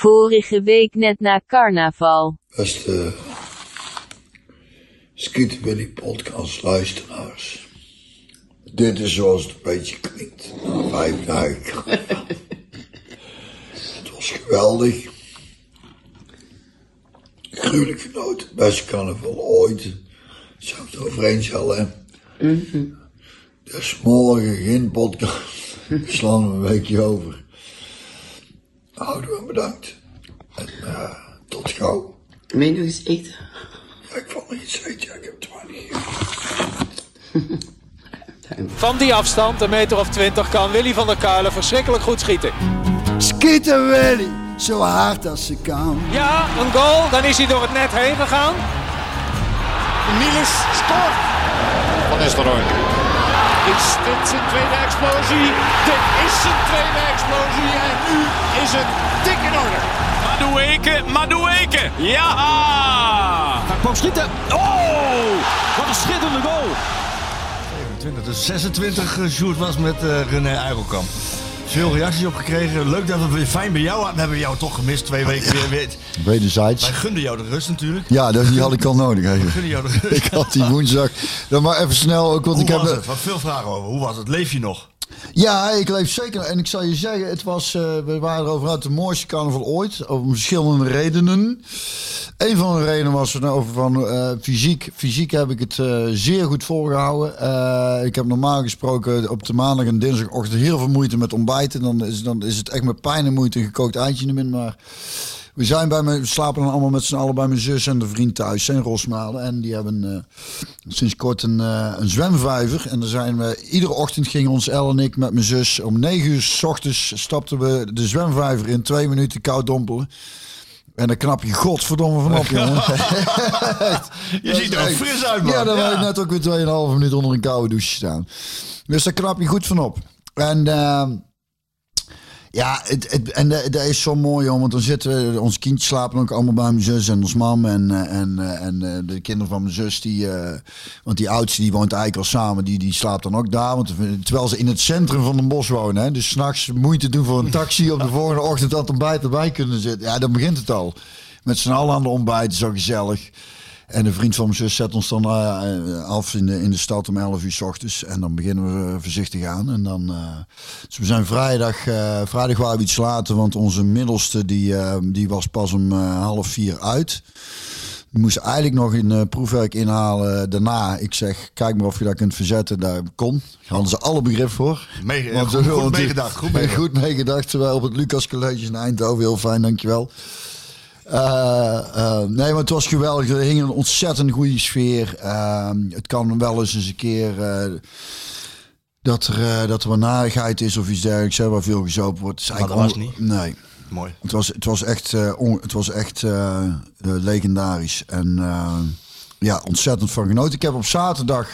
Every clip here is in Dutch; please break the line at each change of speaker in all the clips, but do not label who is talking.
Vorige week net na carnaval.
Beste Skeet Willy podcast luisteraars. Dit is zoals het een beetje klinkt. Na vijf dagen. het was geweldig. Gruwelijk genoten. Beste carnaval ooit. Zou het over eens al, hè? Dus morgen geen podcast. Slaan we een weekje over. Houden we bedankt. En eh, tot gauw.
Wil je nog eens eten?
Ja, ik val niet eens eten. Ik heb het maar niet.
Van die afstand, een meter of twintig, kan Willy van der Kuilen verschrikkelijk goed schieten.
Schieten Willy, zo hard als ze kan.
Ja, een goal, dan is hij door het net heen gegaan.
Niels scoort. Van Nistelrooy. Is dit zijn tweede explosie? Dit is zijn tweede explosie. En nu is het dik in orde.
Madueke, Madueke. Ja! Hij kwam schieten. Oh! Wat een schitterende goal.
20, dus 26 eh, Sjoerd was met eh, René Eikelkamp. Veel reacties op gekregen. Leuk dat we weer fijn bij jou We hebben jou toch gemist twee weken weer. weer. Wij
Wederzijds.
gunden jou de rust natuurlijk.
Ja, dat, die had ik al nodig
We
even.
gunden jou de rust.
Ik had die woensdag. Dan maar even snel ook, want
Hoe
ik heb...
was het? Wat veel vragen over. Hoe was het? Leef je nog?
Ja, ik leef zeker. En ik zal je zeggen, het was, eh, we waren erover uit de mooiste carnaval ooit. Om verschillende redenen. Een van de redenen was er nou over van eh, fysiek. Fysiek heb ik het eh, zeer goed volgehouden. Eh, ik heb normaal gesproken op de maandag en dinsdagochtend heel veel moeite met ontbijten. Dan is, dan is het echt met pijn en moeite een gekookt eitje in de min. Maar we zijn bij me, we slapen dan allemaal met z'n allen bij mijn zus en de vriend thuis in Rosmalen. En die hebben eh, sinds kort een, eh, een zwemvijver. En dan zijn we, iedere ochtend gingen ons El en ik met mijn zus om 9 uur s ochtends stapten we de zwemvijver in. Twee minuten koud dompelen. En dan knap je godverdomme van op, jongen.
Je ziet er ook fris uit, man.
Ja, dan
Ja.
ben ik net ook weer 2,5 minuut onder een koude douche staan. Dus daar knap je goed van op. En ehm, ja, het, het- en dat- dat is zo mooi, joh, want dan zitten we, onze kindjes slapen ook allemaal bij mijn zus en ons mam en, eh, en, eh, en eh, de kinderen van mijn zus, die, eh, want die oudste die woont eigenlijk al samen, die, die slaapt dan ook daar, want, terwijl ze in het centrum van de bos wonen, hè, dus s'nachts moeite doen voor een taxi, op de volgende ochtend dat ontbijt erbij kunnen zitten. Ja, dan begint het al. Met z'n allen aan de ontbijt, zo gezellig. En een vriend van mijn zus zet ons dan eh, af in de, in de stad om 11 uur s ochtends. En dan beginnen we eh, voorzichtig aan. En dan, eh, dus we zijn vrijdag, eh, vrijdag waren we iets later, want onze middelste die, eh, die was pas om eh, half vier uit. Die moest eigenlijk nog een eh, proefwerk inhalen daarna. Ik zeg, kijk maar of je dat kunt verzetten. Daar kon. Daar hadden ze alle begrip voor.
Mee- eh,
Want
goed-
we-
goed
want-
meegedacht, goed meegedacht.
Goed meegedacht. Terwijl op het Lucas College in Eindhoven. Heel fijn, dankjewel. Eh, eh, nee, maar het was geweldig. Er hing een ontzettend goede sfeer. Ehm, het kan wel eens eens een keer eh, dat, er, eh, dat er wat narigheid is of iets dergelijks. Hè, waar veel gezopen wordt. Het is
Maar dat
eigenlijk
was
on- Nee.
Mooi.
Het was, het was echt, eh, on- het was echt eh, eh, legendarisch. En eh, ja, ontzettend van genoten. Ik heb op zaterdag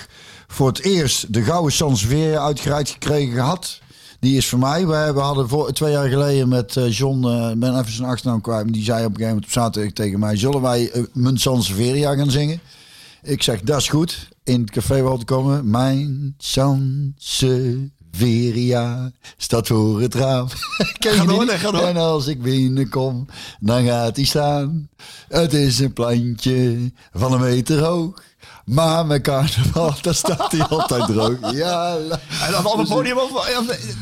voor het eerst de Gouden Sansevieria uitgereikt gekregen gehad. Die is voor mij. We, we hadden voor, twee jaar geleden met eh, John, eh, ik ben even zijn achternaam kwijt. maar Die zei op een gegeven moment op zaterdag tegen mij, zullen wij eh, mijn Sansevieria gaan zingen? Ik zeg, dat is goed. In het café wel te komen. Mijn Sansevieria staat voor het raam. Ken je
Ga
die
door,
niet?
nee, ga door.
En als ik binnenkom, dan gaat hij staan. Het is een plantje van een meter hoog. Maar met carnaval, daar staat hij altijd droog. Ja, la-
En dan op het podium of,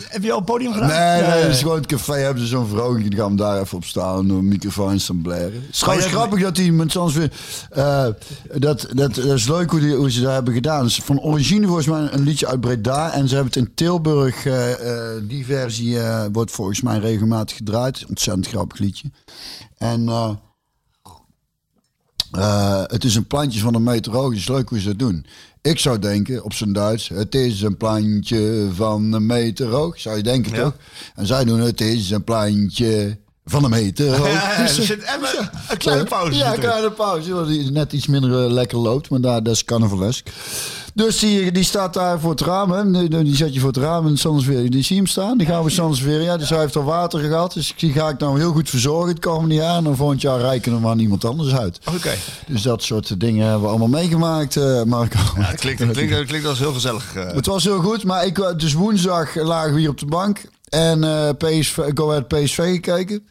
Heb je al een podium gedaan?
Nee, nee, het is gewoon het café. Hebben ze zo'n vrouwtje, die gaan daar even op staan. Een microfoon staan blaren. Het is gewoon
Maar jij-
grappig dat die met soms weer... eh, dat, dat, dat is leuk hoe, die, hoe ze dat hebben gedaan. Het is van origine volgens mij een liedje uit Breda. En ze hebben het in Tilburg, eh, eh, die versie eh, wordt volgens mij regelmatig gedraaid. Ontzettend grappig liedje. En... eh, eh, het is een plantje van een meter hoog. Het is leuk hoe ze dat doen. Ik zou denken, op zijn Duits, het is een plantje van een meter hoog. Zou je denken
Ja.
toch? En zij doen, het is een plantje van een meter hoog.
Ja, ja,
Dus,
er
eh,
zit even een kleine
Ja,
pauze. zit
een
erin.
kleine pauze. want die Net iets minder eh, lekker loopt, maar daar, dat is carnavalesk. Dus die, die staat daar voor het raam. Hè. Die, die zet je voor het raam en Sans weer. Die zie je hem staan. Die gaan we Sans weer. Ja, dus hij heeft al water gehad. Dus die ga ik nou heel goed verzorgen het komende jaar. En dan volgend jaar reiken we hem aan iemand anders uit.
Oké.
Dus dat soort dingen hebben we allemaal meegemaakt, eh, Marco.
Ja, het, klinkt, het, klinkt, het klinkt als heel gezellig. eh.
Het was heel goed, maar ik, wa- dus eh, woensdag lagen we hier op de bank en eh PSV, Go Ahead PSV gekeken.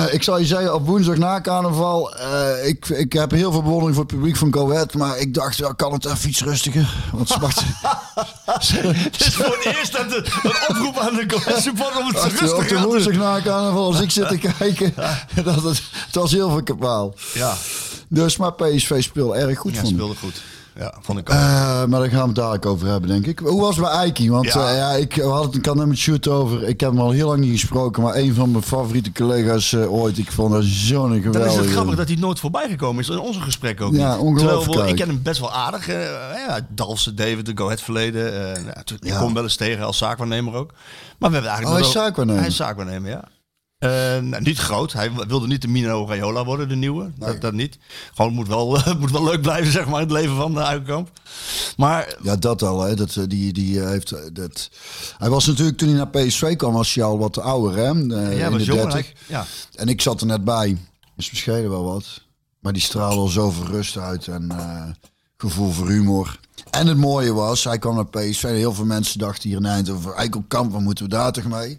ik zal je zeggen, op woensdag na carnaval, eh, ik, ik heb heel veel bewondering voor het publiek van Go Ahead, maar ik dacht, ja, kan het even iets rustiger? Want ze wachten-
Het is voor het eerst dat de, een oproep aan de Goethe supporter om het
Als je op
rustig
de
aan te
woensdag na carnaval, als ik zit te kijken, dat het, het was heel veel kapaal.
Ja,
Dus, maar PSV speelde erg goed,
ja
vond ik.
speelde goed. Ja, vond ik ook.
Eh, maar daar gaan we het dadelijk over hebben, denk ik. Hoe was het bij Eiki? Want
Ja.
ja. ja, ik had het, ik had hem met shoot over. Ik heb hem al heel lang niet gesproken, maar een van mijn favoriete collega's eh, ooit. Ik vond dat zo'n
dan is het
geweldige...
grappig dat hij nooit voorbij gekomen is in onze gesprekken ook
Ja,
niet.
ongelooflijk
Terwijl, wel, ik
eigenlijk.
ken hem best wel aardig. eh, ja, Dalse, David, de Go Ahead verleden. eh, nou, natuurlijk, ik
Ja.
kom hem wel eens tegen als zaakwaarnemer ook. Maar we hebben eigenlijk
Oh, hij
nog
is
wel-
zaakwaarnemer.
Hij is zaakwaarnemer, ja. Eh, nou, niet groot. Hij wilde niet de Mino Raiola worden, de nieuwe. Dat, dat niet. Gewoon moet wel, moet wel leuk blijven, zeg maar, het leven van de Uitkamp. Maar
Ja, dat al. Hè. Dat, eh, die, die eh, heeft, eh, dat... Hij was natuurlijk, toen hij naar PSV kwam, was hij al wat ouder, hè? Eh,
ja,
in
was
de
jonger.
30.
hij- Ja.
En ik zat er net bij. Dus we schelen wel wat. Maar die straalde al zoveel rust uit en eh, gevoel voor humor. En het mooie was, hij kwam naar PSV. Heel veel mensen dachten hier in Eindhoven, Eikelkamp, wat moeten we daar toch mee?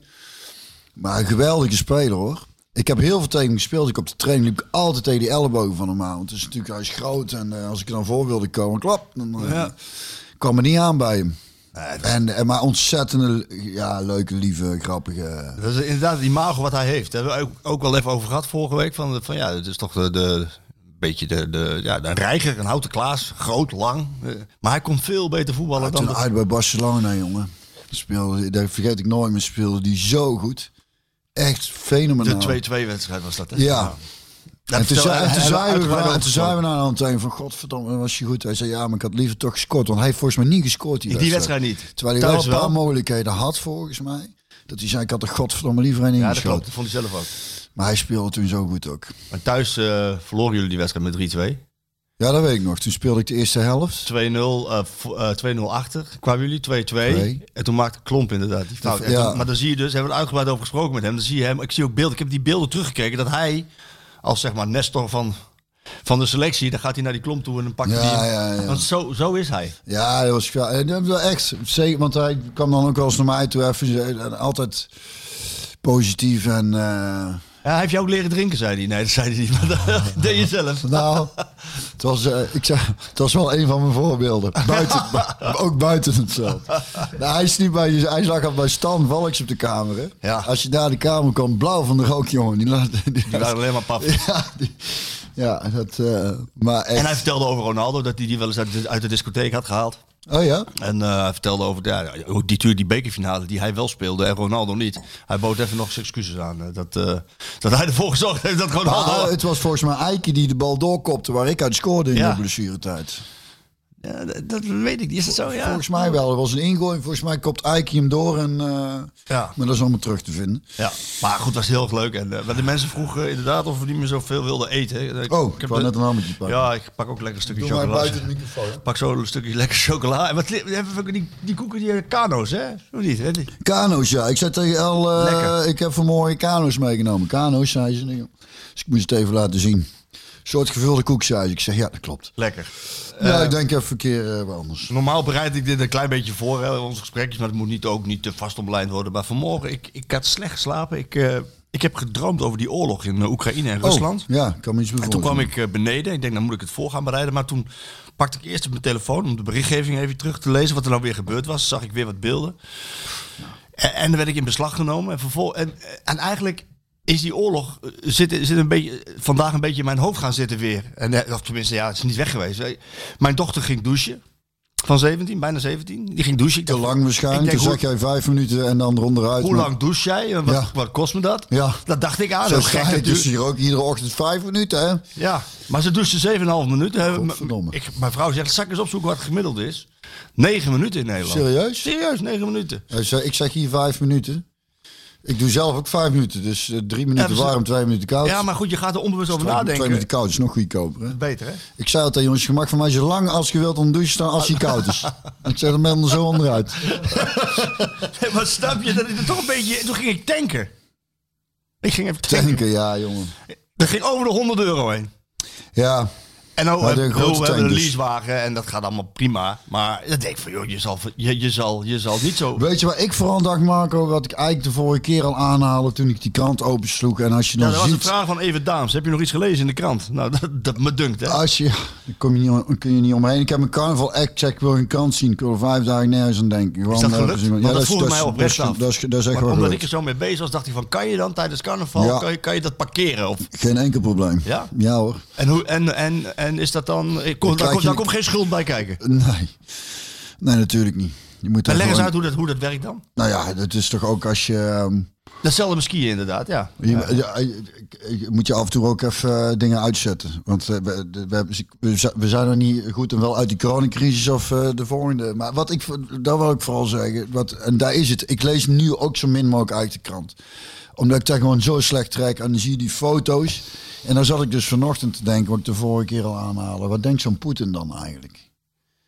Maar een geweldige speler hoor. Ik heb heel veel tegen hem gespeeld. Ik op de training liep ik altijd tegen die ellebogen van hem aan. Want het is natuurlijk, hij is groot. En eh, als ik er dan voor wilde komen, klap. Dan eh,
Ja.
kwam er niet aan bij hem. en, en maar ontzettende, ja, leuke, lieve, grappige...
Dat is inderdaad die imago wat hij heeft. Daar hebben we ook, ook wel even over gehad vorige week. Van, van ja, het is toch de, de beetje de, de, ja, de reiger, een houten klaas. Groot, lang. eh, Maar hij komt veel beter voetballen
Ja,
dan...
toen
de-
uit bij Barcelona, jongen. Speelde, daar vergeet ik nooit meer, speelde die zo goed. Echt fenomenaal.
De 2-2-wedstrijd was dat, hè?
eh, Ja.
Dat
En toen
vertelde-
zei- en toen
hebben we
zeiden we
uitgebreid
na- en
over
toen zeiden we
gesproken.
na een tijd van godverdomme, was je goed. Hij zei ja, maar ik had liever toch gescoord. Want hij heeft volgens mij niet gescoord die
In die
wedstrijd.
wedstrijd niet.
Terwijl hij
Thuis
wel een paar
wel.
mogelijkheden had volgens mij. Dat hij zei ik had er godverdomme liever een
Ja, dat
ingeschoten.
klopt. Dat vond hij zelf ook.
maar hij speelde toen zo goed ook.
Maar thuis eh, verloren jullie die wedstrijd met 3-2. 2-0,
Ja, dat weet ik nog. Toen speelde ik de eerste helft.
eh, vo- eh, 2-0 achter kwamen jullie, 2-2.
Twee.
En toen maakte Klomp inderdaad die fout. En
Ja.
toen- maar dan zie je dus, hebben we er uitgebreid over gesproken met hem. Dan zie je hem, ik zie ook beelden, ik heb die beelden teruggekeken, dat hij als zeg maar Nestor van, van de selectie, dan gaat hij naar die Klomp toe en dan pakt hij
Ja,
die-
ja, ja.
Want zo, zo is hij.
Ja, dat was ja, en dat wel echt. Zeker, want hij kwam dan ook wel eens naar mij toe. Even, en altijd positief en. eh,
Ja, hij heeft jou ook leren drinken, zei hij. Nee, dat zei hij niet, maar dat deed je zelf.
nou, het was, eh, ik zei, het was wel een van mijn voorbeelden. Buiten, bu- ook buiten het veld. Nou, hij, is niet bij, hij lag al bij Stan Valks op de kamer. Hè?
Ja.
Als je naar de kamer kwam, blauw van de rook, jongen. Die, laat- die,
Die waren alleen maar pap.
ja, die- ja, dat. eh, maar echt.
En hij vertelde over Ronaldo dat hij die wel eens uit de, uit de discotheek had gehaald.
oh ja?
En eh, hij vertelde over ja, ook die, tuur- die bekerfinale die hij wel speelde en Ronaldo niet. Hij bood even nog zijn excuses aan. eh, Dat, eh, dat hij ervoor gezorgd heeft dat Ronaldo...
Maar, Ah, eh, het was volgens mij Eike die de bal doorkopte waar ik uit scoorde in
Ja.
de blessuretijd.
Ja, dat, dat weet ik niet. Is het zo? Ja.
Volgens mij wel. Er was een ingooi. Volgens mij kopt Eike hem door. En, eh,
Ja.
Maar dat is allemaal terug te vinden.
ja. Maar goed, was heel erg leuk. En, eh, maar de mensen vroegen inderdaad of we niet meer zoveel wilden eten. Ik,
Oh, ik
heb
wou
de-
net een hammetje pakken.
Ja, ik pak ook lekker een stukje
Doe maar
chocola.
buiten het microfoon.
Pak zo een stukje lekker chocola. En wat li- we hebben ook die, die koeken, die eh, kano's, hè? Of niet? Hè? Die-
Kano's, ja. Ik zei tegen El, eh,
Lekker.
ik heb vanmorgen kano's meegenomen. Kano's, zei ze. Nee, Dus ik moest het even laten zien. Een soort gevulde koek, zei ze. Ik zeg, ja, dat klopt.
Lekker.
ja, ik denk even een keer eh, wat anders.
Dus Normaal bereid ik dit een klein beetje voor, hè, onze gesprekjes, maar het moet niet, ook niet te vast omlijnd worden. Maar vanmorgen, ik, ik had slecht geslapen. Ik, eh, ik heb gedroomd over die oorlog in eh, Oekraïne en Rusland.
Oh, ja, ik kan me iets
En
bevoorstellen.
toen kwam ik eh, beneden. Ik denk, dan moet ik het voor gaan bereiden. Maar toen pakte ik eerst op mijn telefoon om de berichtgeving even terug te lezen. Wat er nou weer gebeurd was. Zag ik weer wat beelden. En, en dan werd ik in beslag genomen. En, vervol en, eh, en eigenlijk is die oorlog eh, zit, zit een beetje, eh, vandaag een beetje in mijn hoofd gaan zitten weer. En, eh, of tenminste, ja, het is niet weg geweest. Eh, Mijn dochter ging douchen. Van 17, bijna 17. Die ging douchen. Ik
Te
dacht,
lang waarschijnlijk.
ik
Toen
denk,
zag jij vijf minuten en dan eronderuit.
Hoe
maar-
lang douche jij? En Wat,
Ja.
wat kost me dat?
Ja.
Dat dacht ik aan.
Zo
Dat is gek
ga je
natuurlijk.
dus hier ook iedere ochtend vijf minuten, hè?
Ja, maar ze douchen 7,5 minuten.
Godverdomme.
Ik, mijn vrouw zegt, zal ik eens opzoeken wat het gemiddeld is? 9 minuten in Nederland.
Serieus?
Serieus, 9 minuten.
Hij zei, ik zeg hier vijf minuten. Ik doe zelf ook vijf minuten. Dus eh, drie minuten
Hebben ze-
warm, twee minuten koud.
Ja, maar goed, je gaat er onbewust over
twee, twee minuten
nadenken.
koud is nog goedkoper. Hè?
Beter, hè?
Ik zei altijd, jongens, je mag van mij zo lang als je wilt onder douche staan als je koud is. ik zeg, dan ben je er zo onderuit.
Nee, maar snap je, dat is er toch een beetje... Toen ging ik tanken. Ik ging even tanken.
Tanken, ja, jongen.
Dat ging over de 100 euro heen.
Ja,
En nou,
Maar
eh,
de
bedoel,
grote
we hebben een
tank dus.
leasewagen en dat gaat allemaal prima. Maar dan denk ik van, joh, je zal, je, je zal, je zal niet zo...
Weet je wat ik vooral dacht, Marco? Wat ik eigenlijk de vorige keer al aanhaalde toen ik die krant opensloeg. En als je
Ja,
dan
dat was een
ziet...
vraag van Evert Daams. Heb je nog iets gelezen in de krant? Nou, dat, dat me dunkt, hè?
Als je, daar kom je niet, om- kun je niet omheen. Ik heb mijn carnaval act check, ik wil een kans zien. Ik wil er vijf dagen nergens aan denken. Gewoon eh,
Is dat
nergens
gelukt?
iemand-
Want dat
is-
vroeg ik mij
is-
oprecht
dat is-
af.
Dat is, dat is echt
Maar
wel
omdat
gelukt.
ik er zo mee bezig was, dacht ik van, kan je dan tijdens carnaval,
Ja.
kan, je, kan je dat parkeren? Of,
Geen enkel probleem.
Ja?
Ja hoor.
en, hoe, en, en, en is dat dan... Ik kom, daar,
krijg
komt-
je-
daar komt geen schuld bij kijken.
Nee. Nee, natuurlijk niet. Je moet
Maar
daar
leg eens
gewoon-
uit hoe dat, hoe dat werkt dan.
Nou ja, dat is toch ook als je... ehm,
Datzelfde met skiën inderdaad, ja.
je ja, je- je- je moet je af en toe ook even eh, dingen uitzetten. Want eh, we, de- we, hebben- we zi- we zijn nog niet goed en wel uit die coronacrisis of eh, de volgende. Maar wat ik, voor- dat wil ik vooral zeggen. Wat, en daar is het. Ik lees nu ook zo min mogelijk uit de krant. Omdat ik daar gewoon zo slecht trek. En dan zie je die foto's. En dan zat ik dus vanochtend te denken, wat ik de vorige keer al aanhaalde. Wat denkt zo'n Poetin dan eigenlijk?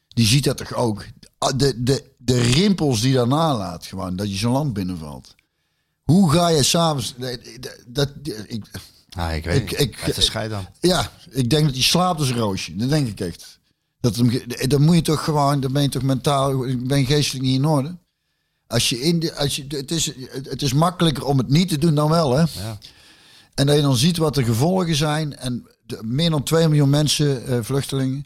Die ziet dat toch ook? Ah, De, de, de rimpels die daarna laat gewoon, dat je zo'n land binnenvalt. Hoe ga je s'avonds... nee, Dat, dat, ik, weet
ik
Ik- niet. ik- Het is
het is
scheid
dan.
ja, ik denk dat hij slaapt als een roosje. Dat denk ik echt. Dat, hem ge- dan moet je toch gewoon, dan ben je toch mentaal, ben je geestelijk niet in orde. Als je in de, als je, het, is, het is makkelijker om het niet te doen dan wel, hè? En dat je dan ziet wat de gevolgen zijn. En de- meer dan 2 miljoen mensen, eh, vluchtelingen.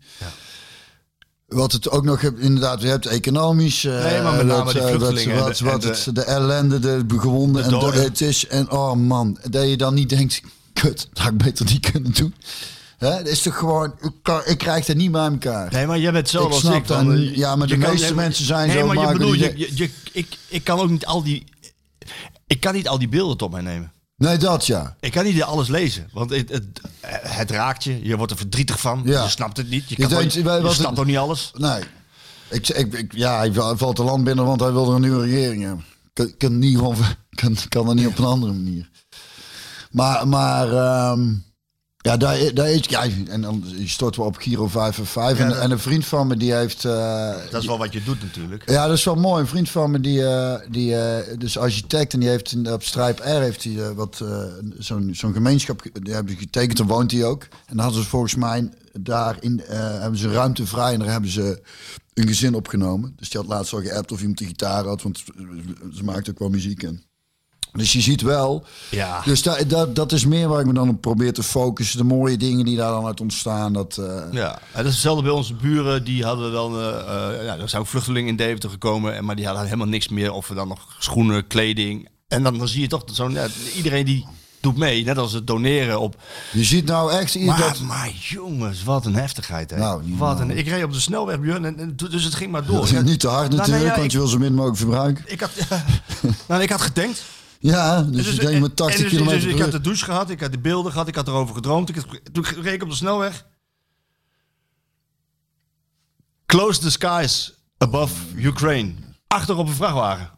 Wat het ook nog hebt, inderdaad, je hebt economisch. eh,
Nee, maar met name
wat,
die
eh, wat-
vluchtelingen en
Wat,
de-
wat
en
het,
de-
de ellende, de gewonden.
De
en de,
doden.
het is. En oh man, dat je dan niet denkt: kut, dat had ik beter niet kunnen doen. Hè? Dat is toch gewoon, ik, kan- ik krijg het niet bij elkaar.
Nee, maar jij bent zo
Ik
als
snap
ik.
dan- ja, maar de
je
meeste
je-
mensen zijn
nee,
zo,
maar je
Marco,
bedoelt,
die-
je, je, je- ik, ik kan ook niet al die... Ik kan niet al die beelden tot mij nemen.
Nee, dat ja.
Ik kan niet alles lezen, want het, het, het raakt je. Je wordt er verdrietig van.
Ja.
Je snapt het niet. Je,
Je
kan
denkt,
wel-
wij-
je
wat-
snapt ook niet alles.
Nee. Ik, ik, ik- ja, hij va- valt de land binnen, want hij wilde een nieuwe regering hebben. Kan, kan, niet gewoon, kan, kan dat niet op een andere manier. Maar, maar ehm, ja, daar, daar is, ja, en dan storten we op Giro 555.
Ja,
en,
dat-
en een vriend van me die heeft... eh,
Dat is wel wat je doet natuurlijk.
ja, dat is wel mooi. Een vriend van me, die, eh, die eh, dus architect, en die heeft in, op Strijp R heeft hij eh, wat eh, zo'n zo'n gemeenschap ge- die hebben ze getekend. Daar woont hij ook. En dan hadden ze volgens mij daar in, eh, hebben ze ruimte vrij en daar hebben ze een gezin opgenomen. Dus die had laatst al geappt of iemand de gitaar had, want ze maakt ook wel muziek en. Dus je ziet wel.
Ja.
Dus da, da- dat is meer waar ik me dan op probeer te focussen. De mooie dingen die daar dan uit ontstaan. Dat, eh,
Ja, en dat is hetzelfde bij onze buren. Die hadden wel, eh eh, ja, er zijn ook vluchtelingen in Deventer gekomen, en- maar die hadden helemaal niks meer. Of dan nog schoenen, kleding. En dan, dan zie je toch dat zo'n, ja, iedereen die doet mee, net als het doneren op.
je ziet nou echt iets
Maar,
dat...
maar jongens, wat een heftigheid. Hè.
Nou, niet
wat een, ik reed op de snelweg, Björn, en, en- dus het ging maar door. En-
Niet te hard
Nou, nee,
natuurlijk,
ja,
want
ik-
je wil zo min mogelijk verbruiken.
ik had, nou, ik had getankt.
Ja, dus, je denkt
en-
met 80
en dus-
kilometer
dus
per
ik had
uur.
de douche gehad, ik had de beelden gehad, ik had erover gedroomd. Ik had, toen reed ik op de snelweg. Close the skies above Ukraine. Achter op een vrachtwagen.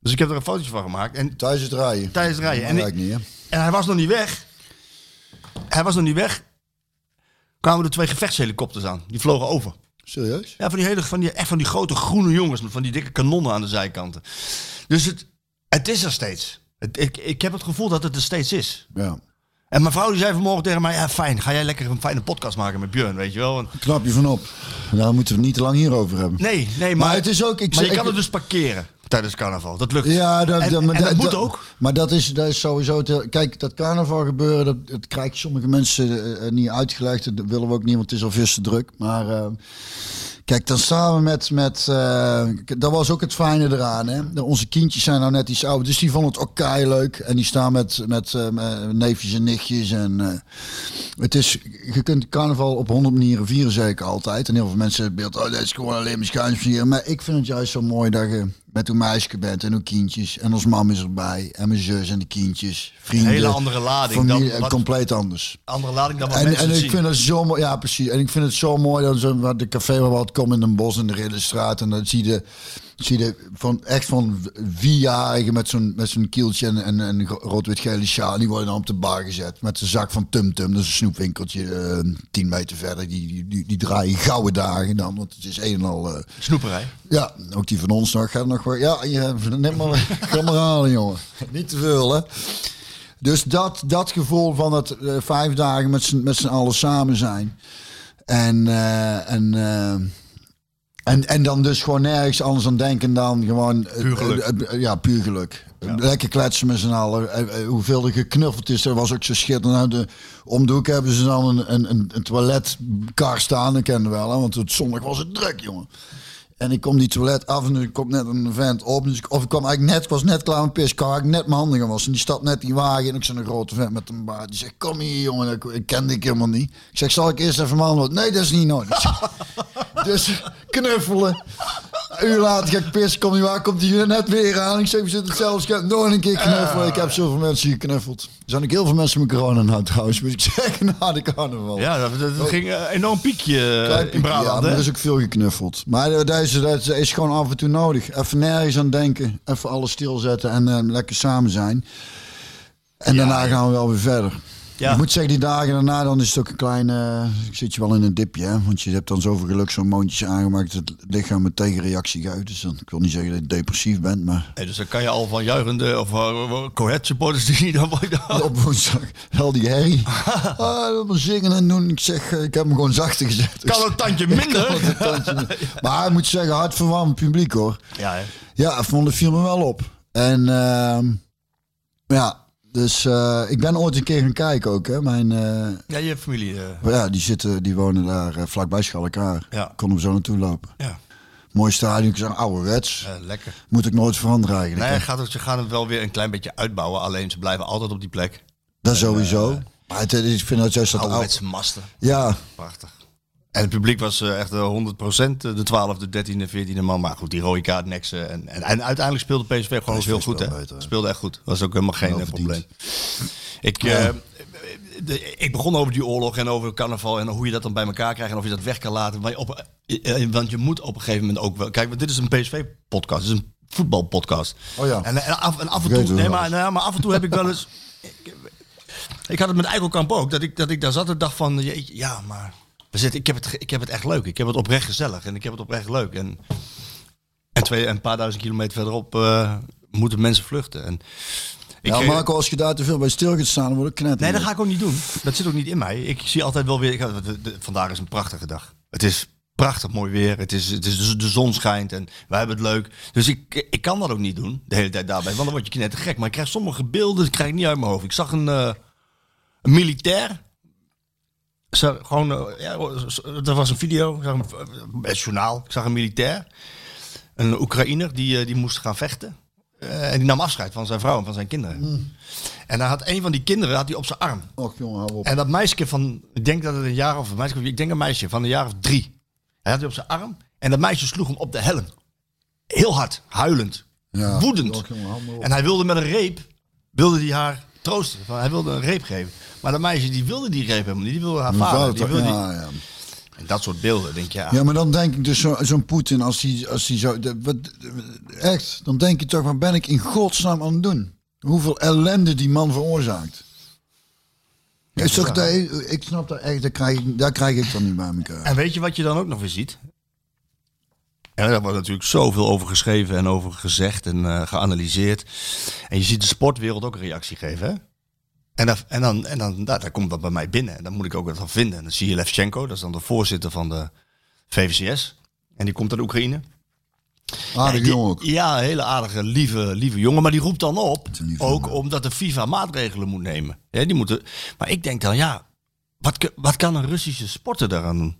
Dus ik heb er een fotootje van gemaakt. En
Thuis het rijden.
tijdens het rijden. En,
Dat
ik-
lijkt niet, hè?
en hij was nog niet weg. Hij was nog niet weg. Kwamen er twee gevechtshelikopters aan. Die vlogen over.
Serieus?
Ja, van die, hele, van die, echt van die grote groene jongens. Van die dikke kanonnen aan de zijkanten. Dus het, het is er steeds. Het- ik, ik heb het gevoel dat het er steeds is.
Ja.
En mijn vrouw die zei vanmorgen tegen mij... Ja, fijn. Ga jij lekker een fijne podcast maken met Björn, weet je wel. Want,
Knap je van op. Daar moeten we het niet te lang hierover hebben.
nee, nee, maar...
Maar het is ook- ik
maar
zeg-
je kan
ik-
het dus parkeren tijdens carnaval. Dat lukt.
Ja, dat,
En-
dat, maar
en dat
dat-
moet
dat-
ook.
Maar dat is, dat is sowieso... Te, kijk, dat carnaval gebeuren, dat, dat krijg je sommige mensen eh, niet uitgelegd. Dat willen we ook niet, want het is al vis te druk. Maar eh, kijk, dan samen met... met eh, k- dat was ook het fijne eraan. Hè? De- Onze kindjes zijn nou net iets ouder, dus die vonden het ook kei leuk. En die staan met, met eh, met neefjes en nichtjes en... eh, Het is, je kunt carnaval op honderd manieren vieren, zeg ik altijd. En heel veel mensen hebben het beeld, oh, dat is gewoon alleen maar schuinsvieren. Maar ik vind het juist zo mooi dat je met uw meisje bent en uw kindjes. En ons mam is erbij. En mijn zus en de kindjes. Vrienden.
Hele andere lading dan
Familie, en
wat-
compleet anders.
Andere lading dan wat
En,
mensen
en
het
ik
zien.
vind het zo mooi, ja precies. En ik vind het zo mooi dat zo, wat de café waar wat komt in een bos in de Ridderstraat. En dan zie je, zie je van, echt van vierjarigen met zo'n met zo'n kieltje en, en, en ro- rood-wit-gele sjaal. Die worden dan op de bar gezet met de zak van Tum Tum. Dat is een snoepwinkeltje eh, tien meter verder. Die, die, die, die draaien gouden dagen dan, want het is een en al... eh,
Snoeperij.
ja, ook die van ons nog gaat nog wel. Ja, je, neem maar, ga maar halen, jongen. Niet te veel, hè? Dus dat, dat gevoel van dat eh, vijf dagen met z'n met z'n allen samen zijn. En, eh, en, eh, en, en dan dus gewoon nergens anders aan denken dan gewoon... eh,
Puur geluk.
eh, eh, ja, puur geluk. Lekker kletsen met z'n allen. Eh, eh, hoeveel er geknuffeld is, dat was ook zo schitterend. Nou, de, om de hoek hebben ze dan een, een, een, een toiletkar staan. Ik ken wel, hè, want het zondag was het druk, jongen. En ik kom die toilet af en er komt net een vent op. Dus ik, of ik kwam eigenlijk net, ik was net klaar met pis. Ik had eigenlijk net mijn handen was. En die stapt net die wagen in. Ik zo'n grote vent met een baard. Die zegt, kom hier jongen. Ik, ik kende ik helemaal niet. Ik zeg, zal ik eerst even mijn handen Nee, dat is niet nodig. dus knuffelen. Een uur later ga ik pissen. Kom die wagen, komt die hier net weer aan. Ik zeg, we zitten zelfs. Nog een keer knuffelen. Ik heb zoveel mensen geknuffeld. Er zijn ook heel veel mensen met corona nou trouwens. Moet ik zeggen, na de carnaval.
Ja, dat, dat- dat ging eh, enorm piekje eh,
Oh. Klein
in
piekje, ja,
Brabant.
maar
hè?
er is ook veel geknuffeld. Maar eh, dat is, dat is gewoon af en toe nodig. Even nergens aan denken. Even alles stilzetten en eh, lekker samen zijn. En daarna gaan we wel weer verder.
Ja.
Ik moet zeggen, die dagen daarna dan is het ook een kleine... eh, ik zit je wel in een dipje, hè? Want je hebt dan zoveel geluk zo'n mondjes aangemaakt... dat het lichaam een tegenreactie geeft. Dus dan, ik wil niet zeggen dat je depressief bent, maar...
Hey, dus dan kan je al van juichende of uh, Cohet supporters die dan
Op woensdag, wel die herrie. Ah, dat maar zingen en doen. Ik zeg, eh, ik heb hem gewoon zachter gezet.
kan een tandje minder.
Maar ik moet zeggen, hartverwarmend publiek, hoor.
Ja, hè.
Ja, vond de film me wel op. En ehm, ja, dus eh, ik ben ooit een keer gaan kijken ook. Hè. Mijn, eh,
ja, je familie. eh,
ja, die, zitten, die wonen daar eh, vlakbij Schalkaar.
Ja.
Konden we zo naartoe lopen.
ja,
Mooi stadion, ik zeg, ouderwets.
eh, lekker.
Moet ik nooit veranderen eigenlijk.
Nee,
hè.
gaat ook, ze gaan het wel weer een klein beetje uitbouwen. Alleen ze blijven altijd op die plek.
Dat sowieso. maar het, ik vind dat juist dat oud.
Ouderwetse masten.
Ja,
Prachtig. En het publiek was eh, echt eh, 100% de 12e, 13e, 14e man. Maar goed, die rode kaart neksen. En, en, en uiteindelijk speelde PSV gewoon heel goed. Hè?
speelde beter, hè?
Speelde echt goed. Was ook helemaal geen
Wel
eh,
verdiend.
probleem. Ik, eh, de- ik begon over die oorlog en over carnaval en hoe je dat dan bij elkaar krijgt en of je dat weg kan laten. Maar op, eh, eh, want je moet op een gegeven moment ook wel. Kijk, want dit is een PSV-podcast, dit is een voetbalpodcast.
Oh ja.
En, en af, en af en
Vergeten
toe.
we
Nee,
wel
maar,
eens.
nou ja, maar af en toe heb ik wel eens. Ik, ik had het met Eikelkamp ook, dat ik, dat ik daar zat en dacht van, jeetje, ja, maar we zitten, ik, heb het, ge- ik heb het echt leuk. Ik heb het oprecht gezellig en ik heb het oprecht leuk. En, en, twee, en een paar duizend kilometer verderop eh, moeten mensen vluchten. En ik,
ja
eh,
Nou, Marco, als je daar te veel bij stil gaat staan, dan word ik knet.
Nee, dat ga ik ook niet doen. Dat zit ook niet in mij. Ik zie altijd wel weer. ik ga- de- de- vandaag is een prachtige dag. Het is prachtig mooi weer. Het is, het is, de zon schijnt en wij hebben het leuk. Dus ik, ik kan dat ook niet doen de hele tijd daarbij. Want dan word je knettergek. Maar ik krijg sommige beelden die krijg ik niet uit mijn hoofd. Ik zag een, eh, een militair. Ze- gewoon, eh, ja, er was een video. Ik zag een, het journaal. Ik zag een militair. Een Oekraïner die, eh, die moest gaan vechten. Eh, en die nam afscheid van zijn vrouw en van zijn kinderen. En daar had een van die kinderen had hij op zijn arm.
Och jongen, hou op.
En dat meisje van, ik denk dat het een jaar of een meisje, ik denk een meisje van een jaar of drie. Hij had hij op zijn arm en dat meisje sloeg hem op de helm. Heel hard, huilend,
Ja,
woedend.
och, jongen, hou maar op.
En hij wilde met een reep, wilde hij haar troosten. Van, hij wilde een reep geven. Maar dat meisje die wilde die reep helemaal niet, die wilde haar
Mijn
Eh, vader.
vader
Die
toch-
wilde die-
ja, ja.
En dat soort beelden, denk je, ja.
Ja, maar dan denk ik dus zo- zo'n Poetin, als die, als die zo... dat- wat, echt, dan denk je toch, wat ben ik in godsnaam aan het doen? Hoeveel ellende die man veroorzaakt. Is toch, dat- ik snap dat echt, daar krijg, ik- daar krijg ik dan niet bij elkaar.
En weet je wat je dan ook nog weer ziet? En daar wordt natuurlijk zoveel over geschreven en over gezegd en eh, geanalyseerd. En je ziet de sportwereld ook een reactie geven. Hè? En, dan, en, dan, en dan, daar, daar komt dat bij mij binnen. En dan moet ik ook wat van vinden. En dan zie je Levchenko, dat is dan de voorzitter van de VVCS. En die komt uit Oekraïne.
Aardig
Die-
jongen ook.
Ja, een hele aardige, lieve, lieve jongen. Maar die roept dan op,
een lieve
ook
jongen.
omdat de FIFA maatregelen moet nemen. Hè, die moeten, maar ik denk dan, ja, wat, k- wat kan een Russische sporter daaraan doen?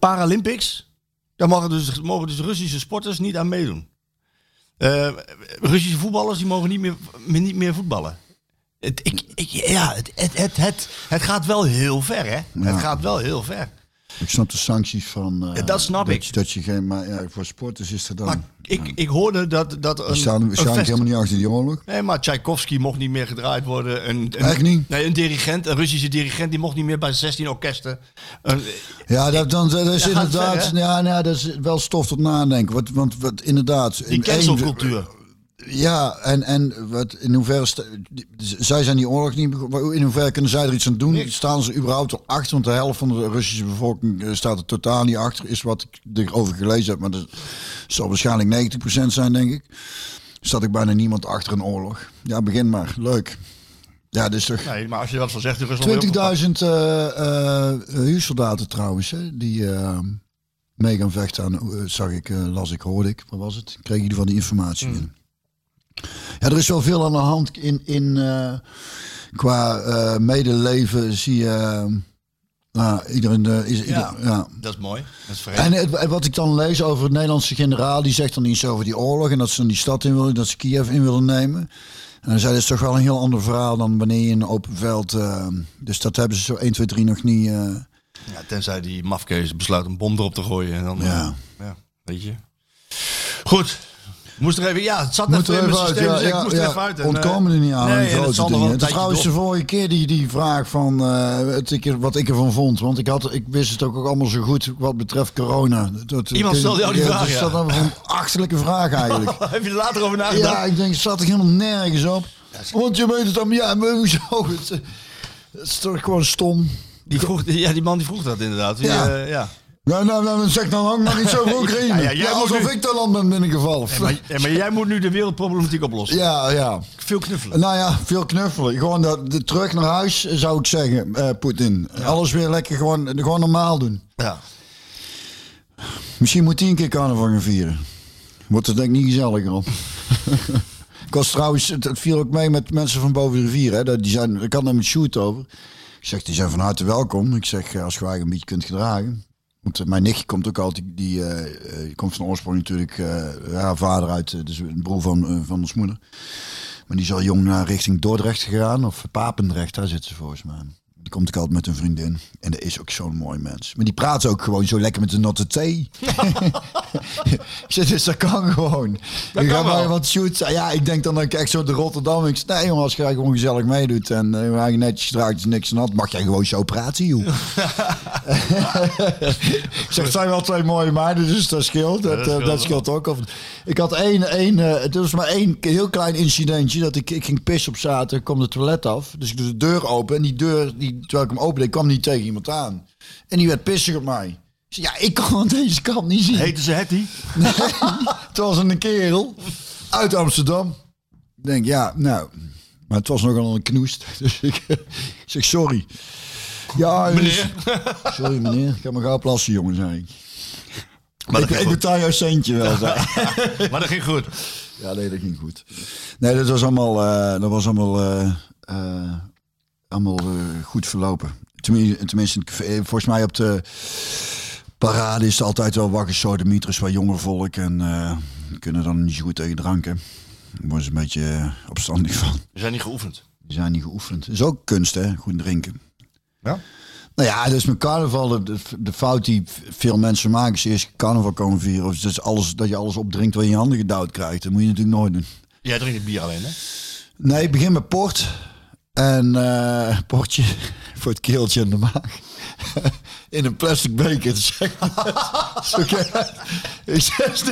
Paralympics, daar mogen dus, mogen dus Russische sporters niet aan meedoen. Eh, Russische voetballers, die mogen niet meer, niet meer voetballen. Het, ik, ik, ja, het, het, het, het, het gaat wel heel ver, hè?
Ja.
Het gaat wel heel ver.
Ik snap de sancties van... eh,
Ja, dat snap ik.
je- Dat je geen... Maar ja, voor sporters is er dan...
Maar ik, ik hoorde dat... dat een,
we staan, we
een
staan
fest-
helemaal niet achter die oorlog.
Nee, maar Tchaikovsky mocht niet meer gedraaid worden. Een, een,
Echt niet?
Nee, een dirigent, een Russische dirigent, die mocht niet meer bij 16 orkesten. Een-
Ja, dat, dan, dat is
gaat
inderdaad...
ver, hè?
ja, nou, dat is wel stof tot nadenken. Want, want, want inderdaad...
die
in één-
cancelcultuur.
Ja, en, en wat, in hoeverre... sta- die- z- zij zijn die oorlog niet... begonnen. In hoeverre kunnen zij er iets aan doen?
Niks.
Staan ze überhaupt al achter? Want de helft van de Russische bevolking eh, staat er totaal niet achter. Is wat ik erover gelezen heb. Maar dat zal waarschijnlijk 90% zijn, denk ik. Staat ik bijna niemand achter een oorlog. Ja, begin maar. Leuk. Ja, dus toch...
Nee, maar als je dat zo zegt, in Rusland...
20.000 eh, eh, huursoldaten trouwens, hè, die eh, mee gaan vechten. Aan, eh, zag ik, eh, las ik, hoorde ik. Wat was het? Ik kreeg in ieder geval die informatie binnen. Ja, er is wel veel aan de hand in, in eh, qua eh, medeleven zie je... eh, nou, iedereen eh, is... ieder-
Ja.
ja.
Oh, Dat is mooi. Dat is
En
verenigd.
het- en wat ik dan lees over het Nederlandse generaal, die zegt dan iets over die oorlog en dat ze dan die stad in willen, dat ze Kiev in willen nemen. En dan zei dat is toch wel een heel ander verhaal dan wanneer je in open veld. eh, dus dat hebben ze zo 1, 2, 3 nog niet. eh,
Ja, tenzij die mafkees besluit een bom erop te gooien. En dan,
Ja.
ja. weet je. Goed. Moest er even... Ja, het zat
moet
net
er
in
even
mijn
uit.
systeem,
Ja,
dus ik
ja,
moest er
ja.
even uit. En, eh,
Ontkomen er niet aan.
nee,
aan die
en het
grote
zal nog wel
dingen.
een
Het is
tijdje
trouwens de
door.
vorige keer die, die vraag van eh, het, ik, er- wat ik ervan vond. Want ik, had, ik wist het ook, ook allemaal zo goed wat betreft corona. Dat,
Iemand stelde jou die vraag,
Dat is
ja.
dat dan een achterlijke vraag eigenlijk.
Heb je er later over nagedacht?
Ja, ik denk, het zat er helemaal nergens op. Want je weet het dan, ja, maar hoezo? Het, eh, het is toch gewoon stom.
Die vroeg, ja, die man die vroeg dat inderdaad. Die,
Ja.
eh, ja.
Nou, nou, nou zeg dan ook maar niet zo voor Oekraïne.
Ja,
Ja,
ja, jij moet
alsof
nu-
ik te land ben binnengevallen.
Maar, eh, maar jij moet nu de wereldproblematiek oplossen.
Ja, ja.
Veel knuffelen.
Nou ja, veel knuffelen. Gewoon dat, de, terug naar huis, eh, zou ik zeggen, eh, Poetin. Alles weer lekker gewoon, gewoon normaal doen.
Ja.
Misschien moet hij een keer carnaval gaan vieren. Wordt er denk ik niet gezelliger op. ik was trouwens, het, het viel ook mee met mensen van boven de rivier. Hè. Dat, die zijn, ik had daar met shoot over. Ik zeg, die zijn van harte welkom. Ik zeg, eh, als je je eigen een beetje kunt gedragen. Want eh, mijn nichtje komt ook altijd, die eh, eh, komt van oorsprong natuurlijk, eh, haar vader uit, eh, dus een broer van, eh, van ons moeder. Maar die is al jong naar richting Dordrecht gegaan, of Papendrecht, daar zit ze volgens mij. Die komt ook altijd met een vriendin. En dat is ook zo'n mooi mens. Maar die praat ook gewoon zo lekker met de natte thee. Ik zeg, dus dat kan gewoon.
Dat
je
kan
gaat mij
wel.
wat shoots. Ja, ik denk dan dat ik echt zo de Rotterdam. Ik zeg, nee jongen, als je eigenlijk ongezellig meedoet en eh, je eigen netjes draagt, is niks aan de hand. Mag jij gewoon zo praten, joh. ik zeg, het zijn wel twee mooie meiden, dus dat scheelt. Dat, eh, dat,
scheelt
scheelt,
wel.
ook. Of, ik had één, één eh, het was maar één k- heel klein incidentje. Dat ik, ik ging pissen op zaterdag, ik kwam de toilet af. Dus ik doe de deur open en die deur, die, terwijl ik hem opende, kwam niet tegen iemand aan. En die werd pissig op mij. Ik zeg, ja, ik kon deze kant niet zien.
Heten ze Hetty?
Het was een kerel uit Amsterdam. Ik denk, ja, nou. Maar het was nogal een knoest. Dus ik eh, zeg, sorry. Ja, dus- sorry meneer. Ik ga maar gauw plassen, jongen, zei ik.
Maar
ik,
dat ging
ik
goed.
betaal jouw centje wel. zei hij.
Maar dat ging goed.
Ja, nee, dat ging goed. Nee, dat was allemaal, eh, dat was allemaal, eh, eh, allemaal eh, goed verlopen. Tenminste, tenminste, eh, volgens mij op de parade is het altijd wel wakker sodemieters waar jonger volk. En eh, die kunnen dan niet zo goed tegen dranken. Daar worden ze een beetje eh, opstandig van.
We zijn niet geoefend.
Die zijn niet geoefend. Dat is ook kunst, hè? Goed drinken.
Ja?
Nou ja, dus met carnaval, de, de fout die veel mensen maken, is eerst carnaval komen vieren. Of dus alles, dat je alles opdrinkt wat je in je handen gedouwd krijgt. Dat moet je natuurlijk nooit doen.
Jij drinkt het bier alleen, hè?
Nee, ik begin met port. En eh portje voor het keeltje in de maag. In een plastic beker. Zeg, Zo ken je het. Ik zeg,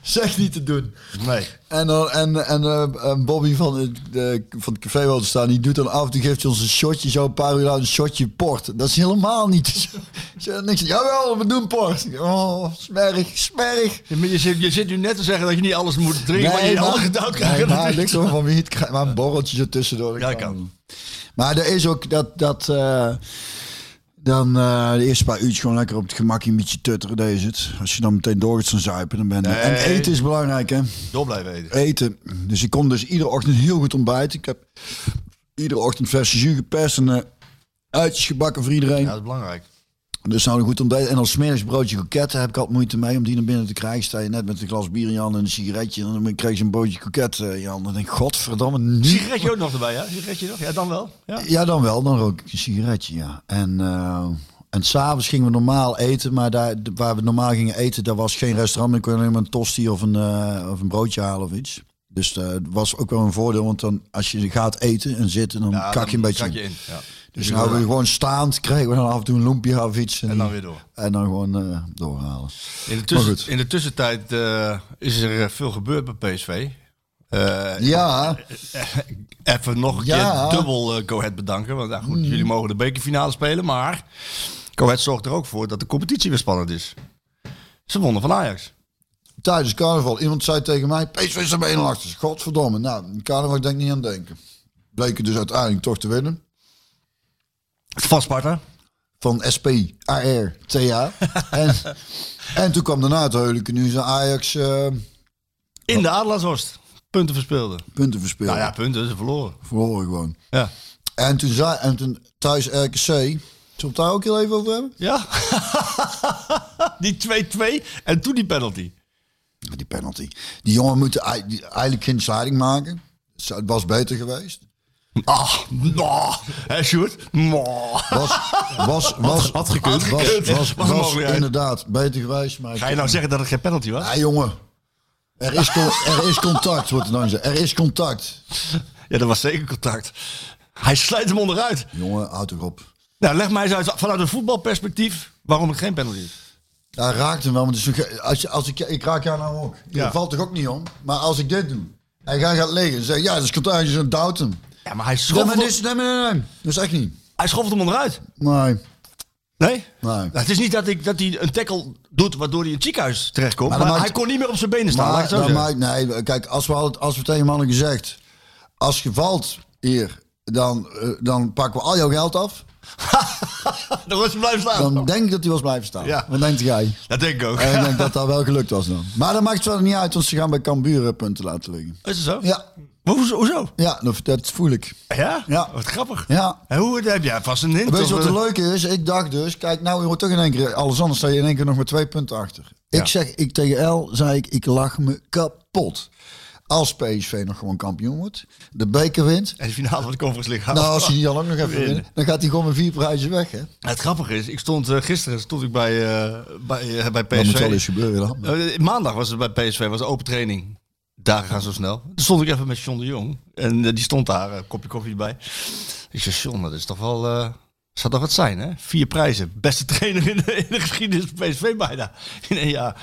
zeg niet te doen.
Nee.
En, dan, en, en eh, en Bobby van het, eh, van het café wilde staan, die doet dan af en toe geeft hij ons een shotje, zo een paar uur later een shotje port. Dat is helemaal niet. zo. Zo, niks. Jawel, we doen port. Oh, smerig, smerig.
Je zit, je zit nu net te zeggen dat je niet alles moet drinken, maar je
maar-
alles gedouwd krijgt.
Nee, maar het
natuurlijk.
ligt er van wie het krijgt. Maar een borreltje er tussendoor.
Ja, kan.
Maar er is ook dat... dat eh, dan eh, de eerste paar uurtjes gewoon lekker op het gemak een beetje tutteren. Daar is het. Als je dan meteen door gaat staan zuipen, dan ben je... En
Nee.
eten is belangrijk, hè.
Door blijven eten.
Eten. Dus ik kon dus iedere ochtend heel goed ontbijten. Ik heb iedere ochtend verse jus geperst en eh, uitjes gebakken voor iedereen.
Ja, dat is belangrijk.
Dus nou een goed ontbijt. En als smiddags broodje kroketten heb ik altijd moeite mee om die naar binnen te krijgen. Sta je net met een glas bier in je hand en een sigaretje. En dan krijg je een broodje kroket eh, in je hand. Dan denk ik, godverdamme, nu...
Sigaretje ook nog erbij, ja? Sigaretje nog? Ja, dan wel. Ja.
Ja, dan wel. Dan rook ik een sigaretje, ja. En, eh en s'avonds gingen we normaal eten. Maar daar, waar we normaal gingen eten, daar was geen restaurant. Ik kon alleen maar een tosti of een, eh, of een broodje halen of iets. Dus eh, dat was ook wel een voordeel. Want dan, als je gaat eten en zitten, dan
Ja,
kak je
dan
een beetje
Kak
in.
je in. Ja.
Dus nou we gewoon staand kregen we dan af en toe een loempje of iets.
En dan weer door.
En dan gewoon eh, doorhalen.
In, de
Maar goed.
tussen, in de tussentijd eh, is er eh, veel gebeurd bij PSV. Eh,
Ja,
Even nog een
Ja.
keer dubbel eh, Go Ahead bedanken. Want nou goed, jullie mogen de bekerfinale spelen. Maar Go Ahead zorgt er ook voor dat de competitie weer spannend is. Ze wonnen van Ajax.
tijdens carnaval. Iemand zei tegen mij, PSV is er bijna achter. Godverdomme. Nou, carnaval denk ik niet aan denken. Bleken dus uiteindelijk toch te winnen.
Van Sparta.
Van SP, AR, TA. en, en toen kwam daarna het huwelijk. Nu zijn Ajax eh,
In de Adelaarshorst. Punten verspeelde.
punten verspeeld.
Nou ja, punten. Ze verloren.
Verloren gewoon.
Ja.
En toen, zei, en toen thuis RKC. Zullen we het daar ook heel even over hebben?
Ja. die 2-2. En toen die penalty.
Die penalty. Die jongen moet ei- die- eigenlijk geen sliding maken. Zou- Het was beter geweest.
Ah, nou. Hé, Sjoerd? Nou.
Was, was, was,
had gekund.
Was, was, was,
Was een mogelijkheid.
inderdaad beter geweest. Maar
Ga je nou zeggen dat het geen penalty was?
Ja, jongen. Er is, con- er is contact, wordt er dan gezegd. Er is contact.
Ja, dat was zeker contact. Hij slijt hem onderuit.
Jongen, houd toch op.
Nou, leg mij eens uit vanuit een voetbalperspectief waarom het geen penalty is.
Ja, hij raakt hem wel, maar het is een ge- als, je, als ik, ik raak jou nou ook. Je
Ja.
valt toch ook niet om? Maar als ik dit doe, en jij gaat liggen en zegt, ja, dat is contact, je doubt hem.
Ja, maar hij
Nee,
schoft,
maar
hem,
dit is- nee, nee, nee, nee. Dat is echt niet.
dus- hij schoft hem onderuit.
Nee.
Nee?
Nee.
Nou, het is niet dat, ik, dat hij een tackle doet waardoor hij in het ziekenhuis terechtkomt. Maar,
Maar dan maakt-
hij kon niet meer op zijn benen staan. laat
Maar,
ik het zo
dat
zeggen.
maakt, nee, kijk, als we, al- als we tegen mannen gezegd, als je valt hier, dan, eh, dan pakken we al jouw geld af.
dan was hij blijven staan.
Dan denk ik dat hij was blijven staan.
Ja.
Wat denkt jij?
Dat denk ik ook.
En ik denk dat dat wel gelukt was dan. Maar dat maakt het wel niet uit, want ze gaan bij Cambuur eh, punten laten liggen.
Is het zo?
Ja,
Maar hoezo? hoezo?
ja dat, dat voel ik.
Ja?
Ja.
Wat grappig.
Ja.
En hoe heb jij vast een hint?
Weet je
of,
wat het
eh,
leuke is? Ik dacht dus, kijk, nou je hoort toch in één keer alles anders, sta je in één keer nog maar twee punten achter.
Ja.
Ik zeg, ik tegen L, zei ik, ik lach me kapot. Als PSV nog gewoon kampioen wordt, de beker wint.
En de finale van de conference liggen.
Nou, als hij die dan ook nog even
Winnen.
winnen, dan gaat hij gewoon met vier prijzen weg, hè?
Het grappige is, ik stond eh, gisteren stond ik bij, eh, bij, eh, bij PSV.
Dat Nou, moet wel eens gebeuren dan.
Eh, maandag was het bij PSV, was de open training. Dagen gaan zo snel. Toen stond ik even met John de Jong. En eh, die stond daar, een kopje koffie bij. Ik zei, John, dat is toch wel... eh zou toch wat zijn, hè? Vier prijzen. Beste trainer in de, in de geschiedenis van PSV bijna. In één jaar.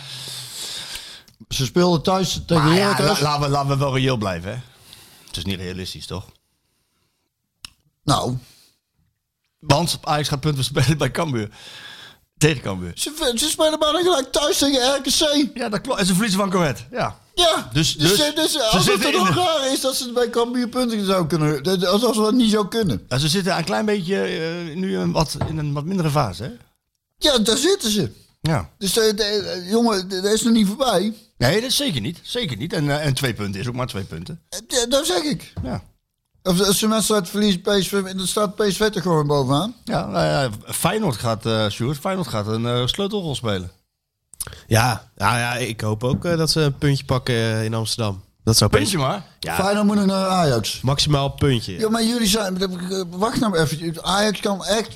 Ze speelden thuis tegen
Maar Ah ja,
Heracles.
la- laten, we, laten we wel reëel blijven, hè? Het is niet realistisch, toch?
Nou,
Want Ajax gaat punten spelen bij Cambuur. Tegen Cambuur.
ze, ze spelen bijna gelijk thuis tegen RKC.
Ja, dat klopt. En ze verliezen van Coët. Ja.
Ja,
Dus-
dus,
dus-
dus,
ze
als het dan
zitten in
ook
de-
raar is dat ze bij Cambuur punten zou kunnen... dat- Alsof ze dat niet zou kunnen.
Ja, ze zitten een klein beetje eh, nu een wat, in een wat mindere fase, hè?
Ja, daar zitten ze.
Ja.
Dus eh, de- eh, jongen, dat is nog niet voorbij.
Nee, dat is zeker niet. Zeker niet. En, eh, en twee punten is ook maar twee punten.
Eh, ja, Dat zeg ik.
Ja.
Of als ze een wedstrijd verliezen, PSV, dan staat PSV er gewoon bovenaan.
Ja, nou ja, Feyenoord gaat, eh Sjoerd, Feyenoord gaat een eh, sleutelrol spelen.
Ja, nou ja, ik hoop ook eh, dat ze een puntje pakken eh, in Amsterdam. Dat zou
Puntje maar.
Ja.
Feyenoord moet nog naar Ajax.
Maximaal puntje.
Ja, maar jullie zijn... Wacht nou even. Ajax kan echt...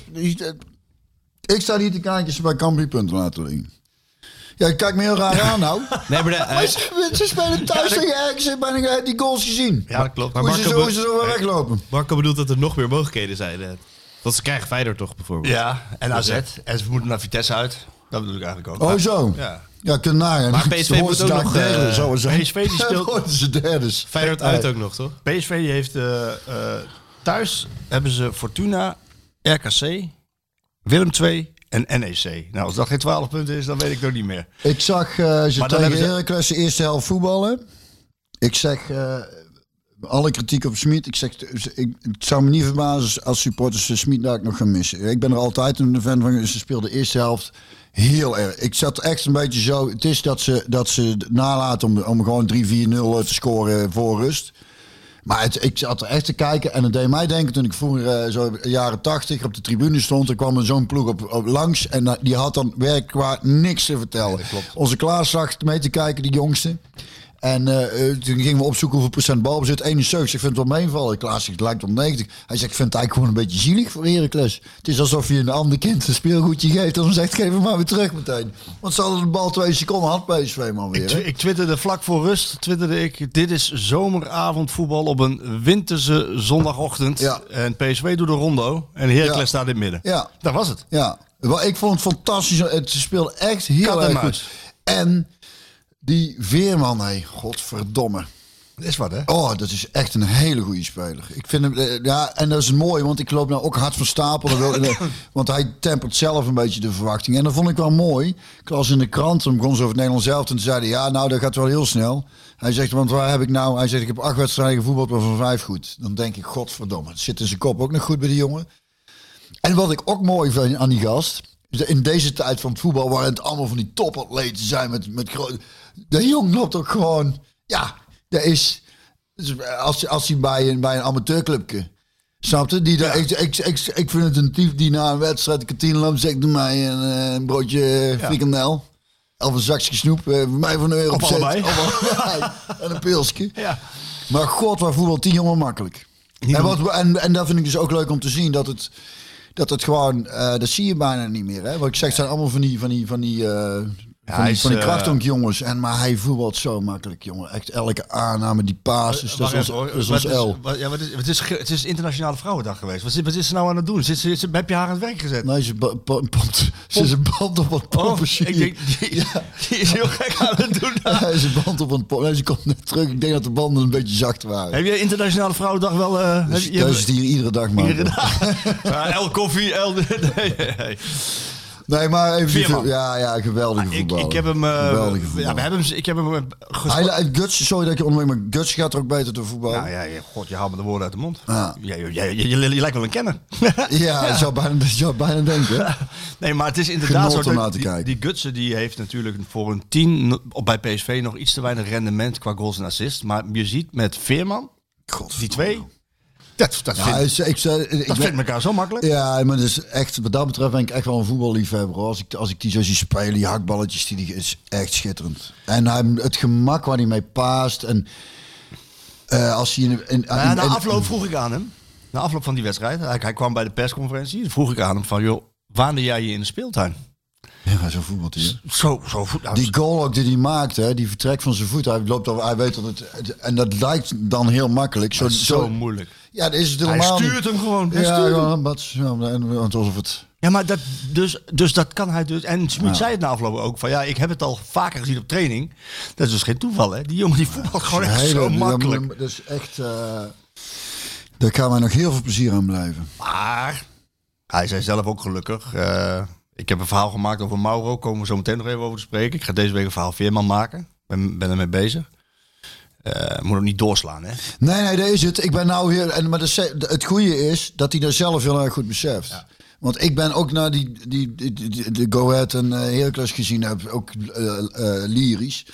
Ik sta hier te kijken ze bij Cambuur punten laten liggen. Ja, ik kijk me heel raar aan nou.
Nee, maar de, eh,
Maar ze, ze spelen thuis tegen RKC en bijna gelijk die goals gezien.
Ja, dat klopt.
Hoe
Maar
ze,
Marco Eh,
zo- hoe
Bru-
ze zo wel weglopen.
Marco bedoelt dat er nog meer mogelijkheden zijn. eh. Dat ze krijgen Feyenoord toch bijvoorbeeld.
Ja, en AZ. En ze moeten naar Vitesse uit. Dat bedoel ik eigenlijk ook.
Oh zo.
Ja.
Ja, kunnen nagaan.
Maar PSV
Ze horen
moet
ze
ook
daar
nog,
derde,
eh,
zo zo.
PSV die
Ze
speelt-
worden ze derde.
Feyenoord uit ook nog, toch?
PSV die heeft eh, eh, thuis hebben ze Fortuna, RKC, Willem II en NEC. Nou, als dat geen 12 punten is, dan weet ik het ook niet meer.
Ik zag eh ze
dan
tegen
hebben ze-
Heracles de eerste helft voetballen. Ik zeg eh, alle kritiek op Smit. Ik zeg, ik, het zou me niet verbazen als supporters eh, Smit daar ook nog gaan missen. Ik ben er altijd een fan van. Ze speelden de eerste helft heel erg. Ik zat echt een beetje zo. Het is dat ze, dat ze nalaten om, om gewoon 3-4-0 eh, te scoren voor rust. Maar het- ik zat er echt te kijken en het deed mij denken toen ik vroeger, eh, zo in de jaren tachtig, op de tribune stond. Er kwam er zo'n ploeg op, op langs en eh, die had dan werk qua niks te vertellen. Onze Klaas zag mee te kijken, die jongste. En eh, eh, toen gingen we opzoeken hoeveel procent balbezit. 71, ik vind het wel meevallen. Klaas zegt, het lijkt op 90. Hij zegt, ik vind het eigenlijk gewoon een beetje zielig voor Heracles. Het is alsof je een ander kind een speelgoedje geeft. En dan zegt, geef hem maar weer terug meteen. Want ze hadden de bal twee seconden, had PSV man weer.
Ik,
hè?
tw- ik twitterde vlak voor rust, twitterde ik, dit is zomeravondvoetbal op een winterse zondagochtend.
Ja.
En PSV doet de rondo en Heracles
Ja.
staat in het midden.
Ja.
Daar was het.
Ja, wel, ik vond het fantastisch. Het speelde echt heel
Kat en
erg
muis.
goed. En die Veerman, hé, godverdomme.
Dat is wat, hè?
Oh, dat is echt een hele goede speler. Ik vind hem, eh, ja, en dat is mooi, want ik loop nou ook hard van stapel. Dat wil- eh, want hij tempert zelf een beetje de verwachting. En dat vond ik wel mooi. Ik las in de krant, dan begon ze over het Nederlands zelf. En toen zeiden, ja, nou, dat gaat wel heel snel. Hij zegt, want waar heb ik nou? Hij zegt, ik heb acht wedstrijden gevoetbald, maar van vijf goed. Dan denk ik, godverdomme, het zit in zijn kop ook nog goed bij die jongen. En wat ik ook mooi vind aan die gast. is dat In deze tijd van het voetbal, waar het allemaal van die topatleten zijn met, met grote. De jong loopt ook gewoon. Ja, dat is. dus Als, als hij bij een, bij een amateurclubje. Snap je? Die, daar- ik, ik, ik, ik vind het een type die na een wedstrijd de kantine loopt. Zegt doe mij een, eh, een broodje eh, frikandel. Of een zakje snoep. eh, Voor mij van een euro.
Of
zet.
allebei.
Of allebei. en een pilsje.
Ja.
Maar god, waar voetbal die jongen makkelijk. En, wat, en, en dat vind ik dus ook leuk om te zien. Dat het, dat het gewoon, eh, dat zie je bijna niet meer. Hè? Wat ik zeg, het zijn allemaal van die, van die, van die, eh, van
hij
die,
is,
van die
eh,
krachtdonk jongens. En, maar hij voetbalt zo makkelijk, jongen. Echt elke aanname, die paas. Dus Dat
Wacht
is
even, hoor.
ons, dat is
Wat
ons L.
wat- ja, wat is, het, is, ge- het is Internationale Vrouwendag geweest. Wat, zit- wat is ze nou aan het doen? Zit, ze- ze- heb je haar aan het werk gezet?
Nee, ze, ba- pa- pand- ze is een band op wat
Oh,
pompen. zie
ik
je.
denk, die, die is heel gek aan het doen.
Hij is een band op een pompen. Nee, ze komt net terug. Ik denk dat de banden een beetje zacht waren.
Heb je Internationale Vrouwendag wel... eh heb
Dus,
je-
dat is het hier iedere dag, man.
Iedere dag. Ja, El koffie, El... Nee, nee.
Nee, maar even... die
Veerman.
vo- Ja, ja, geweldige
Ik,
voetballer.
ik heb hem... eh,
Geweldige
ja, we
voetballer.
hebben hem... Ik heb hem eh, gesproken.
Hij lijkt Guts, sorry dat ik je onderbreek, maar Guts gaat er ook beter te voetballen.
Nou ja, je- god, je haalt me de woorden uit de mond.
Ja.
Jij- jij- jij- je, je- je lijkt wel een kenner.
Ja, je zou bijna, je zou bijna denken.
Nee, maar het is inderdaad
Genot
zo.
om
dat
naar te
die,
kijken.
die Gutsen die heeft natuurlijk voor een 10 no- op- bij PSV nog iets te weinig rendement qua goals en assists. Maar je ziet met Veerman, die twee, dat, dat,
Ja,
vind,
hij is- ik, zou- ik,
dat
ben-
vindt elkaar zo makkelijk.
ja, maar dus echt, wat dat betreft ben ik echt wel een voetballiefhebber. hoor. Als ik, als ik die zo zie spelen, die hakballetjes, die, die is echt schitterend. En hij, het gemak waar hij mee paast. En eh, als hij... In, in,
Nou ja,
in-
na
in-
afloop vroeg ik aan hem, na afloop van die wedstrijd, hij, hij kwam bij de persconferentie, vroeg ik aan hem van, joh, waande jij je in de speeltuin?
Ja, zo voetbalt hij. hè.
Zo, zo voet. nou,
Die goal ook die hij maakt, hè, die vertrekt van zijn voet. Hij, loopt al, hij weet dat het... En dat lijkt dan heel makkelijk. Zo,
dat is zo
zo-
moeilijk.
Ja, dat is het
Hij
helemaal niet.
stuurt hem gewoon. Hij
ja,
stuurt hem.
ja, wat, ja, en, want alsof het...
Ja, maar dat, dus, dus dat kan hij dus. En Smit zei het na afloop ook van ja, ik heb het al vaker gezien op training. Dat is dus geen toeval, hè? Die jongen die voetbal gewoon Oh, echt
Hele-
zo
dat-
makkelijk.
Dat, is echt... eh daar gaan wij nog heel veel plezier aan blijven.
Maar hij zei zelf ook gelukkig. eh, ik heb een verhaal gemaakt over Mauro. Komen we zo meteen nog even over te spreken. Ik ga deze week een verhaal Veerman maken. Ben, ben ermee bezig. Eh, moet hem niet doorslaan, hè?
Nee, nee, daar is het. Ik ben nou hier... En, maar de se- de- het goede is dat hij dat zelf heel erg goed beseft. Want ik ben ook naar die, die, die, die- de Go Ahead en eh, Heracles gezien heb, ook eh, eh, lyrisch.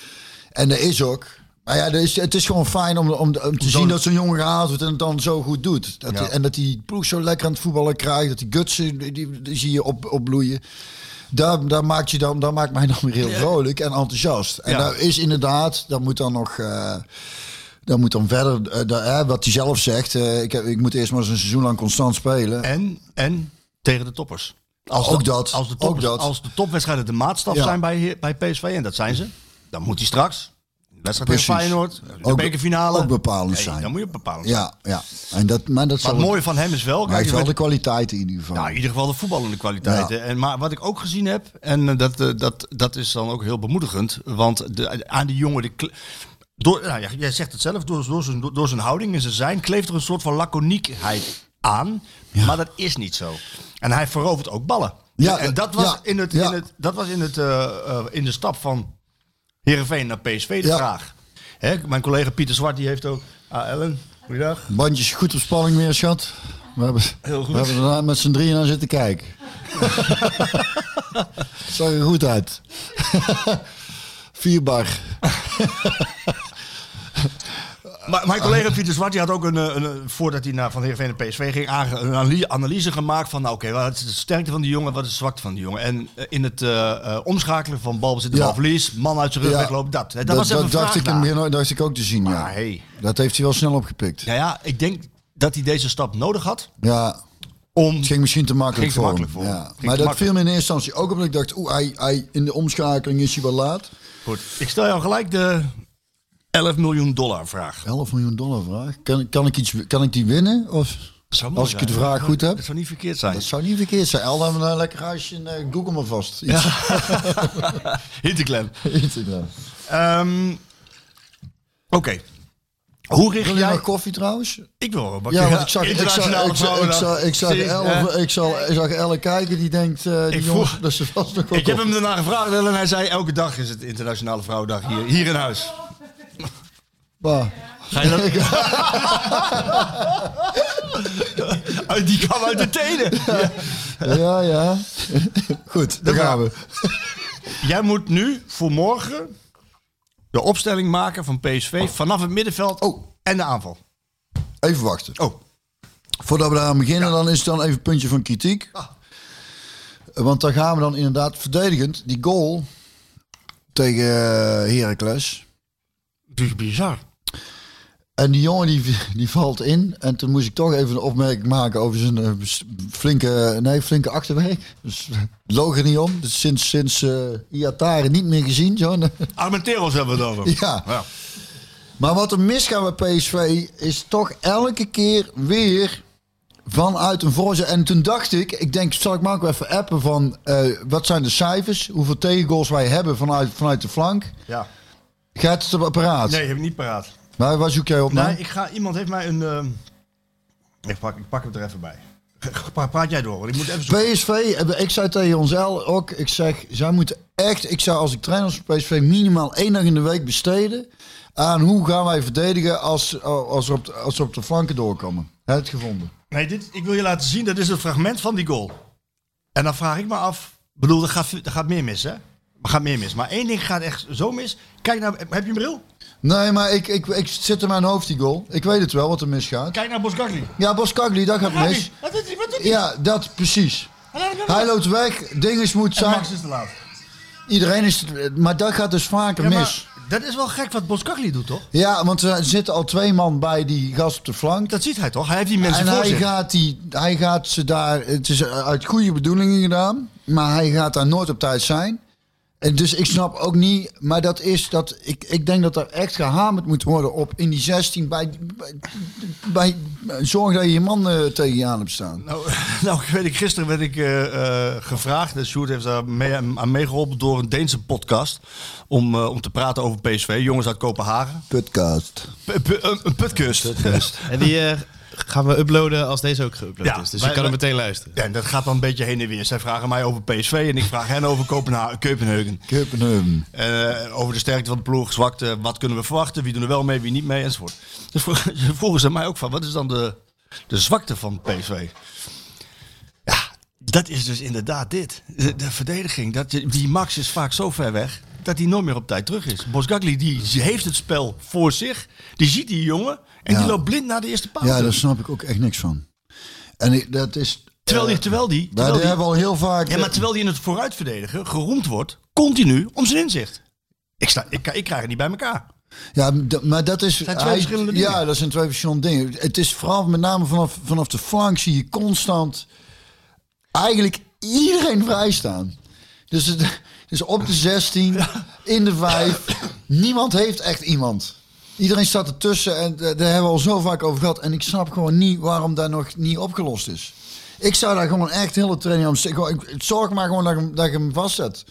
En er is ook... Maar ja, er is, het is gewoon fijn om, om, om te zien dat zo'n jongen gehaald wordt en het dan zo goed doet. Dat,
Ja.
En dat die ploeg zo lekker aan het voetballen krijgt. Dat die gutsen, die, die, die zie je op, opbloeien. Daar, daar, maakt je dan, daar maakt mij dan weer heel vrolijk en enthousiast. En
Ja.
daar is inderdaad, daar moet dan nog... eh, dat moet dan verder, eh, daar, hè, wat hij zelf zegt. eh, ik, heb, ik moet eerst maar eens een seizoen lang constant spelen.
En, en tegen de toppers. Als
Ook
de,
dat,
Als de,
ook
toppers,
dat.
Als de topwedstrijden de maatstaf
Ja.
zijn bij, bij PSV, en dat zijn ze, dan moet hij straks. Wedstrijd tegen
Precies.
Feyenoord, de
Ook-
bekerfinale.
ook bepalend
Nee,
zijn.
Dan moet je bepalen.
Ja, ja. En dat, maar dat
Maar
zal
het mooie van hem is wel,
hij
kijk,
heeft wel
je
de
bent-
kwaliteit in ieder geval.
nou, in ieder geval de voetballende kwaliteiten. En, maar wat ik ook gezien heb, en eh, dat, eh, dat, dat is dan ook heel bemoedigend, want de, aan die jongen... De, kle- door, nou, ja, jij zegt het zelf, door, door, zijn, door zijn houding en zijn zijn kleeft er een soort van laconiekheid aan. Maar dat is niet zo. En hij verovert ook ballen.
Ja,
en dat was,
ja,
in, het,
ja.
in, het, dat was in, het, eh, eh, in de stap van Heerenveen naar PSV de
Ja.
vraag. Hè, mijn collega Pieter Zwart die heeft ook... Ah, Ellen, goeiedag.
Bandjes goed op spanning weer, schat. We hebben,
Heel goed.
We hebben daarna met z'n drieën aan zitten kijken. Zag er goed uit. Vier bar.
Maar mijn collega Pieter Zwart die had ook een, eh, een, eh, voordat hij naar Van Heerenveen en PSV ging, aange- een analy- analyse gemaakt van, nou, oké, wat is de sterkte van die jongen, wat is de zwakte van die jongen? En eh, in het eh, eh, omschakelen van balbezit en
Ja.
balverlies, man uit zijn rug
Ja.
weglopen, dat. Hè, Dat, was even een
dacht,
vraag
ik in
naar.
het begin, dacht ik ook te zien, ja.
Maar hey.
Dat heeft hij wel snel opgepikt. Ja,
Ja, ja, ik denk dat hij deze stap nodig had om...
het ging misschien te makkelijk
Ging
voor
te makkelijk
hem.
voor hem.
Ja.
Ging te
Maar dat viel
makkelijk.
me in eerste instantie ook op. dat Ik dacht, oeh, hij, hij, in de omschakeling is hij wel laat.
Goed, ik stel jou gelijk de 11 miljoen dollar vraag.
11 miljoen dollar vraag. Kan, kan, ik, iets, kan ik die winnen? Of,
Dat zou mooi
als ik
zijn.
de vraag goed heb?
Dat zou niet verkeerd zijn.
Dat zou niet verkeerd zijn. El, dan een lekker huisje en eh, Google maar vast. Iets.
Hinterklem.
Iets, ja.
Ehm, Oké. Hoe richt
Wil je
jij...
nog koffie trouwens?
Ik wil wel een bakje.
Ja, want ik zag, ik
internationale
zag, ik zag, ik zag,
vrouwendag.
ik zag,
Zie je, hè?
Elle, ik zag, ik zag Elle kijken die denkt, eh die
Ik
jongens,
voel-
dat ze vast nog wel
Ik heb hem
koffie-
daarna gevraagd en hij zei elke dag is het internationale vrouwendag hier, hier in huis.
Bah.
Ga je dat... Oh, die kwam uit de tenen.
Ja, ja. Goed, daar
Dat
gaan we.
Jij moet nu voor morgen de opstelling maken van PSV vanaf het middenveld
Oh.
en de aanval.
Even wachten.
Oh,
Voordat we daar beginnen, dan is het dan even een puntje van kritiek. Want dan gaan we dan inderdaad verdedigend die goal tegen eh, Heracles.
dat is bizar.
En die jongen die, die valt in. En toen moest ik toch even een opmerking maken over zijn eh, flinke, nee, flinke achterwerk. Dus loog er niet om. Dus sinds sinds eh, Iatare niet meer gezien. Zo.
Armenteros hebben we het over.
Ja. Maar wat er misgaat bij PSV is toch elke keer weer vanuit een voorzet. En toen dacht ik, ik denk, zal ik Marco even appen van eh, wat zijn de cijfers? Hoeveel tegengoals wij hebben vanuit, vanuit de flank?
ja.
Gaat het op apparaat?
Nee, heb ik niet paraat.
Maar waar zoek jij op
Nee,
nou?
ik ga, iemand heeft mij een... ehm, Ik, pak, ik pak hem er even bij. Pra- Praat jij door, want ik moet even zoeken.
PSV, eh, ik zei tegen ons El ook, ik zeg, zij moeten echt, ik zou als ik trainer van PSV minimaal één dag in de week besteden aan hoe gaan wij verdedigen als, eh, als, we, op, de- als we op de flanken doorkomen. Heb je het gevonden?
Nee, dit, ik wil je laten zien, dat is het fragment van die goal. En dan vraag ik me af, bedoel, er gaat, er gaat meer mis, hè? Er gaat meer mis. Maar één ding gaat echt zo mis. Kijk nou, heb je een bril?
Nee, maar ik, ik, ik zit in mijn hoofd die goal. Ik weet het wel wat er misgaat.
Kijk naar Boskakli.
Ja, Boskagli, dat gaat mis.
Wat doet hij? Wat doet hij?
Ja, dat precies. Hij loopt weg, dinges moet
En
zijn.
Max is te laat.
Iedereen is... Maar dat gaat dus vaker mis.
Ja, maar dat is wel gek wat Boskakli doet, toch?
Ja, want er zitten al twee man bij die gast op de flank.
Dat ziet hij toch? Hij heeft die mensen
En
voor
hij
zich.
gaat, die, hij gaat ze daar... Het is uit goede bedoelingen gedaan. Maar hij gaat daar nooit op tijd zijn. En dus ik snap ook niet... Maar dat is dat... Ik, ik denk dat er echt gehamerd moet worden op in die 16. Bij, bij, bij- zorg dat je je man eh, tegen je aan hebt staan.
Nou, nou, ik weet ik, gisteren werd ik eh, eh, gevraagd, en Sjoerd heeft daar mee, aan meegeholpen door een Deense podcast, om, eh, om te praten over PSV, jongens uit Kopenhagen.
Podcast.
P- p- een een putkust.
En die eh, gaan we uploaden als deze ook geüpload
Ja,
is. Dus
wij-
je kan hem
wij-
meteen luisteren.
Ja, en dat gaat dan een beetje heen en weer. Zij vragen mij over PSV en ik vraag hen over Kopenha- Kopenhagen.
Kippenhum.
Eh, over de sterkte van de ploeg, zwakte, wat kunnen we verwachten, wie doen er wel mee, wie niet mee, enzovoort. Dus vro- ze vroegen ze mij ook van, wat is dan de, de zwakte van PSV? Ja, dat is dus inderdaad dit. De, de verdediging, dat, je- die Max is vaak zo ver weg dat hij nooit meer op tijd terug is. Bosgagli die heeft het spel voor zich, die ziet die jongen en
Ja.
die loopt blind naar de eerste paal.
Ja,
toe.
daar snap ik ook echt niks van. En ik- dat is...
Terwijl die,
eh,
terwijl die,
wij
terwijl die,
hebben al heel vaak... eh,
ja, maar terwijl die in het vooruitverdedigen geroemd wordt, continu om zijn inzicht. Ik, sta, ik, ik krijg het niet bij elkaar.
Ja, d- maar dat is...
zijn twee verschillende dingen.
Ja, dat zijn twee verschillende dingen. Het is vooral met name vanaf, vanaf de flank zie je constant eigenlijk iedereen vrij staan. Dus, het, dus op de 16, in de 5, niemand heeft echt iemand. Iedereen staat ertussen en eh, daar hebben we al zo vaak over gehad. En ik snap gewoon niet waarom daar nog niet opgelost is. Ik zou daar gewoon echt hele training aan... gewoon- ik- Zorg maar gewoon dat ik, hem- dat ik hem vastzet.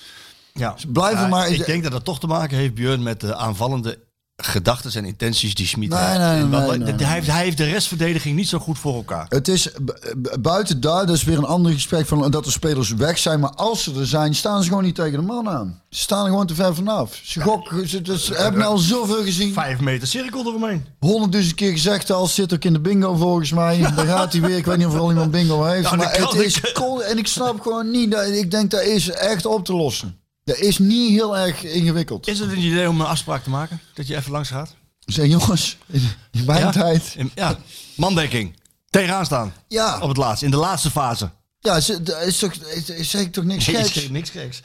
Ja.
blijven maar-
Ik denk dat dat toch te maken heeft, Björn, met de aanvallende gedachten en intenties die Schmid
Nee,
heeft.
nee,
En wat-
nee,
dat-
nee,
hij, heeft, hij heeft de restverdediging niet zo goed voor elkaar.
Het is eh, bu- bu- buiten daar, dat is weer een ander gesprek van dat de spelers weg zijn. Maar als ze er zijn, staan ze gewoon niet tegen de man aan. Ze staan er gewoon te ver vanaf. Ze gokken, ze, dus ze- ze hebben al zoveel gezien.
Vijf meter cirkel eromheen.
Honderdduizend keer gezegd al, zit ook in de bingo volgens mij. Daar gaat hij weer. Ik weet niet of er al iemand bingo heeft.
Nou, dat
maar het
kan
is
ik.
cool. En ik snap gewoon niet, dat, ik denk dat is echt op te lossen. Dat is niet heel erg ingewikkeld.
Is het een idee om een afspraak te maken? Dat je even langs gaat?
Zeg jongens, in mijn tijd.
In- Ja. Mandekking. Tegenaan staan.
Ja,
Op het laatst. In de laatste fase.
ja ze- dat is toch, zeg ik toch niks
Nee,
geks?
is geen- niks geks.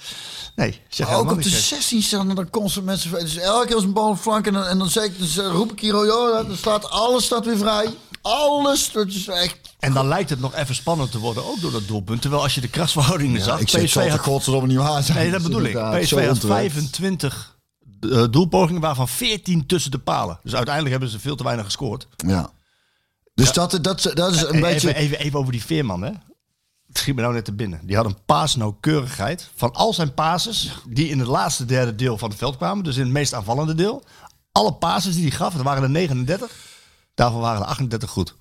Nee,
Maar
zeg
ook
helemaal
op de
niks geks.
16 staan er dan constant mensen vrij. Dus elke keer als een bal op flank en dan, en dan, zeg ik, dus, eh, roep ik hier, oh, ja, dan staat alles staat weer vrij. Alles, dat is echt...
En dan lijkt het nog even spannend te worden, ook door dat doelpunt. Terwijl als je de krasverhoudingen zag, PSV had...
godverdomme niet waar zijn.
Nee, dat bedoel ik. PSV had 25 eh, doelpogingen, waarvan 14 tussen de palen. Dus uiteindelijk hebben ze veel te weinig gescoord.
Ja. Dus dat, dat, dat is een
En
beetje...
Eh, even, even, even over die Veerman, hè. Het schiet me nou net te binnen. Die had een paasnauwkeurigheid van al zijn pases... die in het laatste derde deel van het veld kwamen. Dus in het meest aanvallende deel. alle passes die hij gaf, er waren er 39. Daarvan waren er 38 goed.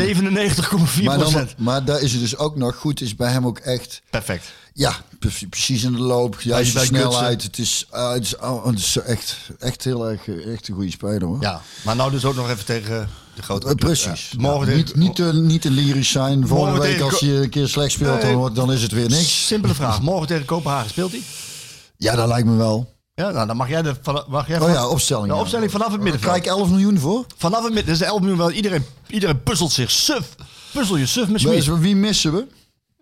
97,4
Maar, dan,
procent.
maar daar is het dus ook nog goed, is bij hem ook echt.
Perfect.
Ja, pre- precies in de loop. Juist de
bij
snelheid.
Gutsen.
Het is, eh, het is, oh, het is echt, echt heel erg eh, echt een goede speler hoor.
Ja, maar nou dus ook nog even tegen de grote...
Eh, precies.
Ja, morgen
Ja, niet,
tegen- Oh,
niet, eh, te, niet te lyrisch zijn. Volgende
Morgen
week
tegen
als
Go-
je een keer slecht speelt,
Nee.
dan, wordt- dan is het weer niks.
Simpele vraag. Morgen tegen Kopenhagen speelt hij?
Ja, dat lijkt me wel.
Ja, nou, dan mag jij de... van- Mag jij
Oh
van-
ja, opstelling.
De
ja.
Nou,
Oh,
opstelling vanaf het middenveld.
Kijk, 11 miljoen voor.
Vanaf het midden, dus de 11 miljoen wel. Iedereen, iedereen puzzelt zich suf. Puzzel je suf met
Dus
Smit.
wie missen we?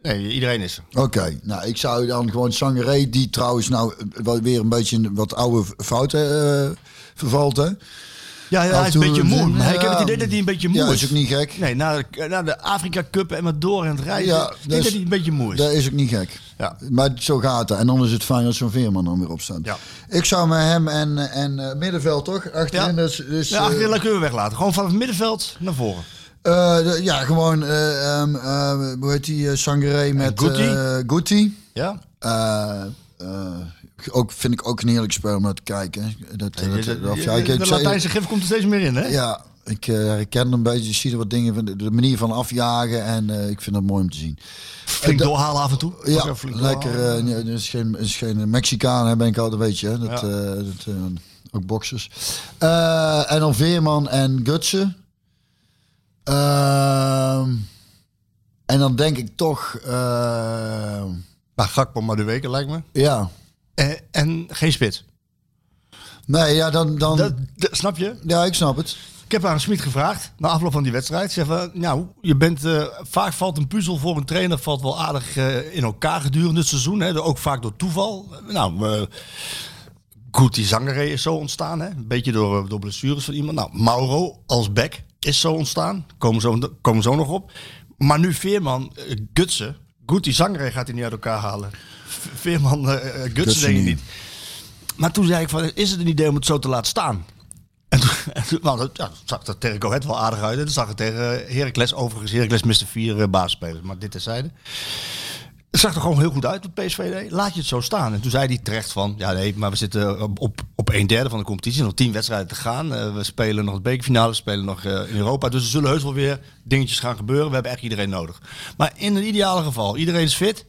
Nee, iedereen is er.
Oké, nou ik zou dan gewoon Sangaré, die trouwens nou eh, wel weer een beetje in wat oude fouten eh, vervalt hè.
Ja, ja
Af
hij
en
is
toe-
een beetje moe.
Ja.
Maar ik heb het idee dat hij een beetje moe
Ja,
is.
is ook niet gek.
Nee, na de, na de Afrika Cup en maar door en het rijden.
Ja,
Ja, ik
dus-
denk dat hij een beetje moe is.
Dat is ook niet gek.
Ja.
Maar zo gaat het. En dan is het fijn als zo'n Veerman dan weer opstaat.
Ja.
Ik zou met hem en, en eh, middenveld toch? Achterin.
Ja.
Dus, dus,
ja, achterin
eh,
laat kunnen we weglaten. Gewoon vanaf het middenveld naar voren.
eh, de- ja, gewoon, eh, ehm, eh, hoe heet die, eh, Sangaré met
Guti.
eh, Guti.
Ja?
Eh, eh, ook, vind ik ook een heerlijk spel om naar te kijken. hè. Dat, dat, dat- of ja, ik-
Dus, eh, de
ik zei-
Latijnse gif komt er steeds meer in, hè?
ja, ik eh, herken hem een beetje. Ik zie er wat dingen van de, de manier van afjagen. En eh, ik vind dat mooi om te zien.
Flink doorhalen af en toe. Ook
Ja,
even flink
lekker.
doorhalen.
eh, nee, Er is geen, is geen Mexicaan, hè, ben ik altijd, weet je. Hè? Dat,
Ja.
eh, dat, eh, ook boxers. Eh, en dan Veerman en Gutsen. Ehm, en dan denk ik toch, eh,
Nou, Gakpo maar de weken, lijkt me.
ja.
En, en geen spits.
Nee, ja, dan... dan
Dat, dat- snap je?
ja, ik snap het.
Ik heb aan Smit gevraagd, na afloop van die wedstrijd. Zeg van, nou, je bent, eh, vaak valt een puzzel voor een trainer valt wel aardig eh, in elkaar gedurende het seizoen. Hè, ook vaak door toeval. Nou, eh goed, die Zangeré is zo ontstaan. Hè, een beetje door, eh, door blessures van iemand. Nou, Mauro als back is zo ontstaan. Komen zo, komen zo nog op. Maar nu Veerman, eh, Gutsen. Goed, die Zangeré gaat hij niet uit elkaar halen. V- Veerman, eh, eh, Gutsen,
Gutsen
denk ik
niet.
niet. Maar toen zei ik van, is het een idee om het zo te laten staan? En toen, en toen- nou, dat, ja, dat zag er tegen Go Ahead wel aardig uit. En dat zag het tegen eh, Heracles. Overigens, Heracles miste vier eh, basisspelers. Maar dit terzijde. Het zag er gewoon heel goed uit op PSV. deed. Laat je het zo staan. En toen zei hij terecht van... Ja, nee, maar we zitten op, op, op een derde van de competitie. Nog tien wedstrijden te gaan. Eh, we spelen nog de bekerfinale. We spelen nog eh, in Europa. Dus er zullen heus wel weer dingetjes gaan gebeuren. We hebben echt iedereen nodig. Maar in het ideale geval, iedereen is fit.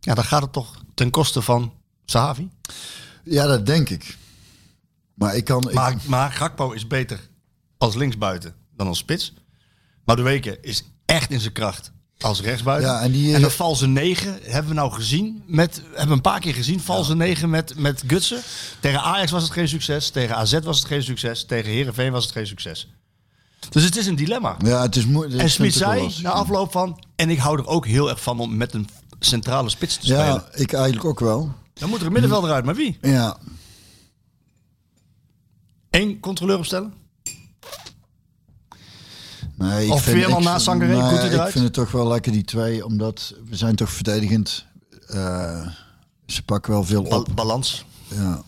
Ja, dan gaat het toch ten koste van Sahavi.
Ja, dat denk ik. Maar ik kan... ik-
Maar, maar Gakpo is beter als linksbuiten dan als spits. Maar de Weken is echt in zijn kracht als rechtsbuiten.
Ja, en die, eh,
de valse 9 hebben we nou gezien. Met, hebben we een paar keer gezien. Valse 9 met, met Gutsen. Tegen Ajax was het geen succes. Tegen AZ was het geen succes. Tegen Herenveen was het geen succes. Dus het is een dilemma.
ja, het is moeilijk.
en Smit zei na afloop van... En ik hou er ook heel erg van om met een centrale spits te spelen.
Ja, ik eigenlijk ook wel.
Dan moet er een middenvelder uit. Maar wie?
Ja,
Eén controleur opstellen?
Nee, ik
Of
vind-
Veerman
ik-
na Sangaré,
nee,
goed hij
Ik
eruit?
vind het toch wel lekker die twee, omdat we zijn toch verdedigend. eh ze pakken wel veel
Ba-
op.
balans.
Ja.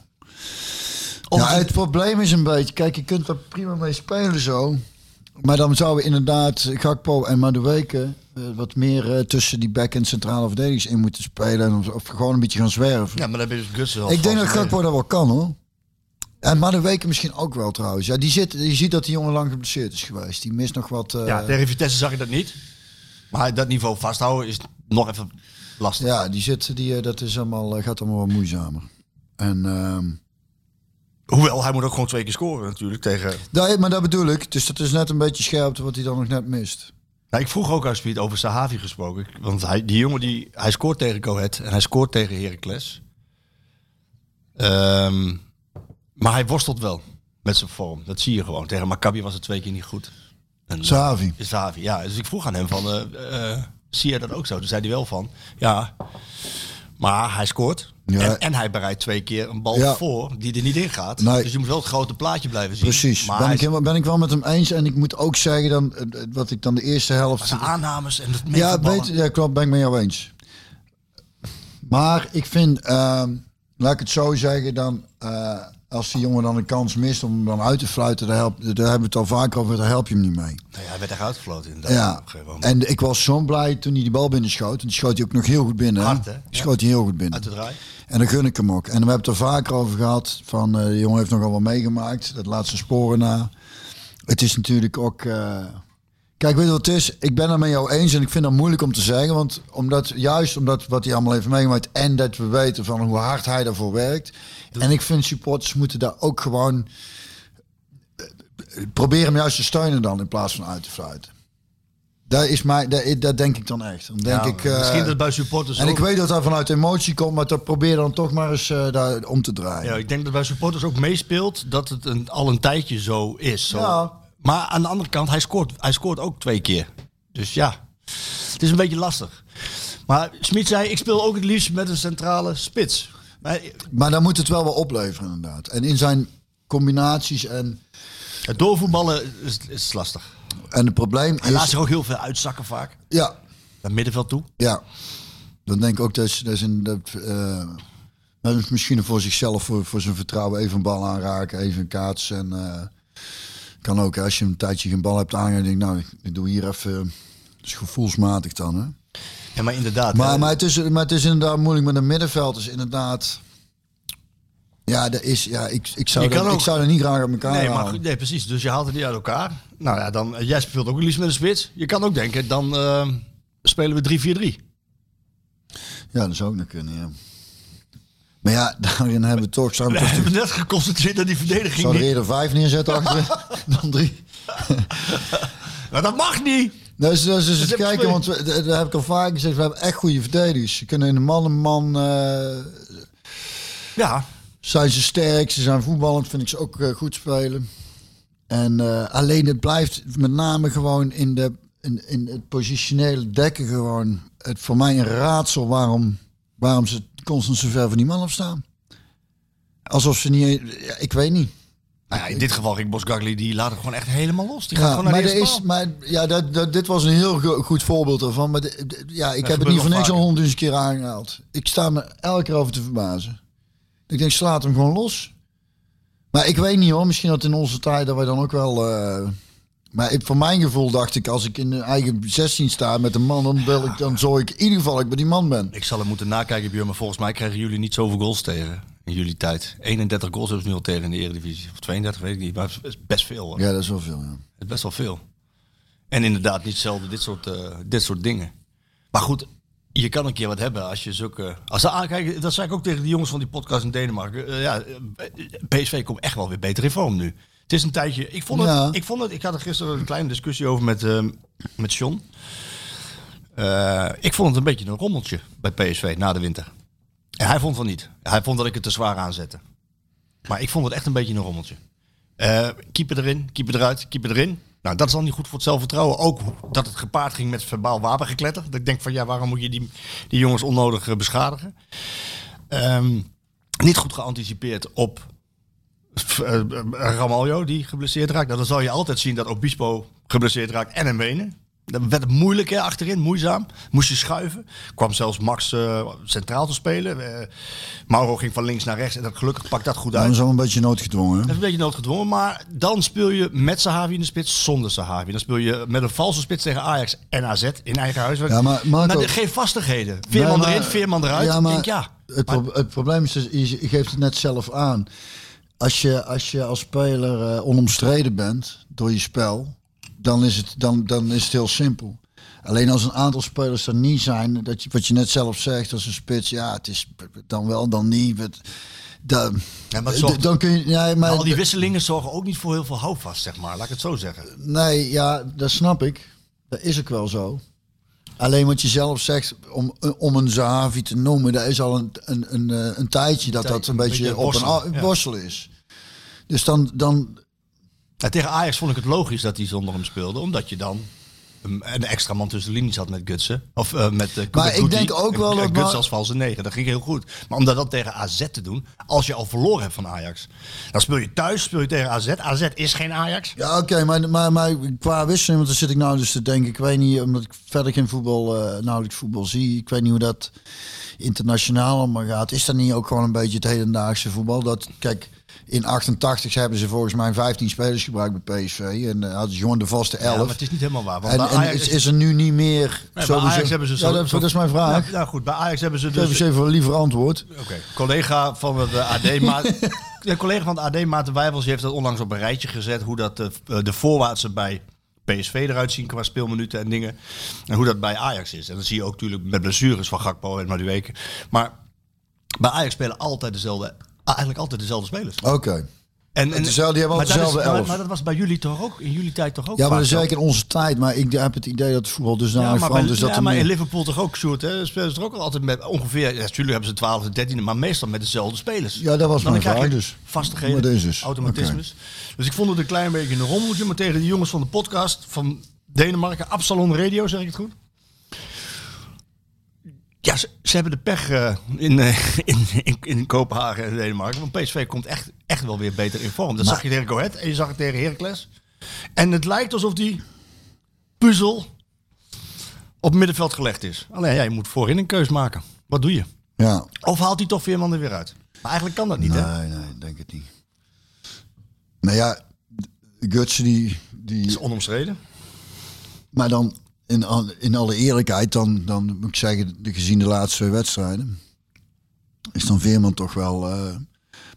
Of
Ja, het probleem is een beetje, kijk, je kunt er prima mee spelen zo. Maar dan zouden inderdaad Gakpo en Madueke eh, wat meer eh, tussen die back- en centrale verdedigers in moeten spelen. Of, of gewoon een beetje gaan zwerven.
Ja, maar dan heb je dus Gutsen als
ik denk dat
valse negen.
Gakpo dat wel kan hoor. En Madueke misschien ook wel trouwens. Ja, die zit, je ziet dat die jongen lang geblesseerd is geweest. Die mist nog wat... eh,
Ja, tegen Vitesse zag ik dat niet. Maar dat niveau vasthouden is nog even lastig.
Ja, die zitten, die, eh, dat is allemaal, eh, gaat allemaal wat moeizamer. En, ehm,
Hoewel, hij moet ook gewoon twee keer scoren natuurlijk. Tegen...
daar, nou, maar dat bedoel ik. Dus dat is net een beetje scherpte wat hij dan nog net mist.
Nou, ik vroeg ook aan Speed over Sahavi gesproken. Want hij, die jongen, die, hij scoort tegen Cohet en hij scoort tegen Heracles. Ehm, maar hij worstelt wel met zijn vorm. Dat zie je gewoon. Tegen Maccabi was het twee keer niet goed. En,
Sahavi.
eh, Sahavi, ja. Dus ik vroeg aan hem van, eh, eh, zie je dat ook zo? Toen zei hij wel van, ja. Maar hij scoort.
Ja.
En, en hij bereidt twee keer een bal
Ja.
voor die er niet in gaat.
Nee.
Dus je moet wel het grote plaatje blijven zien.
Precies.
Maar
ben,
hij
ik helemaal, ben ik wel met hem eens. En ik moet ook zeggen, dan, eh, wat ik dan de eerste helft...
zijn aannames en het
Ja,
meevoetballen.
weet, ja, klopt, ben ik met jou eens. Maar ik vind, ehm, laat ik het zo zeggen, dan eh, als die jongen dan een kans mist om hem dan uit te fluiten, daar, help, daar hebben we het al vaak over, daar help je hem niet mee.
Nou ja, hij werd echt uitgefloten inderdaad.
Ja,
Op een gegeven moment.
en ik was zo blij toen hij die bal binnen schoot. Want die schoot hij ook nog heel goed binnen.
Hard, hè?
Die Schoot hij heel goed binnen.
Uit de draai.
En dan gun ik hem ook. En we hebben het er vaker over gehad. Van, eh de jongen heeft nogal wat meegemaakt. Dat laat zijn sporen na. Het is natuurlijk ook... eh, Kijk, weet je wat het is? Ik ben het met jou eens en ik vind dat moeilijk om te zeggen. Want omdat, juist omdat wat hij allemaal heeft meegemaakt... en dat we weten van hoe hard hij daarvoor werkt. En ik vind supporters moeten daar ook gewoon... eh, Probeer hem juist te steunen dan in plaats van uit te fluiten. Dat, is mij, dat, dat denk ik dan echt. Dan denk
Ja,
ik, eh,
misschien dat bij supporters
en
ook...
ik weet dat dat vanuit emotie komt, maar dat probeer dan toch maar eens eh, daar om te draaien.
Ja, ik denk dat bij supporters ook meespeelt dat het een, al een tijdje zo is. Zo.
Ja.
Maar aan de andere kant, hij scoort, hij scoort ook twee keer. Dus ja, het is een beetje lastig. Maar Smit zei, ik speel ook het liefst met een centrale spits. Maar
Maar dan moet het wel wel opleveren inderdaad. En in zijn combinaties en,
het eh, doorvoetballen is, is lastig.
en het probleem
Hij laat
is...
zich ook heel veel uitzakken vaak.
Ja,
Naar middenveld toe.
ja. Dan denk ik ook dat is, dat is een... Dat, eh, dat is misschien voor zichzelf, voor, voor zijn vertrouwen, even een bal aanraken, even een kaats. En eh, kan ook, hè, als je een tijdje geen bal hebt aangegeven, denk ik, nou, ik- ik doe hier even... eh, Dat is gevoelsmatig dan, hè?
Ja, maar inderdaad.
Maar,
hè,
maar, het is, maar het is inderdaad moeilijk met een middenveld. Is inderdaad. Ja, er is, ja ik, ik, zou
Je
dat,
kan ook-
ik zou er niet graag op elkaar
Nee, maar
halen.
goed, nee, precies. Dus je haalt het niet uit elkaar. Nou ja, dan, eh, jij speelt ook het liefst met een spits. Je kan ook denken, dan eh, spelen we 3-4-3.
Ja, dat zou ook nog kunnen, ja. Maar ja, daarin hebben we toch. Zou
We hebben net geconcentreerd naar die verdediging.
zou er
niet.
eerder vijf neerzetten achter dan drie?
Maar Nou, dat mag niet.
Dus, dus, dus eens
heb ik
kijken,
twee.
want we, dat dat heb ik al vaak gezegd. We hebben echt goede verdedigers. Ze kunnen in de man en man. eh,
Ja,
zijn ze sterk, ze zijn voetballend, vind ik ze ook eh, goed spelen. En eh, alleen het blijft met name gewoon in, de, in, in het positionele dekken gewoon het, voor mij een raadsel waarom, waarom ze constant zo ver van die man afstaan. Alsof ze niet... ja, ik weet niet.
Nou ja, in dit geval Rick Bosgagli, die laat het gewoon echt helemaal los. Die gaat
Ja,
gewoon naar
maar
de
er
eerste
is,
paal.
maar, ja, dat, dat, dit was een heel go- goed voorbeeld ervan. Maar de- de- ja, ik heb het
gebeurt
niet
nog
voor niks al
vaker.
honderdduizend keer aangehaald. Ik sta me elke keer over te verbazen. Ik denk, slaat hem gewoon los. Maar ik weet niet hoor, misschien dat in onze tijd dat wij dan ook wel... eh, maar ik, voor mijn gevoel dacht ik, als ik in de eigen 16 sta met een man, dan, wil ik, dan zorg ik in ieder geval dat ik bij die man ben.
Ik zal het moeten nakijken, Björn, maar volgens mij krijgen jullie niet zoveel goals tegen in jullie tijd. 31 goals hebben ze nu al tegen in de Eredivisie. Of 32, weet ik niet. Maar het is best veel. Hoor.
Ja, dat is wel veel. Ja.
Het is best wel veel. En inderdaad, niet zelden dit soort, eh, dit soort dingen. Maar goed, je kan een keer wat hebben als je zulke... Als ze aankijken, dat zei ik ook tegen de jongens van die podcast in Denemarken. Eh, ja, eh, PSV komt echt wel weer beter in vorm nu. Het is een tijdje... Ik vond het...
Ja.
Ik, vond het, ik had er gisteren een kleine discussie over met, eh, met John. Eh, ik vond het een beetje een rommeltje bij PSV na de winter. En hij vond van niet. Hij vond dat ik het te zwaar aanzette. Maar ik vond het echt een beetje een rommeltje. Eh, keeper erin, keeper eruit, keeper erin. Nou, dat is al niet goed voor het zelfvertrouwen. Ook dat het gepaard ging met verbaal wapengekletter. Dat ik denk van ja, waarom moet je die, die jongens onnodig eh, beschadigen? Ehm, niet goed geanticipeerd op f- eh, eh, Ramaljo die geblesseerd raakt. Nou, dan zal je altijd zien dat Obispo geblesseerd raakt en een benen. Dan werd het moeilijk hè, achterin, moeizaam. Moest je schuiven. Kwam zelfs Max eh, centraal te spelen. Eh, Mauro ging van links naar rechts. En dat, gelukkig pakt dat goed uit.
Dan is al een beetje noodgedwongen. hè?
Dat is een beetje noodgedwongen, maar dan speel je met Sahavi in de spits, zonder Sahavi. Dan speel je met een valse spits tegen Ajax en AZ in eigen huis.
Ja, maar Marco-
de- geen vastigheden. Veerman
Nee, maar-
erin, Veerman eruit.
Ja, maar
ik denk, ja.
Het, pro- het probleem is, dus, je je geeft het net zelf aan. Als je als, je als speler eh, onomstreden bent door je spel, dan is, het, dan, dan is het heel simpel. Alleen als een aantal spelers er niet zijn, dat je, wat je net zelf zegt als een spits, ja, het is dan wel, dan niet. Het- Dan,
Ja, maar het zorgt-
dan kun je. Ja, maar,
al die wisselingen zorgen ook niet voor heel veel houvast, zeg maar. Laat ik het zo zeggen.
Nee, ja, dat snap ik. Dat is ook wel zo. Alleen wat je zelf zegt, om, om een Zahavi te noemen, dat is al een, een, een, eh, een tijdje dat dat een beetje,
beetje
op een
worstelen,
a-
ja.
worstelen is. Dus dan, dan
Ja, Nou, tegen Ajax vond ik het logisch dat hij zonder hem speelde, omdat je dan een, een extra man tussen de linies had met Gutsen. Of eh, met eh,
Maar ik
Guti.
denk ook wel
En, eh,
dat-
Gutsen als valse negen, dat ging heel goed. Maar om dat dan tegen AZ te doen, als je al verloren hebt van Ajax, dan speel je thuis, speel je tegen AZ. AZ is geen Ajax.
ja, oké, maar, maar, maar qua wisselen, want dan zit ik nou dus te denken, ik weet niet, omdat ik verder geen voetbal, eh, nauwelijks voetbal zie, ik weet niet hoe dat internationaal allemaal gaat. Is dat niet ook gewoon een beetje het hedendaagse voetbal? Dat, kijk, In 88 hebben ze volgens mij 15 spelers gebruikt bij PSV. En eh, hadden ze gewoon de vaste 11.
maar het is niet helemaal waar. Want
en
bij
en
Ajax
is, is er nu niet meer...
Nee, bij
sowieso-
Ajax hebben ze
Ja,
zo-
dat,
zo-
dat is mijn vraag.
Nou, nou goed, bij Ajax hebben ze
Geef
dus...
eens even een liever antwoord.
Oké. Collega van het eh, AD, Ma- de collega van het AD, Maarten Wijfels, die heeft dat onlangs op een rijtje gezet. Hoe dat eh, eh, de voorwaartse bij PSV eruit zien qua speelminuten en dingen. En hoe dat bij Ajax is. En dat zie je ook natuurlijk met blessures van Gakpo en Madueke. Maar bij Ajax spelen altijd dezelfde, eigenlijk altijd dezelfde spelers.
Oké.
En, en,
Dezelfde- die hebben
maar
altijd
dat is-
dezelfde
maar,
elf.
maar dat was bij jullie toch ook, in jullie tijd toch ook?
Ja, maar
vaak
dat is
zo?
zeker in onze tijd. Maar ik heb het idee dat het voetbal dus
Ja,
nou
maar, bij,
veranderd is. Dat
ja,
er
maar
meer-
in Liverpool toch ook, Sjoerd, hè? Spelen ze er ook al altijd met ongeveer... Ja, natuurlijk hebben ze 12 en 13, maar meestal met dezelfde spelers.
Ja, dat was
Dan
mijn
krijg je
vraag dus.
Vastigheden,
Maar dat is dus.
automatismes. Dus ik vond het een klein beetje een rommeltje, maar tegen de jongens van de podcast van Denemarken, Absalon Radio, zeg ik het goed? Ja, ze, ze hebben de pech eh, in, eh, in, in, in Kopenhagen en Denemarken. Want PSV komt echt, echt wel weer beter in vorm. Dat zag je tegen Go Ahead en je zag het tegen Heracles. En het lijkt alsof die puzzel op middenveld gelegd is. Alleen ja, je moet voorin een keus maken. Wat doe je?
Ja.
Of haalt hij toch Veerman er weer uit? Maar eigenlijk kan dat niet, hè?
Nee, nee, ik denk het niet. Nou ja, Gutsen die...
is
die
onomstreden.
maar dan, in, al- in alle eerlijkheid, dan, dan moet ik zeggen, de, gezien de laatste twee wedstrijden... is dan Veerman toch wel eh,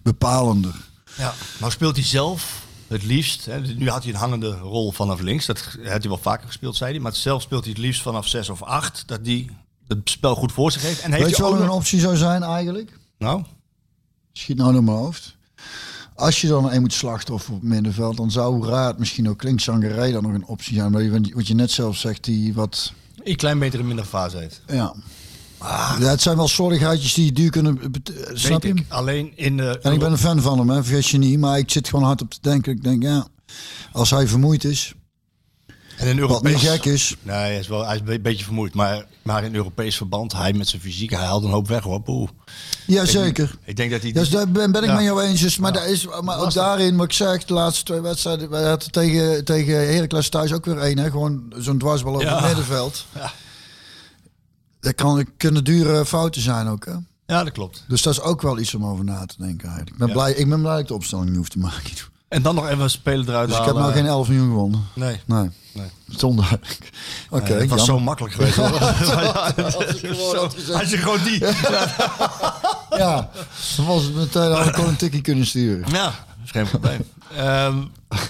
bepalender.
Ja. Nou speelt hij zelf het liefst. Hè? Nu had hij een hangende rol vanaf links. Dat had hij wel vaker gespeeld, zei hij. Maar zelf speelt hij het liefst vanaf zes of acht. Dat hij het spel goed voor zich heeft. En heeft
Weet je
hij
wat
ook
een
nog-
optie zou zijn eigenlijk?
Nou,
Schiet nou door mijn hoofd. Als je dan een moet slachtoffer op middenveld, dan zou raad misschien ook klinkzangerij dan nog een optie zijn. Maar je- Wat je net zelf zegt, die wat...
een klein beter in minder fase heeft.
Ja. ja, het zijn wel slordigheidjes die duur kunnen... bet- eh, Snap
Ah. Weet
je? hem?
ik. Alleen in de...
En ik ben een fan van hem, hè? vergis je niet. Maar ik zit gewoon hard op te denken. Ik denk, ja, als hij vermoeid is,
en in
wat niet
Europees...
gek is.
Nee, hij is, wel, hij is een beetje vermoeid. Maar, maar in Europees verband, hij met zijn fysiek, hij haalt een hoop weg hoor. Poeh.
Jazeker.
Ik denk dat hij...
Dus daar ben, ben ik
Ja.
met jou eens. Dus, maar daar is, maar ook daarin, wat ik zeg, de laatste twee wedstrijden. Wij hadden tegen, tegen Heracles thuis ook weer één. Hè? Gewoon zo'n dwarsbal over
Ja.
het middenveld.
Ja.
Dat kan, kunnen dure fouten zijn ook. Hè?
Ja, dat klopt.
Dus dat is ook wel iets om over na te denken eigenlijk. Ik ben,
Ja.
blij, ik ben blij dat ik de opstelling niet hoef te maken. Dus
En dan nog even een speler eruit
ik heb
halen.
nou geen 11 miljoen gewonnen.
Nee.
Nee.
eh, Nee.
Het is onduidelijk. Oké,
Het was
jammer.
zo makkelijk geweest. hoor. Als je gewoon die...
Ja, dan was het meteen al een tikkie kunnen sturen.
Ja, dat is geen probleem. Ehm,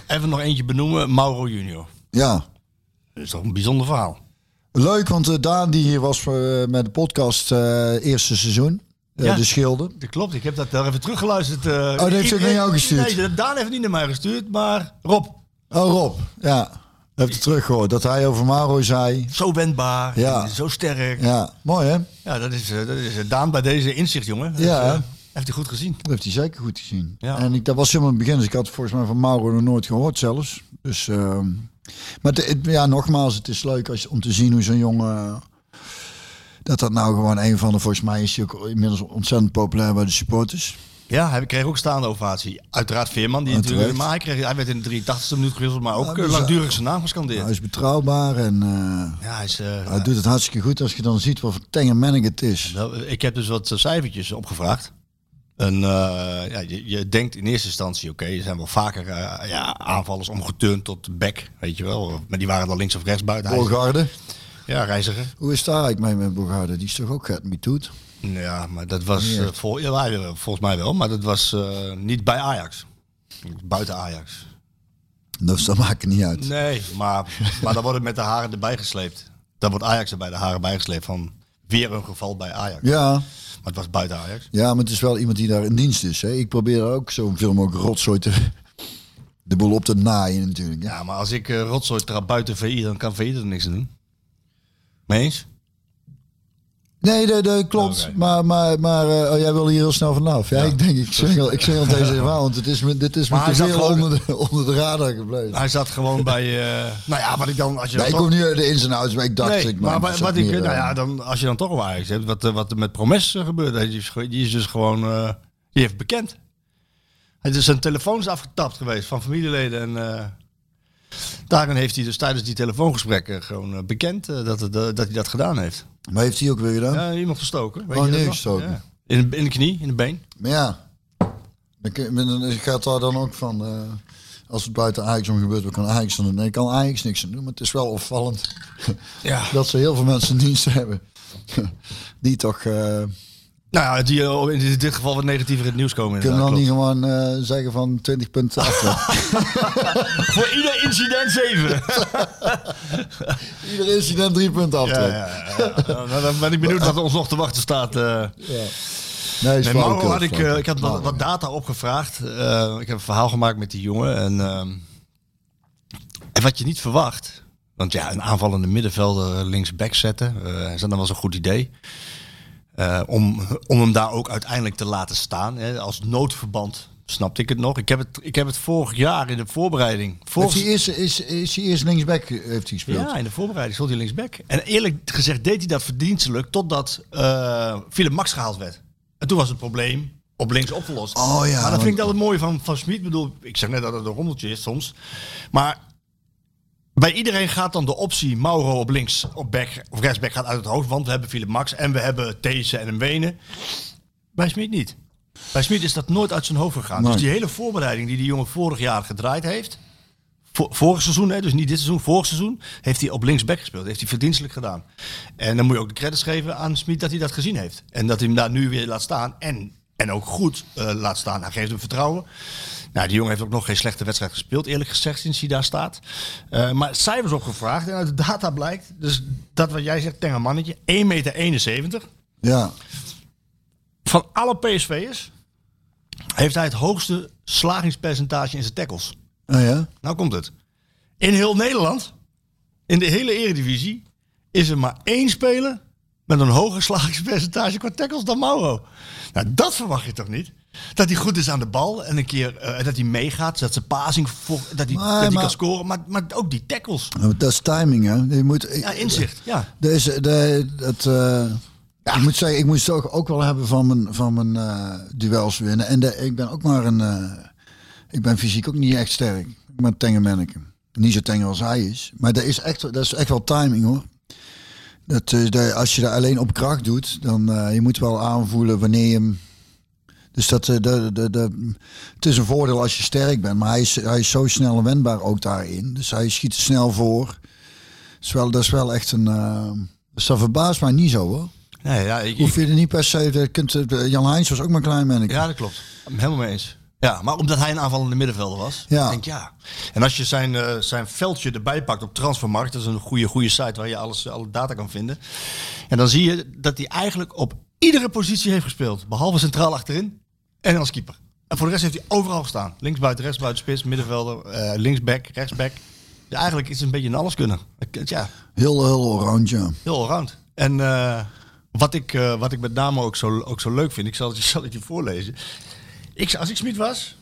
even nog eentje benoemen. Mauro Junior.
Ja,
Dat is toch een bijzonder verhaal.
leuk, want eh, Daan die hier was eh, met de podcast eh, eerste seizoen, eh,
Ja.
de Schilder.
Dat klopt, ik heb dat daar even teruggeluisterd. eh.
Oh, dat heeft ze ook naar jou gestuurd?
Nee, dat- Daan heeft het niet naar mij gestuurd, maar Rob,
Oh Rob, ja, heeft het teruggehoord dat hij over Maro zei.
zo wendbaar,
Ja.
en zo sterk. Ja,
Ja, mooi hè?
dat is, eh, dat is eh, Daan bij deze inzicht, jongen. Dat
Ja.
is, eh, heeft hij goed gezien.
Dat heeft hij zeker goed gezien.
Ja.
En ik, dat was helemaal in het begin, dus ik had volgens mij van Mauro nog nooit gehoord zelfs. Dus, ehm, maar het- het- ja, nogmaals, het is leuk als, om te zien hoe zo'n jongen... Dat dat nou gewoon een van de, volgens mij is hij ook inmiddels ontzettend populair bij de supporters.
Ja, hij kreeg ook staande ovatie. Uiteraard Veerman, die
Uiteraard.
natuurlijk, maar hij, kreeg, hij werd in de 83e minuut gewisseld, maar ook
Ja,
eh,
dus,
langdurig zijn naam gescandeerd.
Hij is betrouwbaar en eh,
ja, hij is... eh,
hij doet het hartstikke goed als je dan ziet wat voor tenge manneke het is.
Nou, ik heb dus wat eh, cijfertjes opgevraagd. En, eh, ja, je, je denkt in eerste instantie, oké, er zijn wel vaker eh, ja, aanvallers omgeturnd tot back, weet je wel. Maar die waren dan links of rechts buiten. Hij is-
Borgarde,
Ja, reiziger.
hoe is daar eigenlijk mee met Borgarde? Die is toch ook get me toet?
Ja, maar dat was
Ja.
eh, vol- ja, wij- volgens mij wel, maar dat was eh, niet bij Ajax. Buiten Ajax.
Dus dat maakt niet uit.
Nee, maar, maar dan wordt het met de haren erbij gesleept. Dan wordt Ajax er bij de haren bij gesleept van weer een geval bij Ajax.
Ja,
Maar het was buiten Ajax.
ja, maar het is wel iemand die daar in dienst is. Hè? Ik probeer daar ook zoveel mogelijk rotzooi te... De boel op te naaien natuurlijk. Ja.
Ja, maar als ik eh, rotzooi trap buiten VI, dan kan VI er niks aan doen. Mee eens?
Nee, dat, dat klopt.
Oké.
Maar, maar, maar eh, oh, jij wil hier heel snel vanaf. Ja, ik denk, ik zeg al, ik zeg al deze verhaal, want het is me, dit is me
Maar
te
hij zat
veel
gewoon-
onder de, onder de radar gebleven.
Hij zat gewoon bij... eh, nou ja, wat ik dan... Als je
Nee, ik
dan
kom
toch-
niet uit de ins en outs, maar ik dacht...
Nee,
ik,
maar
man,
wat,
dat
wat
is
ik...
meer,
nou
eh,
ja, dan, als je dan toch over Ajax hebt, wat, eh, wat er met Promes eh, gebeurt, die is, ge- die is dus gewoon... eh, die heeft bekend. Het is zijn telefoon is afgetapt geweest van familieleden en... eh, Daarin heeft hij dus tijdens die telefoongesprekken gewoon eh, bekend eh, dat, het, eh, dat hij dat gedaan heeft.
Maar heeft hij ook weer gedaan?
Ja, iemand gestoken. Weet
Oh,
je dat nog?
neergestoken.
Ja. In, de- in de knie, in de been.
Maar ja, Dan, kun- maar dan gaat daar dan ook van. eh, als het buiten Ajax om gebeurt, wat kan Ajax dan doen? Nee, kan Ajax niks aan doen. Maar het is wel opvallend
Ja.
dat ze heel veel mensen in dienst hebben. die toch. eh,
Nou ja, die eh, in dit geval wat negatiever in het nieuws komen.
kunnen
inderdaad,
dan niet
klopt.
gewoon eh, zeggen van 20 punten achter.
Voor ieder incident 7.
Ieder incident drie punten
ja,
achter.
ja, ja. Nou, Dan ben ik benieuwd wat ons nog te wachten staat. eh.
Nee, is
Nee,
flauwekul,
Mauro had ik, eh,
flauwekul.
ik had wat, wat data opgevraagd. Eh, ik heb een verhaal gemaakt met die jongen. En, ehm, en wat je niet verwacht. Want ja, een aanvallende middenvelder linksback zetten. eh, is dat dan wel zo'n goed idee? Eh, om, om hem daar ook uiteindelijk te laten staan. Hè, als noodverband snapte ik het nog. Ik heb het, ik heb het vorig jaar in de voorbereiding.
Heeft
Vorig,
hij eerst, is, is hij eerst linksback eh, heeft hij gespeeld?
ja, in de voorbereiding stond hij linksback. En eerlijk gezegd deed hij dat verdienstelijk totdat eh Philip Max gehaald werd. En toen was het probleem op links opgelost.
Oh ja,
maar dat
want-
vind ik altijd mooi van, van Smit. Ik bedoel, ik zeg net dat het een rommeltje is soms. Maar bij iedereen gaat dan de optie Mauro op links, op back of rechtsback gaat uit het hoofd. Want we hebben Philip Max en we hebben These en een Wenen. Bij Smit niet. Bij Smit is dat nooit uit zijn hoofd gegaan.
Nee.
Dus die hele voorbereiding die die jongen vorig jaar gedraaid heeft. vo- vorig seizoen, hè, dus niet dit seizoen, vorig seizoen. Heeft hij op linksback gespeeld. Heeft hij verdienstelijk gedaan. En dan moet je ook de credits geven aan Smit dat hij dat gezien heeft. En dat hij hem daar nu weer laat staan. En, en ook goed eh, laat staan. Hij geeft hem vertrouwen. Nou, die jongen heeft ook nog geen slechte wedstrijd gespeeld, eerlijk gezegd, sinds hij daar staat. Eh, maar cijfers opgevraagd en uit de data blijkt, dus dat wat jij zegt, tenger mannetje, 1,71 meter.
Ja.
Van alle PSV'ers heeft hij het hoogste slagingspercentage in zijn tackles.
Ah, ja.
Nou komt het. In heel Nederland, in de hele eredivisie, is er maar één speler met een hoger slagingspercentage qua tackles dan Mauro. Nou, dat verwacht je toch niet? Dat hij goed is aan de bal en een keer eh, dat hij meegaat, dat zijn passing, vo- dat hij,
Maar-
dat hij
maar-
kan scoren, maar, maar ook die tackles.
Maar Dat is timing, hè? Je moet,
Ja, inzicht. Ja.
Er is, de, het, eh, Ik moet zeggen, ik moest het ook, ook wel hebben van mijn, van mijn eh, duels winnen. En de, ik ben ook maar een... eh, ik ben fysiek ook niet echt sterk. Ik ben een tenger manneke. Niet zo tenger als hij is. Maar dat is echt, dat is echt wel timing, hoor. Dat, eh, dat- als je dat alleen op kracht doet, dan eh, je moet wel aanvoelen wanneer je hem... Dus dat, eh, dat, dat, dat- het is een voordeel als je sterk bent. Maar hij is, hij is zo snel en wendbaar ook daarin. Dus hij schiet er snel voor. Dat is wel, dat is wel echt een. eh, dus dat verbaast mij niet zo hoor.
Nee, ja, ik,
Hoef je er niet per se. dat Kunt, eh, Jan Heijns was ook maar klein man.
Ja, dat klopt. Helemaal mee eens. Ja, maar omdat hij een aanvallende middenvelder was.
Ja.
Ik denk ja. En als je zijn, eh, zijn veldje erbij pakt op Transfermarkt, dat is een goede, goede site waar je alles, alle data kan vinden. En dan zie je dat hij eigenlijk op iedere positie heeft gespeeld. Behalve centraal achterin en als keeper. En voor de rest heeft hij overal gestaan. Links buiten, rechts buiten, spits, middenvelder, eh linksback, rechtsback. Ja, eigenlijk is het een beetje een alleskunner. Ik- Ja,
Heel, heel oranje.
heel round. En eh, wat, ik, eh, wat ik met name ook zo, ook zo leuk vind, ik zal het, je- zal het je voorlezen. Ik, zou- als ik Smit was,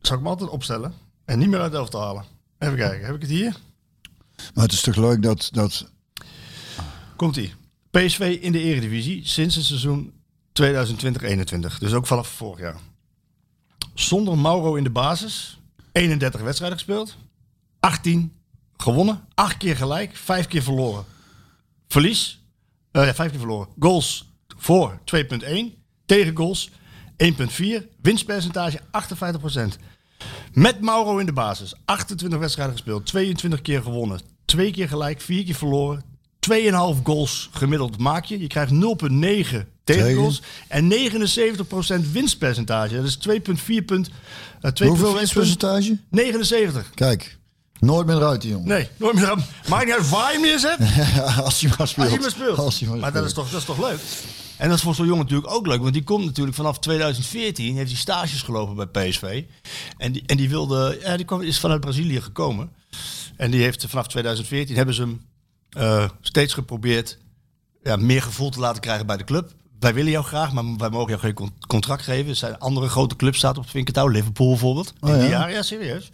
zou ik me altijd opstellen en niet meer uit elf te halen. Even kijken, heb ik het hier?
Maar het is toch leuk dat. dat
Komt ie. PSV in de Eredivisie sinds het seizoen 2020-21. Dus ook vanaf vorig jaar. Zonder Mauro in de basis. 31 wedstrijden gespeeld. 18 gewonnen. 8 keer gelijk. 5 keer verloren. Verlies. Eh, ja, 5 keer verloren. Goals voor 2.1. Tegen goals 1.4. Winstpercentage 58%. Met Mauro in de basis. 28 wedstrijden gespeeld, 22 keer gewonnen, 2 keer gelijk, 4 keer verloren. 2,5 goals gemiddeld maak je. Je krijgt 0,9 tegengoals en 79% winstpercentage. Dat is 2,4 punt. eh, 2,4
hoeveel
punt-
winstpercentage?
79.
Kijk, nooit meer uit, die jongen.
Nee, nooit meer. aan- Maakt niet uit waar je hem neerzet.
als hij maar
Als
speelt.
hij maar speelt.
Als hij maar
maar dat is,
speelt.
toch, dat is toch leuk? En dat is voor zo'n jongen natuurlijk ook leuk. Want die komt natuurlijk vanaf 2014, heeft hij stages gelopen bij PSV. En die, en die wilde, ja, die kwam, is vanuit Brazilië gekomen. En die heeft vanaf 2014 hebben ze hem eh, steeds geprobeerd ja, meer gevoel te laten krijgen bij de club. Wij willen jou graag, maar wij mogen jou geen con- contract geven. Er zijn andere grote clubs staat op het vinkertouw. Liverpool bijvoorbeeld.
Oh,
Ieder
ja?
jaar, ja serieus.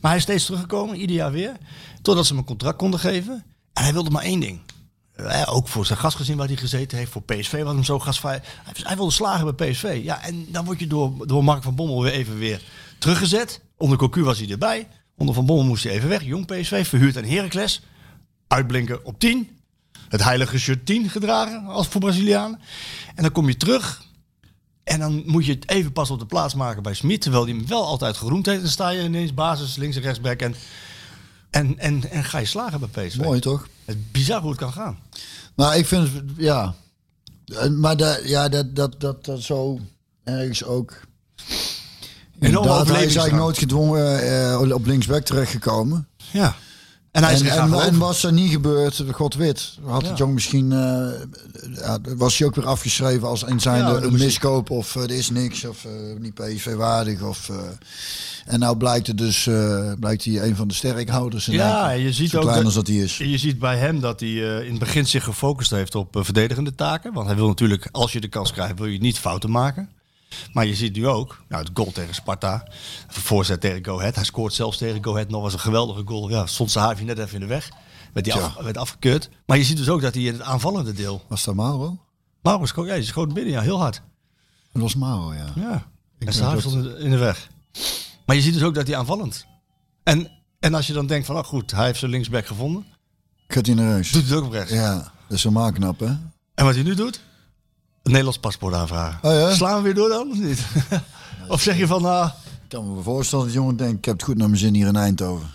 Maar hij is steeds teruggekomen, ieder jaar weer. Totdat ze hem een contract konden geven. En hij wilde maar één ding. Eh, ook voor zijn gastgezin waar hij gezeten heeft, voor PSV was hem zo gastvrij. Hij, hij wilde slagen bij PSV. Ja, en dan word je door, door Mark van Bommel weer even weer teruggezet. Onder Cocu was hij erbij. Onder Van Bommel moest hij even weg. Jong PSV, verhuurd aan Heracles. Uitblinken op 10. Het heilige shirt 10 gedragen als voor Brazilianen. En dan kom je terug. En dan moet je het even pas op de plaats maken bij Smit. Terwijl hij hem wel altijd geroemd heeft. Dan sta je ineens basis links en rechtsback. En, en, en, en ga je slagen bij PSV.
Mooi toch?
Het is bizar hoe het kan gaan.
Nou, ik vind het, ja. Eh, Maar dat, ja, dat, dat, dat, dat zo ergens ook. Inderdaad, hij is eigenlijk
overlevingsdrang.
nooit gedwongen eh, op linksback terechtgekomen.
Ja. En hij is
en,
er gaan
en, en
geloven.
was er niet gebeurd, god weet, had
Ja.
het jong misschien, eh, ja, was hij ook weer afgeschreven als een zijnde
Ja, dat
een
moest hij-
miskoop of eh, er is niks of eh, niet PSV waardig of. eh, en nou blijkt het dus, eh, blijkt hij een van de sterkhouders. in
Ja,
één keer.
je ziet
Zo
ook
klein
dat-
als dat hij is.
Je ziet bij hem dat hij eh, in het begin zich gefocust heeft op eh, verdedigende taken. Want hij wil natuurlijk, als je de kans krijgt, wil je niet fouten maken. Maar je ziet nu ook, nou, het goal tegen Sparta, de voorzet tegen Go Ahead. Hij scoort zelfs tegen Go Ahead nog was een geweldige goal. Ja, stond zijn haartje net even in de weg. Werd, hij
Tja.
af- werd afgekeurd. Maar je ziet dus ook dat hij in het aanvallende deel...
Was dat Mauro?
Mauro schoot, ja, die schoot binnen, ja, heel hard.
Dat was Mauro, ja.
Ja,
Ik
en
denk
Saar
dat-
stond in de- in de weg. Maar je ziet dus ook dat hij aanvallend. En, en als je dan denkt van, nou goed, hij heeft zijn linksback gevonden.
Gaat hij naar reus?
Doet het ook op rechts.
Ja, dat is helemaal knap, hè?
En wat hij nu doet? Een Nederlands paspoort aanvragen.
Oh ja?
Slaan we weer door dan of niet? of zeg je van, nou,
Ik kan me voorstellen dat de jongen denkt, ik heb het goed naar mijn zin hier in Eindhoven.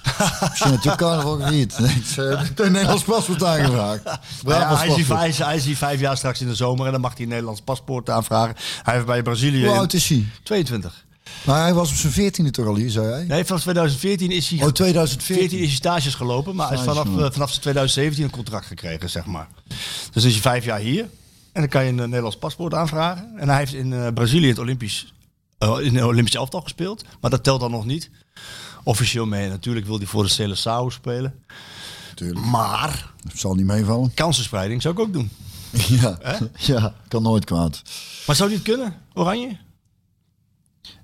Misschien natuurlijk carnaval gevierd. Nee, het is, eh, het Nederlands paspoort aangevraagd.
ja,
Brabants
hij, is hier,
paspoort.
hij, is, hij is hier vijf jaar straks in de zomer en dan mag hij een Nederlands paspoort aanvragen. Hij heeft bij Brazilië...
Hoe
in-
oud is hij?
22.
Maar hij was op zijn veertiende toch al hier, zei hij?
Nee, vanaf 2014 is hij...
Oh,
14
2014.
is hij stages gelopen, maar hij is vanaf,
Stages,
eh, vanaf zijn 2017 een contract gekregen, zeg maar. Dus is hij vijf jaar hier en dan kan je een eh, Nederlands paspoort aanvragen. En hij heeft in eh, Brazilië het Olympisch, eh, in het Olympisch elftal gespeeld, maar dat telt dan nog niet. Officieel mee, natuurlijk wil hij voor de Seleção spelen.
Natuurlijk.
Maar
Dat zal niet meevallen.
kansenspreiding zou ik ook doen.
Ja. ja, kan nooit kwaad.
Maar zou dit kunnen, Oranje?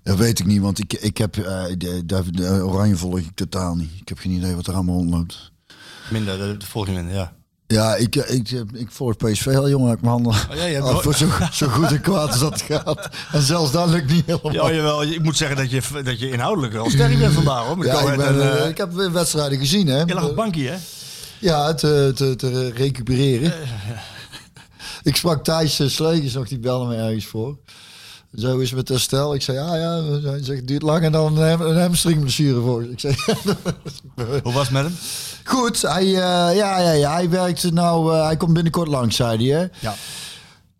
Dat weet ik niet, want ik, ik heb, eh, de, de- de oranje volg ik totaal niet. Ik heb geen idee wat er allemaal rondloopt.
Minder, eh, de, de volgende minder, ja.
Ja, ik, ik, ik, volg PSV heel jong uit mijn handen.
Oh, ja, je hebt
Al
nooit-
voor zo, zo goed en kwaad als dat gaat. En zelfs dat lukt niet helemaal.
Ja, jawel, ik moet zeggen dat je, dat je inhoudelijk wel sterk bent vandaag hoor. Met
Ja,
Go
ik,
Ahead
ben,
en,
eh,
eh,
ik heb weer wedstrijden gezien, hè?
je lag op het bankje hè?
Ja, eh, te, te, te re- recupereren. ik sprak Thijs eh, Slegers nog, die belde me ergens voor. Zo is het met herstel. Ik zei, ah ja, hij zegt, het duurt lang en dan een, ham- een hamstringblessure voor. Ik zei,
Hoe was het met hem?
goed, hij, eh, ja, ja, ja, hij werkt nou, eh, hij komt binnenkort langs, zei hij, hè?
Ja.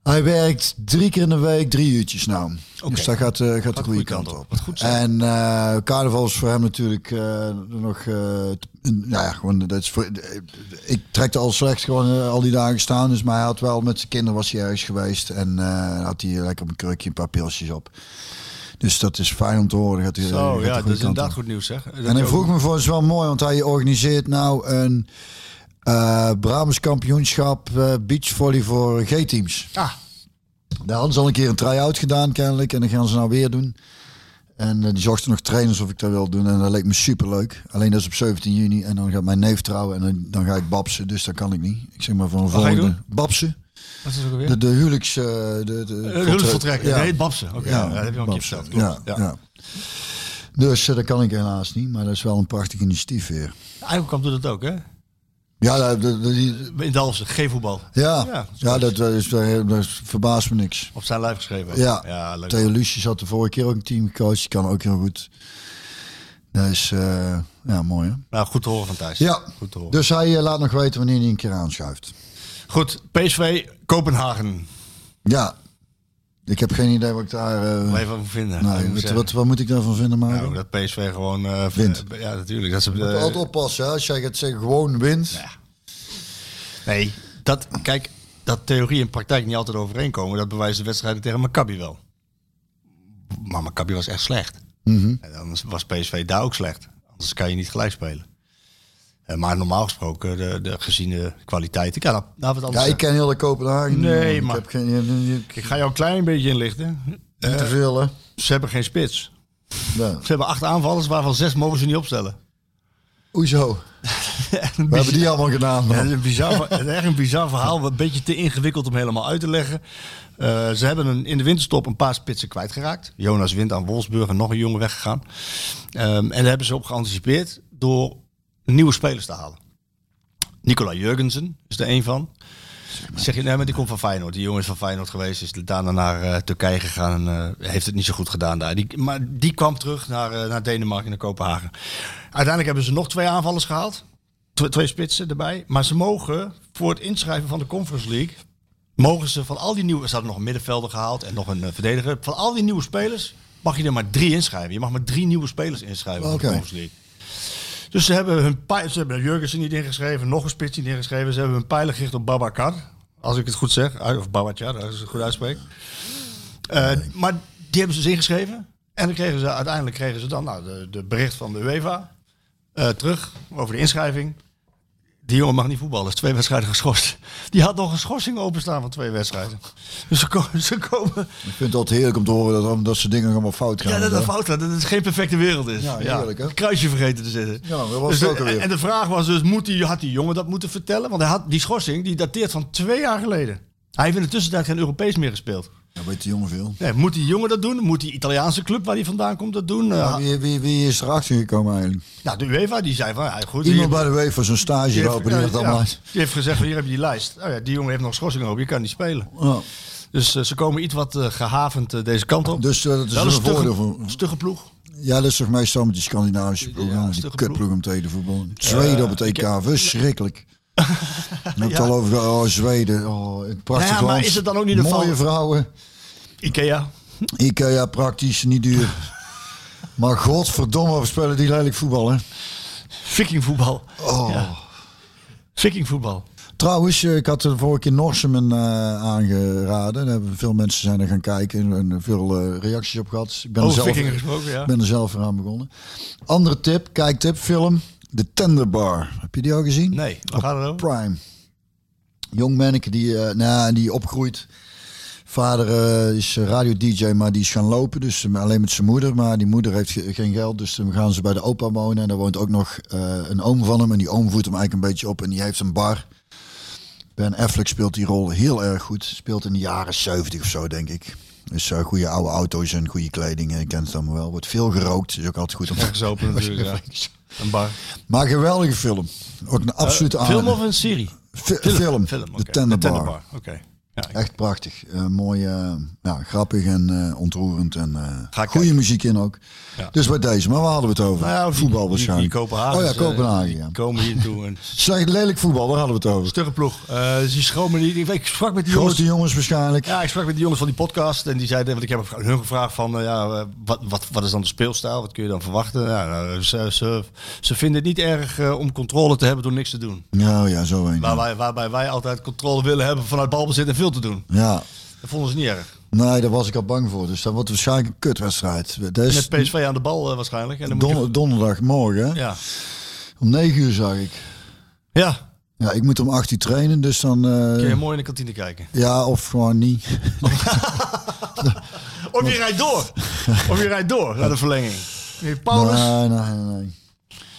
Hij werkt drie keer in de week, drie uurtjes nou. Dus dat gaat, eh, gaat de goede kant, op. en eh, carnaval is voor hem natuurlijk eh, nog... eh, t- nou ja, gewoon, dat is voor, eh, ik trek al slecht gewoon eh, al die dagen staan. Dus, maar hij had wel met zijn kinderen was hij ergens geweest. En eh, had hij lekker op een kurkje een paar pilsjes op. Dus dat is fijn om te horen. Gaat hij, eh, gaat
Zo,
de
Oh, ja,
goede
dat
kant
is inderdaad
op.
goed nieuws, zeg.
En hij vroeg me voor, het is wel mooi, want hij organiseert nou een eh Brabants kampioenschap eh, beachvolley voor G-teams.
Ah.
Daar hadden ze al een keer een try-out gedaan kennelijk en dat gaan ze nou weer doen. En eh, die zochten nog trainers of ik dat wil doen en dat leek me superleuk. Alleen dat is op 17 juni en dan gaat mijn neef trouwen en dan, dan ga ik babsen, dus dat kan ik niet. Ik zeg maar van een
ga je
volgende. Babsen?
Wat is ook alweer?
De, de huwelijks... eh, de, de,
Hulpvertrekker.
Ja.
Nee, Babsen. Oké, ja, dat heb je al een keer
Babs,
verteld.
Ja,
klopt.
ja.
Ja.
Dus eh, dat kan ik helaas niet, maar dat is wel een prachtig initiatief weer.
Eindhoven doet dat ook, hè?
Ja, dat, dat- dat- die-
In Dalfsen, geen voetbal.
ja.
Ja,
ja, dat, dat is, eh, dat, dat verbaast me niks.
Op zijn lijf geschreven.
Ja,
ja leuk.
Theo Lucius had de vorige keer ook een team gecoacht, die kan ook heel goed. Dat is eh, ja, mooi hè?
Nou, goed te horen van Thijs.
Ja,
Goed te horen.
dus hij eh, laat nog weten wanneer hij een keer aanschuift.
Goed, PSV, Kopenhagen.
Ja, ik heb geen idee wat ik daar... eh,
Wat even van vinden.
nee,
Ik moet
wat,
zeggen.
wat, wat moet ik daarvan vinden, Mario?
Nou, dat PSV gewoon... eh,
Wint.
eh, Ja, natuurlijk. Dat ze,
Je moet
eh,
altijd oppassen, hè? als jij gaat zeggen gewoon wint.
nee, dat... Kijk, dat theorie en praktijk niet altijd overeenkomen. Dat bewijst de wedstrijden tegen Maccabi wel. Maar Maccabi was echt slecht.
Mhm.
En dan was PSV daar ook slecht. Anders kan je niet gelijk spelen. Eh, maar normaal gesproken, de, de gezien de kwaliteiten. Ja, nou, nou wat
Ja,
anders.
ik
zeggen.
ken heel de Kopenhagen. niet,
Nee,
man.
maar-
Ik heb geen, eh, eh,
ik, ga jou een klein beetje inlichten.
niet te veel, hè?
Ze hebben geen spits.
Ja.
Ze hebben acht aanvallers, waarvan zes mogen ze niet opstellen.
Hoezo? We hebben die allemaal gedaan,
Ja, dat
man.
is een bizar, ver- het is echt een bizar verhaal. Een beetje te ingewikkeld om helemaal uit te leggen. Eh, ze hebben een, in de winterstop een paar spitsen kwijtgeraakt. Jonas Wind aan Wolfsburg en nog een jongen weggegaan. Ehm, en daar hebben ze op geanticipeerd door nieuwe spelers te halen. Nicola Jurgensen is er een van.
zeg maar.
Zeg je, nee, maar die komt van Feyenoord. Die jongen is van Feyenoord geweest, is daarna naar eh, Turkije gegaan en eh, heeft het niet zo goed gedaan daar. Die, maar die kwam terug naar, eh, naar Denemarken en naar Kopenhagen. Uiteindelijk hebben ze nog twee aanvallers gehaald. Tw- twee spitsen erbij. Maar ze mogen voor het inschrijven van de Conference League, mogen ze van al die nieuwe, ze hadden nog een middenvelder gehaald en nog een eh, verdediger. Van al die nieuwe spelers mag je er maar drie inschrijven. Je mag maar drie nieuwe spelers inschrijven voor
Oké.
de Conference League. Dus ze hebben hun pijl, ze hebben Jurgensen niet ingeschreven, nog een spits niet ingeschreven. Ze hebben hun pijlen gericht op Babacar, als ik het goed zeg. Uit- Of Babacar, als ik het goed uitspreek. Eh, maar die hebben ze dus ingeschreven. En dan kregen ze, uiteindelijk kregen ze dan nou, de, de bericht van de UEFA eh, terug over de inschrijving. Die jongen mag niet voetballen, is twee wedstrijden geschorst. Die had nog een schorsing openstaan van twee wedstrijden. Dus ze komen, ze komen
Ik vind het altijd heerlijk om te horen dat, dat soort dingen allemaal fout gaan.
ja, dat
en
dat
zo.
fout gaat. Dat het geen perfecte wereld is.
Ja, heerlijk, hè?
Het Kruisje vergeten te zetten.
Ja, dat was
Dus
het
de-
ook alweer.
En de vraag was dus, moet die, had die jongen dat moeten vertellen? Want hij had, die schorsing die dateert van twee jaar geleden. Hij heeft in de tussentijd geen Europees meer gespeeld.
Ja, weet de jongen veel.
Nee, moet die jongen dat doen? Moet die Italiaanse club waar hij vandaan komt dat doen? Eh,
Maar Wie, wie, wie is erachter gekomen eigenlijk?
nou, de UEFA die zei van, ja, goed.
Iemand
hier-
bij de weef voor zo'n stage
die
lopen die dat
ja,
allemaal uit.
die heeft gezegd, van, hier heb je die lijst. Oh ja, die jongen heeft nog schorsing op, je kan niet spelen.
Ja.
Dus eh, ze komen iets wat eh, gehavend eh, deze kant op.
Dus eh, dat is
Wel
een
stugge-
voordeel voor...
stugge ploeg.
Ja, dat is toch meestal met die Scandinavische ploegen.
Ja,
die
stugge ploeg.
kutploeg om tegen voetbal. Zweden op het EK, verschrikkelijk. Dan heb je het al over oh, Zweden. Oh, een prachtig
Nou ja, maar
land.
is het dan ook niet een
Mooie
val-
vrouwen.
Ikea.
Ikea praktisch, niet duur. maar godverdomme, we spelen die lelijk voetbal, hè?
Vikingvoetbal.
Oh.
Ja. Vikingvoetbal.
Trouwens, eh, ik had de vorige keer Norsemen eh, aangeraden. Daar hebben veel mensen zijn er gaan kijken en eh, veel eh, reacties op gehad. Ik ben, er
Over
zelf,
vikingen gesproken, Oh, ja.
ik ben er zelf weer aan begonnen. Andere tip, kijktip, film. De Tender Bar. Heb je die al gezien?
Nee, waar gaat het over?
Prime. Jong manneke die, eh, nou, die opgroeit. Vader eh, is radio-dj, maar die is gaan lopen. Dus eh, alleen met zijn moeder. Maar die moeder heeft ge- geen geld. Dus dan gaan ze bij de opa wonen. En daar woont ook nog eh, een oom van hem. En die oom voedt hem eigenlijk een beetje op. En die heeft een bar. Ben Affleck speelt die rol heel erg goed. Speelt in de jaren 70 of zo, denk ik. Dus eh, goede oude auto's en goede kleding. eh, Je kent het allemaal wel. Wordt veel gerookt. Is ook altijd goed om
Ergens open natuurlijk, ja. Een bar.
Maar een geweldige film. Ook een absolute
Eh, Film
aanrader.
of een serie?
Fi- film.
oké.
De Tender Bar.
Oké. Ja, ik-
Echt prachtig. Eh, mooi, eh, ja, grappig en eh, ontroerend. En
Ga
eh
ik
goede
kijken.
muziek in ook.
Ja.
Dus bij deze. Maar waar hadden we het over?
Nou ja, die-
voetbal
die-
waarschijnlijk.
Die Kopenhagen. eh,
oh ja, Kopenhagen. ja.
Komen hier toe. En
Slecht lelijk voetbal, daar hadden we het over.
stugge ploeg. Eh, ze schromen niet. Ik, weet- ik sprak met die jongens.
Grote jongens waarschijnlijk.
Ja, ik sprak met die jongens van die podcast en die zeiden, want ik heb hun gevraagd van, eh, ja, eh, wat, wat, wat is dan de speelstijl? Wat kun je dan verwachten? Ja, nou, ze, ze, ze vinden het niet erg eh, om controle te hebben door niks te doen.
Ja, oh ja zo een.
Waar
Ja.
wij, waarbij wij altijd controle willen hebben vanuit balbezit en veel te doen.
Ja.
Dat vonden ze niet erg.
Nee, daar was ik al bang voor. Dus dat wordt waarschijnlijk een kutwedstrijd. Dat is
Met PSV aan de bal eh, waarschijnlijk. En dan moet je-
don- donderdagmorgen. hè?
ja.
Om 9 uur zag ik.
ja,
Ja, ik moet om 8 uur trainen, dus dan... eh,
kun je mooi in de kantine kijken.
ja, of gewoon niet.
Of je rijdt door. Of je rijdt door naar de verlenging. Meneer Paulus.
Nee, nee, nee, nee.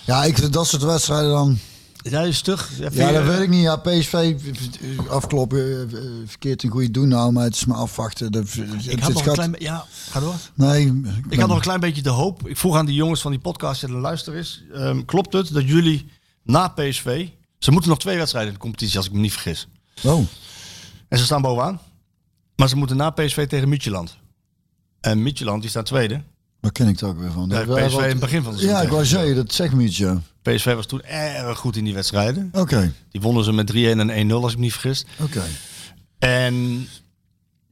Ja, ik, dat soort wedstrijden dan...
Ja, is stug. Heb
Ja,
je-
dat weet ik niet. Ja, PSV eh, afkloppen, eh, eh, verkeerd een goede doen nou, maar het is maar afwachten. Dat,
Ik had nog een klein be- Ja, ga door.
Nee,
Ik had nog een klein beetje de hoop. Ik vroeg aan die jongens van die podcast en luister eens. ehm, klopt het dat jullie na PSV... Ze moeten nog twee wedstrijden in de competitie, als ik me niet vergis.
Oh,
En ze staan bovenaan. Maar ze moeten na PSV tegen Midtjylland. En Midtjylland, die staat tweede. Eh,
daar ken ik het ook weer van.
Ja,
Dat-
PSV
wat-
in het begin van het
Ja,
seizoen
ik wou
tegen.
zeggen, dat zegt me iets, ja. Oké,
PSV was toen erg goed in die wedstrijden.
oké.
Die wonnen ze met 3-1 en 1-0, als ik me niet vergis. En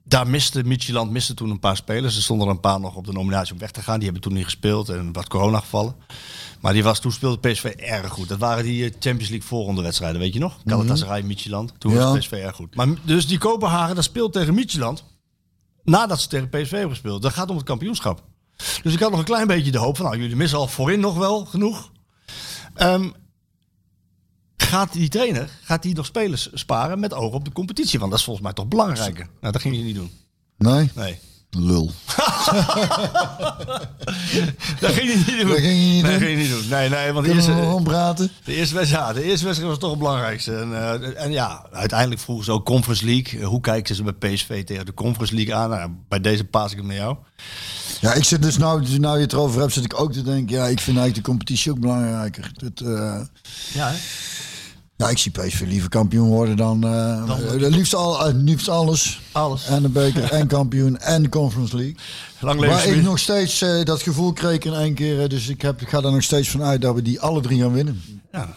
daar miste Midtjylland miste toen een paar spelers. Er stonden er een paar nog op de nominatie om weg te gaan. Die hebben toen niet gespeeld en wat corona gevallen. Maar die was, toen speelde PSV erg goed. Dat waren die eh, Champions League voorronde wedstrijden, weet je nog? Galatasaray, Midtjylland. Toen
Ja.
was PSV erg goed. Maar dus die Kopenhagen, dat speelt tegen Midtjylland. Nadat ze tegen PSV hebben gespeeld. Dat gaat om het kampioenschap. Dus ik had nog een klein beetje de hoop van, nou, jullie missen al voorin nog wel genoeg. Ehm, gaat die trainer, gaat die nog spelers sparen met oog op de competitie? Want dat is volgens mij toch belangrijker. Nou, dat ging hij niet doen.
Nee?
Nee.
Lul.
Dat ging hij niet doen.
Dat ging hij niet
nee,
doen?
ging hij niet doen. Nee, nee, want de
Kunnen we nog
eerste,
gewoon praten?
de, eerste wedstrijd, ja, de eerste wedstrijd was toch het belangrijkste. En, eh, en ja, uiteindelijk vroegen ze ook Conference League. Eh, Hoe kijken ze bij PSV tegen de Conference League aan? Nou, bij deze paas ik hem naar jou.
Ja, ik zit dus nou, nou je het erover hebt, zit ik ook te denken, ja, ik vind eigenlijk de competitie ook belangrijker. Dat, eh,
Ja, hè?
Ja, ik zie PSV liever kampioen worden dan... eh, eh, liefst, al, eh, liefst alles.
Alles.
En de beker en kampioen en Conference League.
Lang leven
Maar ik
Smit.
nog steeds eh, dat gevoel kreeg in één keer. eh, Dus ik, heb, ik ga er nog steeds van uit dat we die alle drie gaan winnen.
Ja.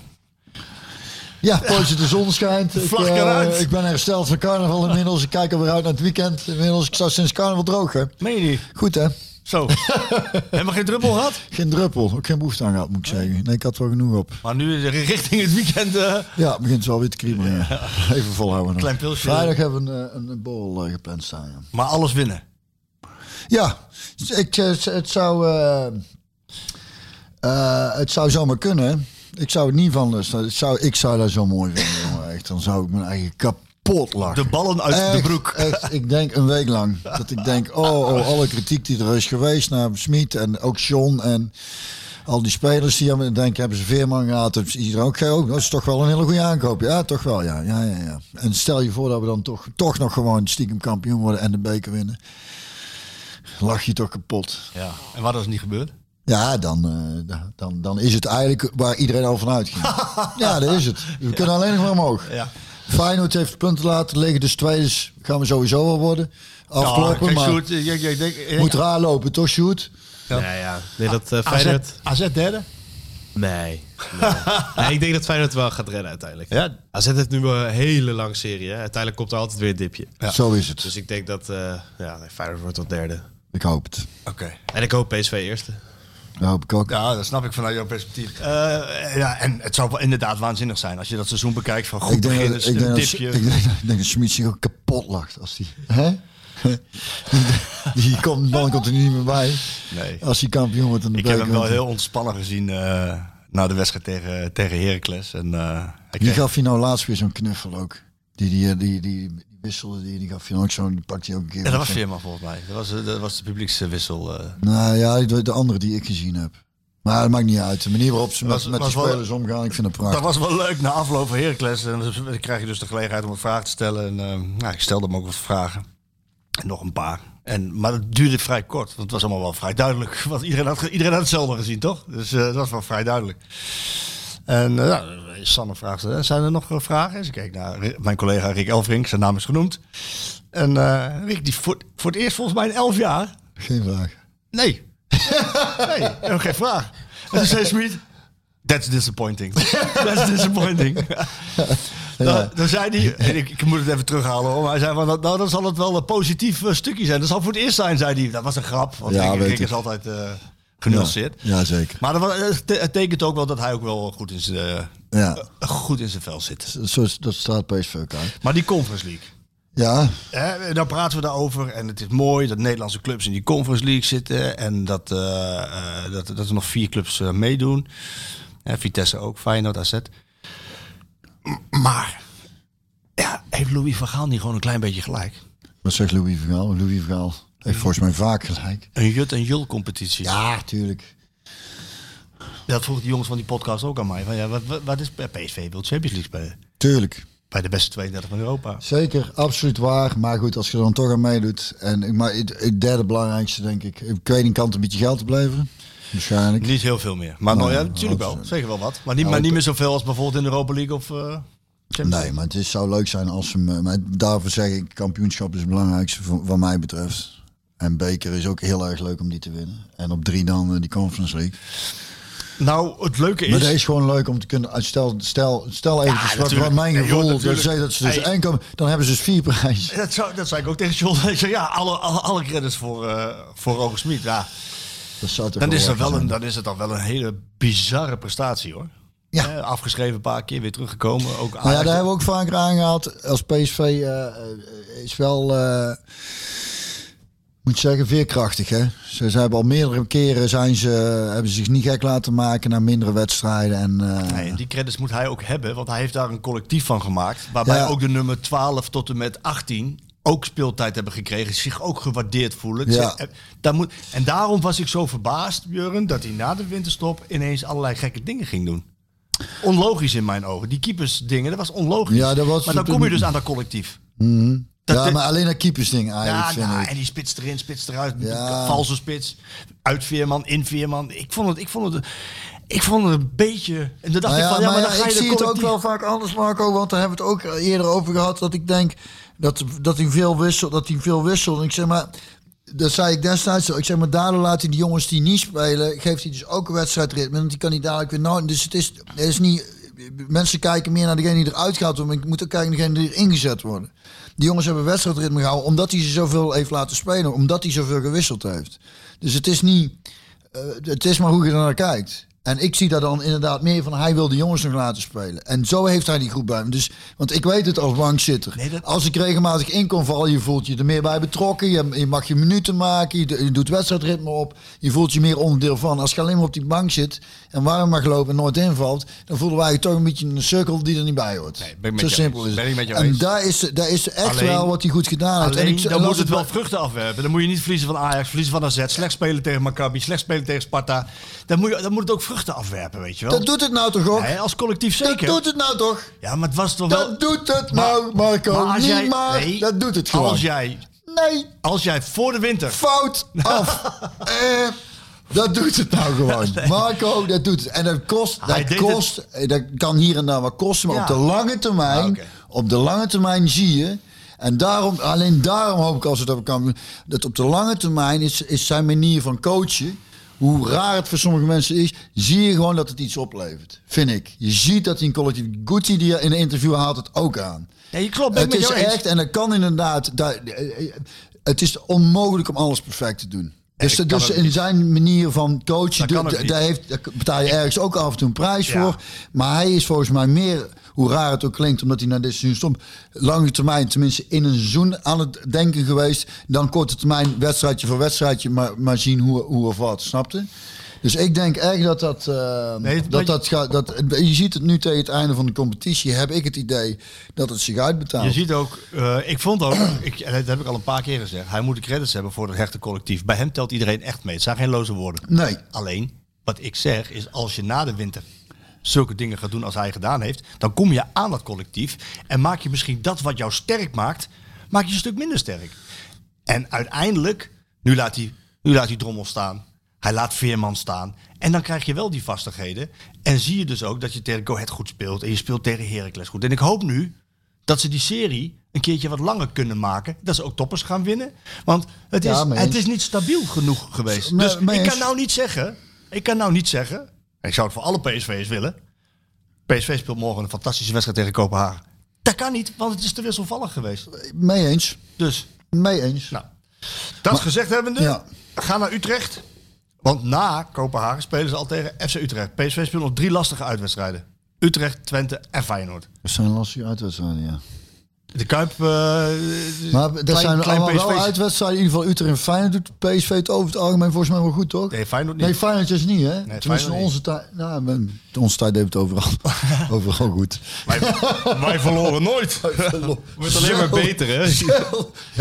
Ja, poosje de zon schijnt. Ik,
Vlag
eh,
eruit.
ik ben hersteld van carnaval inmiddels. Ik kijk alweer uit naar het weekend. Inmiddels, ik sta sinds carnaval droog, hè.
Meen je niet?
Goed, hè?
Zo. Helemaal geen druppel gehad?
Geen druppel. Ook geen behoefte aan gehad, moet ik zeggen. Nee, ik had er wel genoeg op.
Maar nu richting het weekend. eh,
Ja, het begint wel weer te kriebelen. ja. Even volhouden nog.
Klein pilsje.
Vrijdag hebben we een, eh, een, een borrel eh, gepland staan, ja.
maar alles winnen.
Ja, ik, eh, z- het, zou, eh, eh, het zou zomaar kunnen. Ik zou het niet van lusten. Ik zou, ik zou dat zo mooi vinden. jongen. Echt, dan zou ik mijn eigen kapot lachen.
De ballen uit de
Echt,
broek.
echt, ik denk een week lang. Dat ik denk, oh, oh, alle kritiek die er is geweest naar Smit en ook John en al die spelers die hebben, denk, hebben ze Veerman gehad. Hebben ze Iedereen ook, ook, dat is toch wel een hele goede aankoop. Ja, toch wel, ja. ja, ja, ja. En stel je voor dat we dan toch, toch nog gewoon stiekem kampioen worden en de beker winnen. Lach je toch kapot.
Ja. En wat is niet gebeurd?
Ja, dan, eh, da- dan, dan is het eigenlijk waar iedereen al van uitging. ja, dat is het. We kunnen alleen nog maar omhoog.
Ja.
Feyenoord heeft punten laten liggen, dus tweede is- gaan we sowieso wel worden. Afkloppen,
Ja, kijk,
maar
Sjoerd, eh, jij- jij denkt- eh,
moet raar lopen, toch Sjoerd?
Nee, ja. nee dat eh,
AZ,
Feyenoord...
AZ derde?
Nee. nee. Nee, ik denk dat Feyenoord wel gaat redden uiteindelijk.
Ja.
AZ heeft nu een hele lange serie. Hè. Uiteindelijk komt er altijd weer een dipje.
Zo is het.
Dus ik denk dat eh ja, nee, Feyenoord wordt tot derde.
Ik hoop het.
Oké.
En ik hoop PSV eerste.
Dat hoop ik ook.
Ja, dat snap ik vanuit jouw perspectief. Eh, ja, en het zou wel inderdaad waanzinnig zijn als je dat seizoen bekijkt van goed
ik, denk
begin,
dat,
is
ik,
een
denk dat,
tipje.
ik, denk, ik denk dat Smit zich ook kapot lacht als die... Hè? die, die komt, man komt er niet meer bij.
nee.
Als hij kampioen wordt in de
Ik heb hem
beker,
wel
want-
heel ontspannen gezien eh, na de wedstrijd tegen, tegen Heracles. En, eh, hij
Die
kreeg-
gaf je nou laatst weer zo'n knuffel ook. Die, die, eh, die, die, die wisselde, die, die gaf je nou ook zo'n, die pakte je ook een keer.
Ja, dat
met
was
zo'n-
Veerman volgens mij. Dat was, eh, dat was de publiekswissel. eh
Nou ja, de, de andere die ik gezien heb. Maar dat maakt niet uit. De manier waarop ze met-
Was-
met,
was
die
wel-
spelers omgaan, ik vind het
Dat
prachtig.
was wel leuk na afloop van Heracles. En dan krijg je dus de gelegenheid om een vraag te stellen. En, eh, nou, ik stelde hem ook wat vragen. En nog een paar. En, maar dat duurde vrij kort. Want het was allemaal wel vrij duidelijk. Want iedereen had, ge- iedereen had hetzelfde gezien, toch? Dus eh, dat was wel vrij duidelijk. En eh, ja, Sanne vraagt, eh, zijn er nog eh, vragen? Dus ik keek naar Ri- mijn collega Rick Elfrink. Zijn naam is genoemd. En eh, Rick, die voor, voor het eerst volgens mij in elf jaar...
Geen vraag.
Nee. nee, helemaal geen vraag. En toen zei Smit, that's disappointing. that's disappointing. Nou, Dan, dan zei hij, en ik, ik moet het even terughalen hoor, maar hij zei van, nou dan zal het wel een positief eh, stukje zijn. Dat zal voor het eerst zijn, zei hij. Dat was een grap, want
Ja,
Rick,
weet
Rick
ik.
is altijd eh genuanceerd.
Ja, zeker.
Maar dat, wa- het te- het tekent ook wel dat hij ook wel goed in zijn
Ja,
eh, goed in zijn vel zit.
zo, is- dat staat PSV ook uit.
Maar die Conference League,
Ja,
Hè, dan praten we daarover. En het is mooi dat Nederlandse clubs in die Conference League zitten. En dat, eh, eh, dat, dat er nog vier clubs eh, meedoen. Hè, Vitesse ook, Feyenoord, AZ. M- Maar ja, heeft Louis van Gaal niet gewoon een klein beetje gelijk?
wat zegt Louis Vergaal? Louis Vergaal heeft volgens mij vaak gelijk.
Een Jut- en Jul-competitie.
Ja, tuurlijk.
Dat vroeg de jongens van die podcast ook aan mij. Van, ja, wat, wat, wat is PSV wil Champions League spelen?
Tuurlijk.
Bij de beste 32 van Europa.
Zeker, absoluut waar. Maar goed, als je er dan toch aan meedoet. En, ik- maar het, het derde belangrijkste, denk ik. Ik weet niet, kan het een beetje geld opleveren? Waarschijnlijk.
Niet heel veel meer. Maar nou, ja,
Nee,
natuurlijk
dat-
wel. Zeker wel wat. Nou, Maar niet, maar niet meer zoveel als bijvoorbeeld in de Europa League of... eh,
Nee, maar het is, zou leuk zijn als ze me. Maar daarvoor zeg ik, kampioenschap is het belangrijkste voor, wat mij betreft. En beker is ook heel erg leuk om die te winnen. En op drie dan eh, die Conference League.
Nou, het leuke is...
Maar dat is gewoon leuk om te kunnen. uit- Stel, stel, stel eventjes wat,
natuurlijk.
wat mijn
Nee, joh,
gevoel. dat
natuurlijk.
zei dat ze dus
Hey.
één komen, dan hebben ze dus vier prijzen.
Dat, zou, dat zei ik ook tegen John. Ik zei, ja, alle, alle, alle credits voor, eh voor Roger Smit. Ja,
Dat zou toch
dan, is dat
lekker
wel
zijn?
een, dan is het dan wel een hele bizarre prestatie, hoor.
Ja.
Eh, afgeschreven een paar keer, weer teruggekomen. Ook
Nou ja,
Ajax-
daar hebben we ook vaker aangehaald. Als PSV eh, eh, is wel, eh, moet ik zeggen, veerkrachtig. Hè? Ze, ze hebben al meerdere keren zijn ze, hebben ze zich niet gek laten maken naar mindere wedstrijden. En, eh,
Nee, en die credits moet hij ook hebben, want hij heeft daar een collectief van gemaakt. Waarbij
Ja.
ook de nummer 12 tot en met 18 ook speeltijd hebben gekregen. Zich ook gewaardeerd voelen.
Ja.
Ze- eh, Daar moet, en daarom was ik zo verbaasd, Jurgen, dat hij na de winterstop ineens allerlei gekke dingen ging doen. Onlogisch in mijn ogen. Die keepersdingen, dat was onlogisch.
Ja, dat was-
maar dan kom je dus aan dat collectief. Dat-
ja,
dat-
maar alleen dat keepersding eigenlijk,
ja,
vind
nou,
ik.
en die spits erin, spits eruit,
Ja.
valse spits, uit Veerman, in Veerman. Ik vond het, ik vond het. Ik vond het een beetje... En toen dacht
Nou
ik van, ja, maar,
maar
dan ga
ik
je de
zie het ook
collectief-
wel vaak anders, Marco. Want daar hebben we het ook eerder over gehad. Dat ik denk dat, dat hij veel wisselt. Dat hij veel wisselt. En ik zeg maar, dat zei ik destijds al. Ik zeg maar, daardoor laat hij die jongens die niet spelen. Geeft hij dus ook een wedstrijdritme. Want die kan hij dadelijk weer nou. Dus het is, het is niet. Mensen kijken meer naar degene die eruit gaat. Maar ik moet ook kijken naar degene die erin gezet worden. Die jongens hebben wedstrijdritme gehouden. Omdat hij ze zoveel heeft laten spelen. Omdat hij zoveel gewisseld heeft. Dus het is niet Eh, het is maar hoe je er naar kijkt. En ik zie daar dan inderdaad meer van, hij wil de jongens nog laten spelen. En zo heeft hij die groep bij hem. Dus, want ik weet het als bankzitter. Als ik regelmatig in kon vallen, je voelt je er meer bij betrokken. Je, je mag je minuten maken, je, je doet wedstrijdritme op. Je voelt je meer onderdeel van. Als je alleen maar op die bank zit en warm mag lopen en nooit invalt... dan voelen wij toch een beetje een cirkel die er niet bij hoort.
Nee, ben ik met
zo
je
simpel
eens.
is het.
Ben ik met je
en
eens.
daar is, daar is echt
Alleen-
wel wat hij goed gedaan heeft. Nou, en
Alleen,
ik,
dan moet
las
het wel
bij-
vruchten afwerpen. Dan moet je niet verliezen van Ajax, verliezen van AZ. Slecht spelen tegen Maccabi, slecht spelen tegen Sparta. Dan moet, je, dan moet het ook vruchten afwerpen, weet je wel.
Dat doet het nou toch ook?
Nee, als collectief
dat
zeker.
doet het nou toch?
Ja, maar het was toch wel...
Dat doet het nou, Marco.
Maar als
niet
jij-
maar.
nee,
dat doet het gewoon.
Als jij,
Nee,
als jij voor de winter...
fout af. Eh, dat doet het nou gewoon. Marco, dat doet het. En dat kost,
Hij
dat,
deed
kost eh, dat kan hier en daar wat kosten. Maar
Ja.
op de lange termijn,
Ah, oké.
op de lange termijn zie je. En daarom, alleen daarom hoop ik als het over kan. Dat op de lange termijn is, is zijn manier van coachen. Hoe raar het voor sommige mensen is, zie je gewoon dat het iets oplevert. Vind ik. Je ziet dat hij een collectief. Gucci die in een interview haalt het ook aan.
Nee, klopt, ben ik
Het
met
is
jou eens.
echt, en dat kan inderdaad. daar- eh, eh, het is onmogelijk om alles perfect te doen. Dus,
dat
dat- dus
kan ook
in zijn manier van coachen,
Dat kan
doet-
ook niet.
daar, heeft, daar betaal je ergens ook af en toe een prijs
Ja.
voor. Maar hij is volgens mij meer, hoe raar het ook klinkt, omdat hij naar dit seizoen stond, lange termijn, tenminste in een seizoen aan het denken geweest, dan korte termijn, wedstrijdje voor wedstrijdje, maar, maar zien hoe, hoe of wat, snapte? Dus ik denk echt dat dat, eh,
Nee, het-
dat, dat, gaat, dat... Je ziet het nu tegen het einde van de competitie, heb ik het idee dat het zich uitbetaalt.
Je ziet ook, eh, ik vond ook, ik, en dat heb ik al een paar keer gezegd, hij moet de credits hebben voor het hechte collectief. Bij hem telt iedereen echt mee. Het zijn geen loze woorden.
Nee.
Alleen, wat ik zeg is, als je na de winter zulke dingen gaat doen als hij gedaan heeft, dan kom je aan dat collectief en maak je misschien dat wat jou sterk maakt, maak je een stuk minder sterk. En uiteindelijk, nu laat hij, nu laat hij Drommel staan, hij laat Veerman staan. En dan krijg je wel die vastigheden. En zie je dus ook dat je tegen Go Ahead goed speelt en je speelt tegen Heracles goed. En ik hoop nu dat ze die serie een keertje wat langer kunnen maken. Dat ze ook toppers gaan winnen. Want het is,
Ja, mee
het
eens.
is niet stabiel genoeg geweest.
Nee,
dus
mee
ik
eens.
kan nou niet zeggen. Ik kan nou niet zeggen. Ik zou het voor alle PSV's willen. PSV speelt morgen een fantastische wedstrijd tegen Kopenhagen. Dat kan niet, want het is te wisselvallig geweest.
Mee eens.
Dus,
Mee eens.
nou. Dat gezegd hebbende,
Ja.
ga naar Utrecht. Want na Kopenhagen spelen ze al tegen FC Utrecht. PSV speelt nog drie lastige uitwedstrijden. Utrecht, Twente en Feyenoord.
Dat zijn lastige uitwedstrijden, ja.
De Kuip... eh,
Maar dat
klein-
zijn
klein
allemaal wel
PSV's.
uitwedstrijden. In ieder geval Utrecht en Feyenoord doet PSV het over het algemeen volgens mij wel goed, toch?
Nee, Feyenoord niet.
Nee, Feyenoord is niet, hè? Tenminste, in
Feyenoord
onze tijd... Nou, men- in onze tijd deed het overal, overal goed.
Wij, wij verloren nooit.
Wordt
alleen maar beter, hè?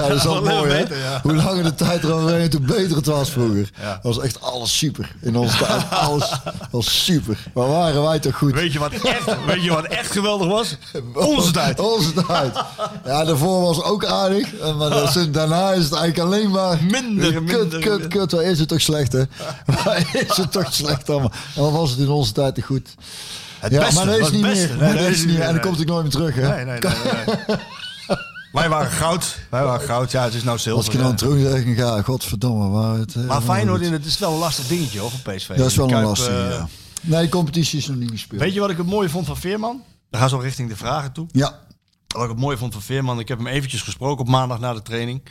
Ja, dat is al
Alleen maar
mooi, hè?
beter, ja.
Hoe langer de tijd eroverheen, hoe beter het was vroeger.
Ja.
was echt alles super. In onze tijd, alles was super. Maar waren wij toch goed?
Weet je, wat echt, weet je wat echt geweldig was? Onze tijd.
Onze tijd. Ja, daarvoor was het ook aardig. eh, Maar dan sinds daarna is het eigenlijk alleen maar...
Ah. Minder,
Kut,
minder,
kut,
minder.
kut. Waar is het toch slecht, hè? Waar is het toch slecht allemaal? En wat was het in onze tijd toch goed?
Het
Ja,
beste,
maar dat is
het
niet
beste.
meer.
Nee,
Maar
dat is
niet meer. En
nee.
dan komt het nooit meer terug, hè?
Nee, nee, nee. nee. Wij waren goud. Wij waren goud. Ja, het is nou zilver.
Als ik er dan
ja.
terug zeg, ik, ja, godverdomme. Waar het, eh,
Maar
waar
Feyenoord,
het-
in het is wel een lastig dingetje hoor, voor PSV.
Dat is wel
Kuip,
een
eh,
lastige, ja. Nee, de competitie is nog niet gespeeld.
Weet je wat ik het mooie vond van Veerman? Dan gaan ze al richting de vragen toe.
Ja.
Wat ik het mooie vond van Veerman, ik heb hem eventjes gesproken op maandag na de training.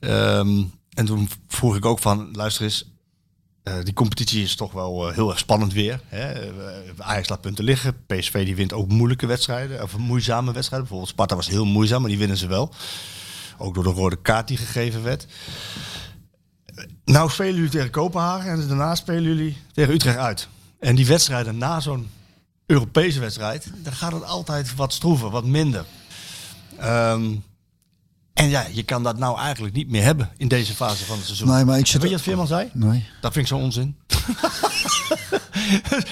Ehm, en toen vroeg ik ook van, luister eens, eh, die competitie is toch wel eh, heel erg spannend weer. Hè? Eh, Ajax laat punten liggen, PSV die wint ook moeilijke wedstrijden, of moeizame wedstrijden. Bijvoorbeeld Sparta was heel moeizaam, maar die winnen ze wel. Ook door de rode kaart die gegeven werd. Nou spelen jullie tegen Kopenhagen en daarna spelen jullie tegen Utrecht uit. En die wedstrijden na zo'n Europese wedstrijd, dan gaat het altijd wat stroever, wat minder. Ehm, en ja, je kan dat nou eigenlijk niet meer hebben in deze fase van het seizoen.
Nee, maar ik zit-
Weet je wat Veerman zei?
Nee.
Dat vind ik zo onzin.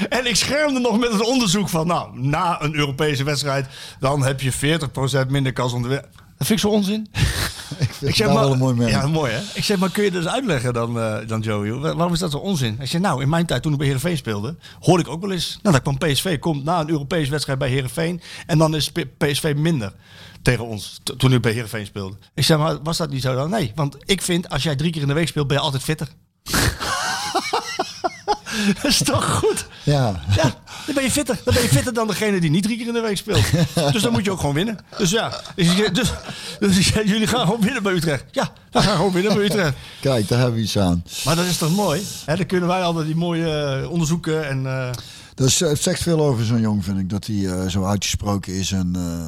en ik schermde nog met het onderzoek van, nou, na een Europese wedstrijd, dan heb je 40% minder kans om de win- Dat vind ik zo onzin.
vind ik nou wel een mooi merk.
Ja, mooi hè. Ik zeg, maar kun je dat eens uitleggen dan, eh, dan Joey? Wa- Waarom is dat zo onzin? Hij zegt, nou, in mijn tijd toen ik bij Heerenveen speelde, hoorde ik ook wel eens. Nou, dan kwam PSV, komt na een Europese wedstrijd bij Heerenveen en dan is P- PSV minder tegen ons, t- toen ik bij Heerenveen speelde. Ik zeg, maar was dat niet zo dan? Nee, want ik vind, als jij drie keer in de week speelt, ben je altijd fitter. dat is toch goed?
Ja.
Ja, dan ben je fitter. Dan ben je fitter dan degene die niet drie keer in de week speelt. Dus dan moet je ook gewoon winnen. Dus ja, dus, ik zeg- dus, dus ik zeg, jullie gaan gewoon winnen bij Utrecht. Ja, we gaan gewoon winnen bij Utrecht.
Kijk, daar hebben we iets aan.
Maar dat is toch mooi? Hè? Dan kunnen wij altijd die mooie eh, onderzoeken en... eh,
Dat is- het zegt veel over zo'n jong, vind ik, dat hij eh, zo uitgesproken is. En, eh,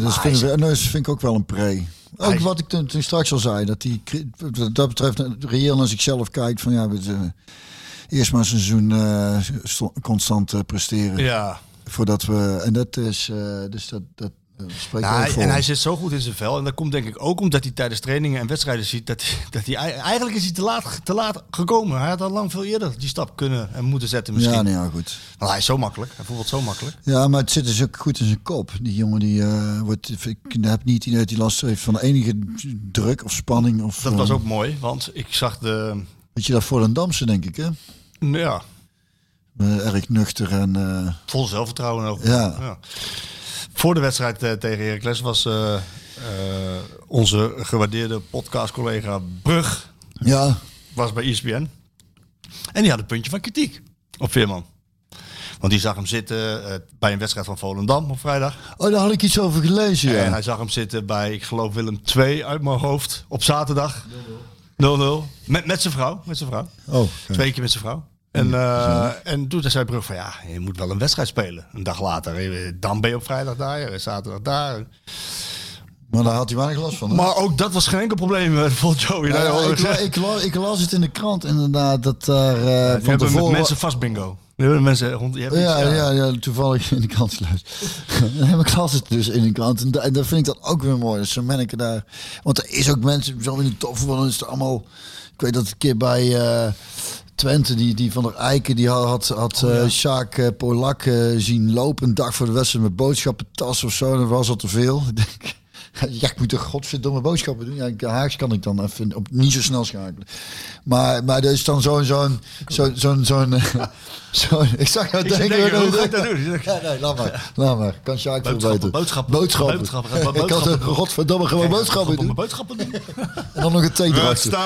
dat,
hij
vind
is-
ik, en dat is- vind ik ook wel een pre. Ook
Hij-
wat ik toen, toen straks al zei, dat hij cri- wat dat betreft eh, reëel naar zichzelf kijkt van ja, we, eh, eerst maar een seizoen eh, sto- constant eh, presteren.
ja,
Voordat we, en dat is, eh, dus dat, dat eh, spreekt
Nou,
ook
hij-
voor.
en hij zit zo goed in zijn vel. En dat komt denk ik ook omdat hij tijdens trainingen en wedstrijden ziet dat hij, dat hij eigenlijk is hij te laat, te laat gekomen. Hij had al lang veel eerder die stap kunnen en moeten zetten misschien.
ja,
Maar
nee, ja, goed.
hij is zo makkelijk. Hij voelt zo makkelijk.
Ja, maar het zit dus ook goed in zijn kop. Die jongen die eh, wordt, ik heb niet het idee dat hij last heeft van enige druk of spanning. Of,
Dat was
eh,
ook mooi, want ik zag de...
Weet je, dat voor een Damse, denk ik, hè?
Ja,
Eh, erg nuchter en... eh,
Vol zelfvertrouwen ook.
Ja.
Voor de wedstrijd eh, tegen Heracles was eh, eh, onze gewaardeerde podcastcollega Brug
ja,
was bij E ESPN. En die had een puntje van kritiek op Veerman. Want die zag hem zitten eh, bij een wedstrijd van Volendam op vrijdag.
oh, daar had ik iets over gelezen, ja.
En hij zag hem zitten bij, ik geloof Willem II uit mijn hoofd, op zaterdag. 0-0. Met, met zijn vrouw, met zijn vrouw.
Oh, oké.
Twee keer met zijn vrouw. En, eh, en toen zei Brug van ja, je moet wel een wedstrijd spelen. Een dag later. Eh, Dan ben je op vrijdag daar, eh, zaterdag daar.
maar daar had hij weinig last van. hè?
Maar ook dat was geen enkel probleem eh, volgens Joey.
Ja,
Nou,
ja,
hoor,
ik, la-
zeg,
ik, la- ik las het in de krant inderdaad, dat daar eh,
we
van
hebben met
tevoren...
mensen vast bingo. We hebben mensen rond. Je hebt iets,
ja, ja, ja, toevallig in de krant geluisterd. nee, maar ik las het dus in de krant. En, da- en dat vind ik dan ook weer mooi. Dus zo manneke daar... Want er is ook mensen, zo in de tofvoetbal dan is het allemaal... Ik weet dat een keer bij eh, Twente, die, die van der Eiken, die had, had,
Oh,
had eh, Sjaak eh, Polak eh, zien lopen een dag voor de wedstrijd met boodschappentas of zo. En dat was al te veel. Ik denk, ja, ik moet toch godverdomme boodschappen doen. Ja, ik- haaks kan ik dan even op, niet zo snel schakelen. Maar, maar er is dan zo'n, zo'n, zo'n, zo'n, zo'n, eh, zo'n- ik zag jou
Ik zit te
denken,
denken,
hoe
hoe ga ik
dat-
dat doen?
Ja, nee, laat maar. Laat maar. Kan Sjaak veel
Boodschappen,
beter.
boodschappen,
Boodschappen.
boodschappen, ga maar
Ik had
boodschappen
er godverdomme gewoon boodschappen
Om
doen.
boodschappen doen.
En dan nog een thee erachter.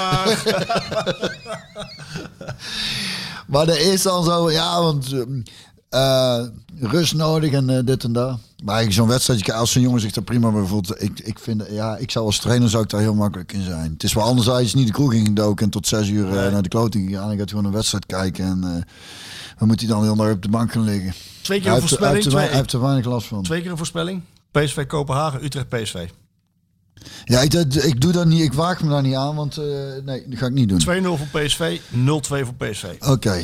Maar er is dan zo, ja, want ehm, eh, rust nodig en eh, dit en dat. Maar ik- zo'n wedstrijdje, als zo'n jongen zich daar prima bij voelt, ik, ik vind, ja, ik zou als trainer zou ik daar heel makkelijk in zijn. Het is wel anders als je niet de kroeg in gedoken en tot zes uur eh, naar de kloting gegaan en gaat gewoon een wedstrijd kijken en eh, dan moet hij dan heel naar op de bank gaan liggen.
Twee keer
Hij heeft, hij,
een voorspelling.
heeft er, wei- hij
Twee,
heeft er weinig last van.
twee keer een voorspelling. PSV Kopenhagen, Utrecht PSV. 2-0
Ja, ik, dat- ik doe dat niet, ik waag me daar niet aan, want eh, nee, dat ga ik niet doen.
voor PSV, 0-2 voor PSV.
Oké.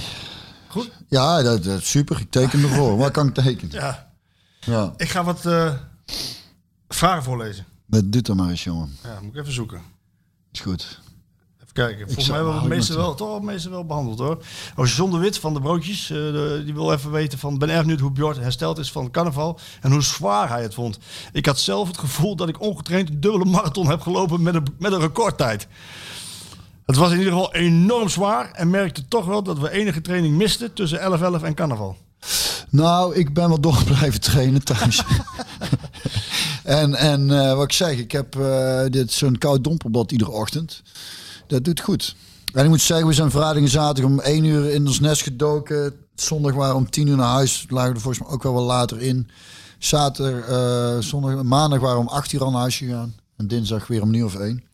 Goed.
Ja, dat, dat is super. Ik teken ervoor. Waar kan ik tekenen?
Ja.
Ja.
Ik ga wat eh, vragen voorlezen.
Dat doet dan maar eens, jongen.
Ja, moet ik even zoeken.
Is goed.
Even kijken. Volgens
zal-
mij hebben we het
haal ik
meeste
nog
wel, toch wel, het meeste wel behandeld hoor. Oh, John de Wit van de Broodjes, eh, de- die wil even weten van... Ben erg benieuwd hoe Björn hersteld is van carnaval en hoe zwaar hij het vond. Ik had zelf het gevoel dat ik ongetraind een dubbele marathon heb gelopen met een, met een recordtijd. Het was in ieder geval enorm zwaar en merkte toch wel dat we enige training misten tussen 11-11 en carnaval.
Nou, ik ben wel door blijven trainen thuis. en en eh, wat ik zeg, ik heb eh, dit zo'n koud domperblad iedere ochtend. Dat doet goed. En ik moet zeggen, we zijn vrijdag en zaterdag om 1 uur in ons nest gedoken. Zondag waren we om 10 uur naar huis. Lagen we er volgens mij ook wel wat later in. Zaterdag, eh, zondag, maandag waren we om 8 uur al naar huis gegaan. En dinsdag weer om nieuw of 1.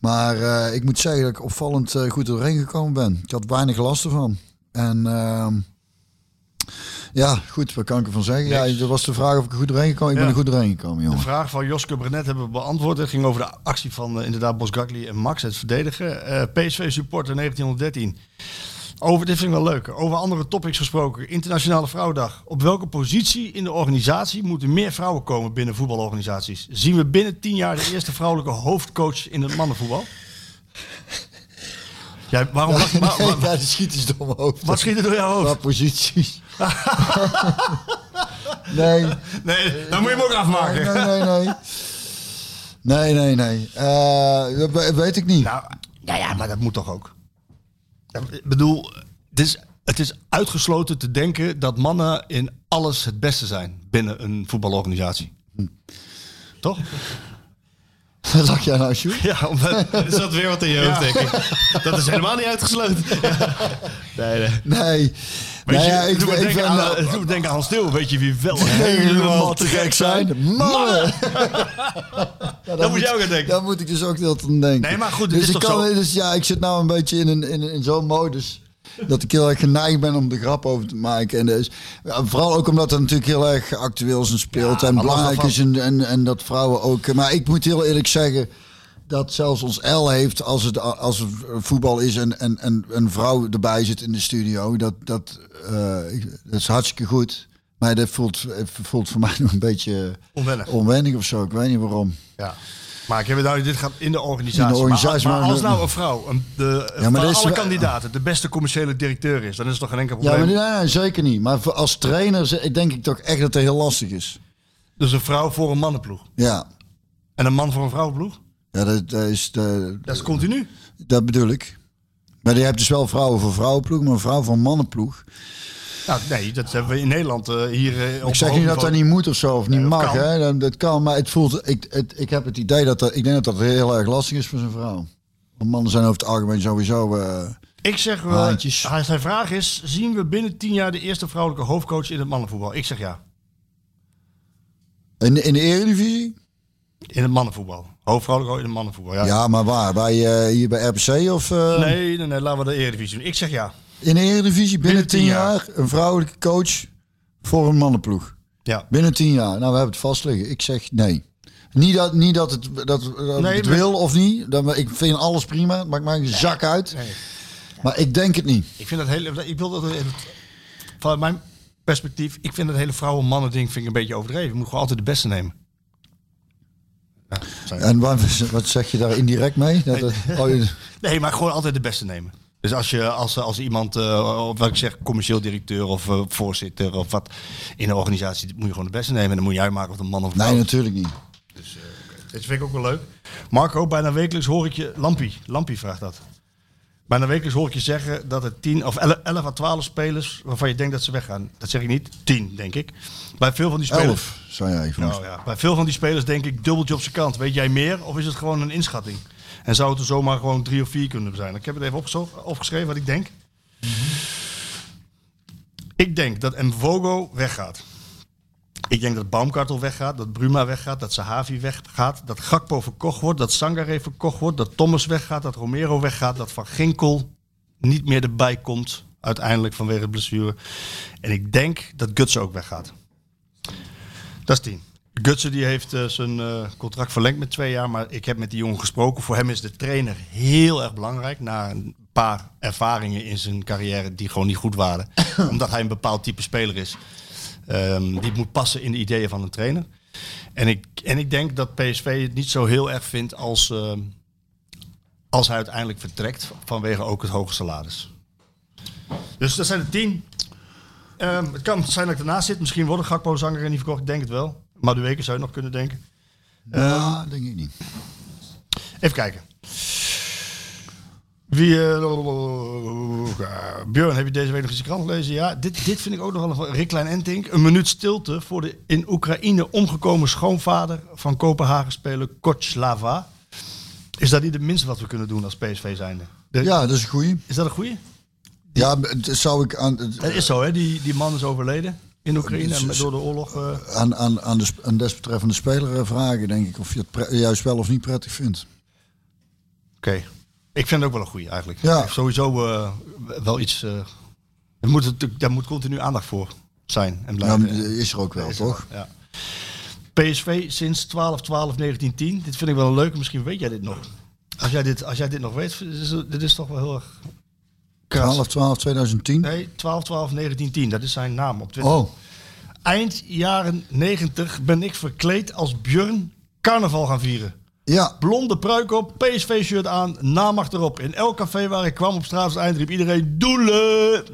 Maar eh, ik moet zeggen dat ik opvallend eh, goed doorheen gekomen ben. Ik had weinig last ervan. En ehm, ja, goed, wat kan ik ervan zeggen? Ja, dat was de vraag of ik er goed doorheen gekomen. Ik
Ja.
ben er goed doorheen gekomen,
De
jongen.
vraag van Joske Brenet hebben we beantwoord. Het ging over de actie van eh, inderdaad Bosgagli en Max, het verdedigen. Eh, PSV supporter 1913. Over, dit vind ik wel leuk. Over andere topics gesproken. Internationale Vrouwendag. Op welke positie in de organisatie moeten meer vrouwen komen binnen voetbalorganisaties? Zien we binnen tien jaar de eerste vrouwelijke hoofdcoach in het mannenvoetbal? Ja, waarom lach je? Maar-
Nee,
maar-
ja, de schiet is dom over.
wat schiet er door jouw
Qua
hoofd?
posities. nee.
Nee, dan moet je hem ook afmaken.
Nee, nee, nee. Nee, nee, nee. Eh, dat we- weet ik niet.
Nou, ja, ja, maar dat moet toch ook? Ja, Ik bedoel, het is, het is uitgesloten te denken dat mannen in alles het beste zijn binnen een voetbalorganisatie. Toch?
Wat dacht jij nou, Sjoerd?
Ja, omdat,
Er zat weer wat in je hoofd, denk ik. Dat is helemaal niet uitgesloten. Nee, nee.
Nee.
weet
Nou
je,
ja, ik,
doe me
ik
denken
ben- nou-
aan, eh, doe me denken aan Hans Steeuw. Weet je wie wel
helemaal te gek zijn. Mannen! ja,
moet jij ook aan denken.
Daar moet ik dus ook heel aan denken.
Nee, maar goed, het
dus
is
ik
toch
kan,
zo?
Dus ja, ik zit nou een beetje in, een, in, in zo'n modus dat ik heel erg geneigd ben om de grap over te maken. En dus, ja, vooral ook omdat het natuurlijk heel erg actueel is en speelt en
maar los
belangrijk
daarvan.
is en, en, en dat vrouwen ook... Maar ik moet heel eerlijk zeggen dat zelfs ons L heeft als het, als het voetbal is en, en, en een vrouw erbij zit in de studio. Dat, dat, eh, ik- dat is hartstikke goed. Maar dat voelt, voelt voor mij nog een beetje
Onwennig.
onwennig of zo. Ik weet niet waarom.
Ja. Maar ik heb het nou, dit gaat in de organisatie.
In de organisatie,
maar, maar
maar-
als nou een vrouw een, de,
maar
van
dat is
alle
wel-
kandidaten de beste commerciële directeur is, dan is het toch geen enkel
Ja,
probleem.
maar nee, nee, zeker niet. Maar voor- als trainer ze- denk ik toch echt dat het heel lastig is.
Dus een vrouw voor een mannenploeg.
Ja,
En een man voor een vrouwenploeg?
ja dat, dat is de,
Dat is continu.
dat bedoel ik. Maar je hebt dus wel vrouwen voor vrouwenploeg, maar vrouwen voor mannenploeg.
Nou, nee, dat hebben we in Nederland eh, hier eh, op
Ik zeg niet dat dat niet moet of zo, of niet
dat
mag.
kan.
Hè? Dat, dat kan, maar het voelt, ik, het, ik heb het idee dat dat, ik denk dat dat heel erg lastig is voor zijn vrouw. Want mannen zijn over het algemeen sowieso... eh,
Ik zeg wel,
Haantjes.
hij- zijn vraag is, zien we binnen tien jaar de eerste vrouwelijke hoofdcoach in het mannenvoetbal? Ik zeg ja,
in, in de Eredivisie?
in het mannenvoetbal. Hoofdvrouwelijke in het mannenvoetbal, ja.
Ja, maar waar? Bij, eh, hier bij RPC of... eh,
Nee, nee, nee, laten we de Eredivisie doen. Ik zeg ja.
In de Eredivisie binnen
Binnen
tien
tien
jaar een vrouwelijke coach voor een mannenploeg.
Ja.
Binnen tien jaar. Nou, we hebben het vast liggen. Ik zeg nee. Niet dat, niet dat het, dat, dat
Nee,
het
maar-
wil of niet. Dan, ik vind alles prima. Het maakt mij een zak uit. Maar ik denk het niet.
Ik vind dat heel, ik wil dat, het- vanuit mijn perspectief, ik vind dat hele vrouwen-mannen ding vind ik een beetje overdreven. Je moet gewoon altijd de beste nemen.
En wat, wat zeg je daar indirect mee? Dat, het- oh, je-
Nee, maar gewoon altijd de beste nemen. Dus als, je, als, als iemand, eh, of wat ik zeg, commercieel directeur of eh, voorzitter of wat in een organisatie, moet je gewoon de beste nemen. En dan moet je uitmaken of het een man of een
nee,
vrouw is.
natuurlijk niet.
Dat vind ik ook wel leuk. Marco, bijna wekelijks hoor ik je... Lampie, Lampie vraagt dat. Bijna wekelijks hoor ik je zeggen dat er 10 of 11 11 à 12 spelers... waarvan je denkt dat ze weggaan. Dat zeg ik niet. 10, denk ik. Bij veel van die spelers...
Elf, zei jij. volgens
Nou ja, bij veel van die spelers denk ik dubbeltje op zijn kant. Weet jij meer of is het gewoon een inschatting? En zou het er zomaar gewoon drie of vier kunnen zijn? Ik heb het even opgezo- opgeschreven wat ik denk. Ik denk dat Mvogo weggaat. Ik denk dat Baumkartel weggaat, dat Bruma weggaat, dat Sahavi weggaat, dat Gakpo verkocht wordt, dat Sangare verkocht wordt, dat Thomas weggaat, dat Romero weggaat, dat Van Ginkel niet meer erbij komt uiteindelijk vanwege de blessure. En ik denk dat Guts ook weggaat. Dat is tien. Gutsen die heeft eh, zijn eh, contract verlengd met twee jaar, maar ik heb met die jongen gesproken. Voor hem is de trainer heel erg belangrijk na een paar ervaringen in zijn carrière die gewoon niet goed waren. omdat hij een bepaald type speler is. Ehm, die moet passen in de ideeën van een trainer. En ik, en ik denk dat PSV het niet zo heel erg vindt als, ehm, als hij uiteindelijk vertrekt vanwege ook het hoge salaris. Dus dat zijn de tien. Ehm, het kan zijn dat ik ernaast zit. Misschien worden Gakpo zanger niet verkocht. Ik denk het wel. Maar de weken zou je nog kunnen denken.
mij. Ja, denk ik niet.
Even kijken. Wie, eh, Björn, heb je deze week nog eens de krant gelezen? Ja, dit, dit vind ik ook nog wel een Rick Klein Entink. Een minuut stilte voor de in Oekraïne omgekomen schoonvader van Kopenhagen-speler Kotslava. Is dat niet het minste wat we kunnen doen als PSV zijnde? De-
Ja, dat is een goeie.
Is dat een goeie?
Ja, het zou ik aan, het-
Dat is zo, hè? Die, die man is overleden in Oekraïne en door de oorlog. eh,
aan, aan, aan, de, sp- aan desbetreffende speler eh, vragen, denk ik. Of je het pre- juist wel of niet prettig vindt.
Oké. Ik vind het ook wel een goeie eigenlijk.
Ja.
Ja. Sowieso eh, wel iets. eh, er moet natuurlijk, daar moet continu aandacht voor zijn en
Ja,
blijven.
maar die is er ook wel,
Is er
toch?
wel, Ja. PSV sinds 12-12-1910. Dit vind ik wel een leuke. Misschien weet jij dit nog. Als jij dit, als jij dit nog weet, is, het- dit is toch wel heel erg. krass.
12, 12, 2010.
Nee, 12-12-1910. Dat is zijn naam op Twitter.
Oh,
Eind jaren 90 ben ik verkleed als Björn carnaval gaan vieren.
ja.
Blonde pruik op, PSV-shirt aan, naam achterop. In elk café waar ik kwam op straat als eind riep iedereen doelen.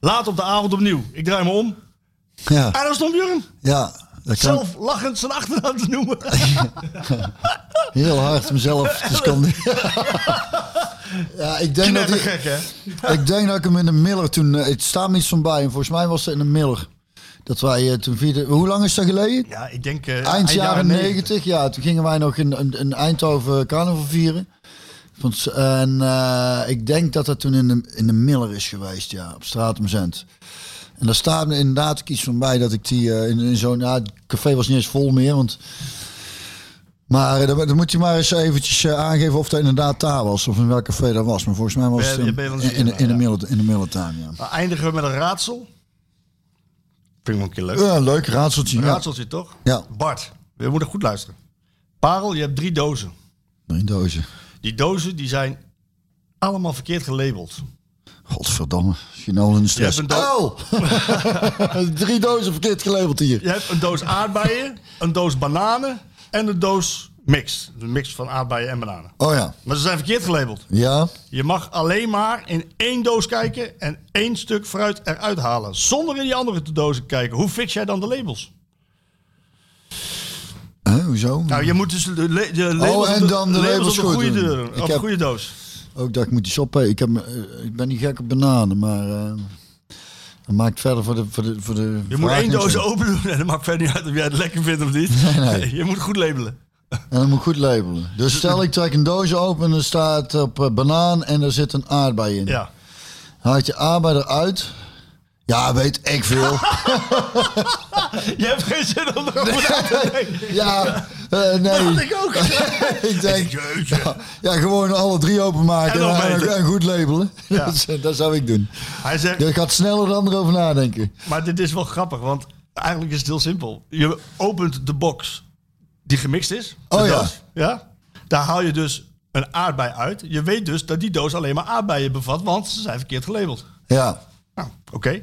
Laat op de avond opnieuw. Ik draai me om.
Ja,
En daar stond Björn.
ja. Dat kan
Zelf lachend zijn achternaam te noemen.
ik heel hard mezelf te scanderen. ja, ik denk, dat ik,
Knettergek, hè?
ik denk dat ik hem in de Miller toen... eh, Het staat me iets van bij. En volgens mij was het in de Miller. Dat wij eh, toen vierde... Hoe lang is dat geleden?
Ja, ik denk... eh,
Eind jaren
90.
90, ja. Toen gingen wij nog in, in, in Eindhoven carnaval vieren. Van s- En eh, ik denk dat dat toen in de, in de Miller is geweest, ja. Op straat om Zent. En daar staat me inderdaad ook iets van bij dat ik die eh, in, in zo'n... Ja, het café was niet eens vol meer, want... Maar eh, dan, dan moet je maar eens eventjes eh, aangeven of dat inderdaad daar was. Of in welk café dat was. Maar volgens mij was
Ben-
het in,
ben je van
in, in, de- in de
ja.
Miller- in de Millertuin, ja.
Nou, eindigen we met een raadsel. Vind ik wel een keer leuk.
Ja, een leuk raadseltje.
Een
Eh, Ja.
raadseltje, toch?
Ja.
Bart, we moeten goed luisteren. Parel, je hebt drie dozen.
Nee, dozen.
Die dozen die zijn allemaal verkeerd gelabeld.
Godverdomme, Ginolen in de stress. Oh!
Je hebt een do-
Au! Drie dozen verkeerd gelabeld hier.
Je hebt een doos aardbeien, een doos bananen en een doos mix. Een mix van aardbeien en bananen.
Oh ja.
Maar ze zijn verkeerd gelabeld.
Ja.
Je mag alleen maar in één doos kijken en één stuk fruit eruit halen. Zonder in die andere dozen te kijken. Hoe fix jij dan de labels?
Hè, hoezo?
Nou, je moet dus de, le- de labels,
Oh, en
op de-
dan de labels
op de
goed
goede,
doen.
deur-
Ik
op de
heb-
goede doos.
Ook dat ik moet die shoppen. Ik, heb, me- eh, ik ben niet gek op bananen, maar eh, dat maakt verder voor de voor de voor de.
Je moet
vraag
één
niks
doos
uit.
open doen en dat maakt verder niet uit of jij het lekker vindt of niet.
nee.
Je moet goed labelen.
En dan moet ik goed labelen. Dus stel ik trek een doos open en er staat op eh, banaan en er zit een aardbei in.
Ja.
Haalt je aardbei eruit? Ja, weet ik veel.
Je hebt geen zin om erover na te denken.
ja, eh, nee.
Dat ik ook.
ik denk,
Jeetje.
ja, ja, gewoon alle drie openmaken
En
en,
dan
en,
meten.
en goed labelen.
Ja.
Dat, zou- dat zou ik doen.
Hij zegt,
Je gaat sneller dan erover nadenken.
Maar dit is wel grappig, want eigenlijk is het heel simpel. Je opent de box die gemixt is. de
Oh ja.
doos, ja. Daar haal je dus een aardbei uit. Je weet dus dat die doos alleen maar aardbeien bevat, want ze zijn verkeerd gelabeld.
Ja,
Nou, oké.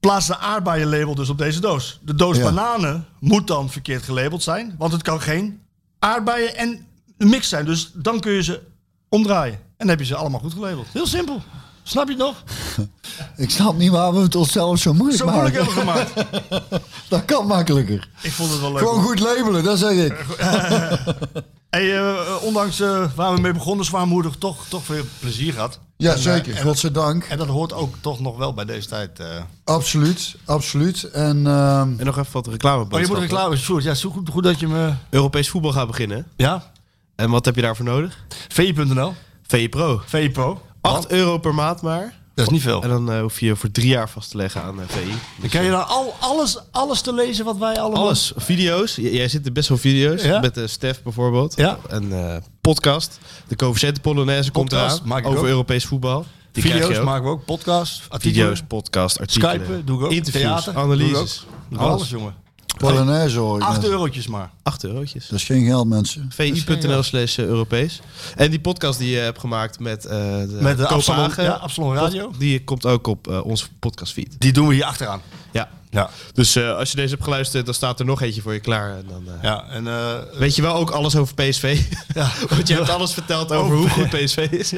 Plaats de aardbeienlabel dus op deze doos. De doos
Ja.
bananen moet dan verkeerd gelabeld zijn, want het kan geen aardbeien en mix zijn. Dus dan kun je ze omdraaien. En dan heb je ze allemaal goed gelabeld. Heel simpel. Snap je het nog?
ik snap niet waar we het onszelf zo moeilijk
Zo
maken.
moeilijk hebben we gemaakt.
Dat kan makkelijker.
Ik vond het wel leuk.
Gewoon goed labelen, dat zeg ik.
Hey, eh, eh, ondanks eh, waar we mee begonnen, zwaarmoedig, toch, toch veel plezier gehad.
Ja,
En,
zeker.
eh, en,
Godzijdank.
en dat hoort ook toch nog wel bij deze tijd. eh.
Absoluut, absoluut. En ehm,
En nog even wat reclame.
Oh, je moet reclame. Sjoerd, ja, zo goed, goed dat je me...
Europees voetbal gaat beginnen.
Ja,
En wat heb je daarvoor nodig?
VE.nl,
VE Pro.
VE Pro.
8 euro per maand maar.
Dat is niet veel.
En dan eh, hoef je voor drie jaar vast te leggen aan eh, VI.
Dan kan je dan al, alles, alles te lezen wat wij allemaal...
Alles. Video's. J- jij zit er best wel video's.
Ja.
Met eh Stef bijvoorbeeld.
Ja.
Een eh, podcast. De Coefficiënte Polonaise komt
Podcast,
eraan.
maak ik
over
ook.
Europees voetbal. Die krijg
Video's
je ook.
maken we ook, podcasts, artikelen.
Video's, podcast, artikelen.
Skypen, doe ik ook.
Interviews,
Theater,
analyses.
Doe ik ook. Doe
Alles.
alles. jongen.
Polonaise hoor ik.
8
net.
eurotjes maar.
8 eurotjes.
Dat is geen geld, mensen.
VI.nl slash eh, Europees. En die podcast die je hebt gemaakt met, eh de
Met de Absalon,
Kopenhagen
ja, Absalon Radio.
pod- Die komt ook op eh, onze podcastfeed.
Die doen we hier achteraan.
Ja.
Ja.
Dus eh, als je deze hebt geluisterd, dan staat er nog eentje voor je klaar. En dan, eh,
Ja, en... eh,
Weet je wel ook alles over PSV?
Ja.
Want je hebt alles verteld over hoe goed PSV is.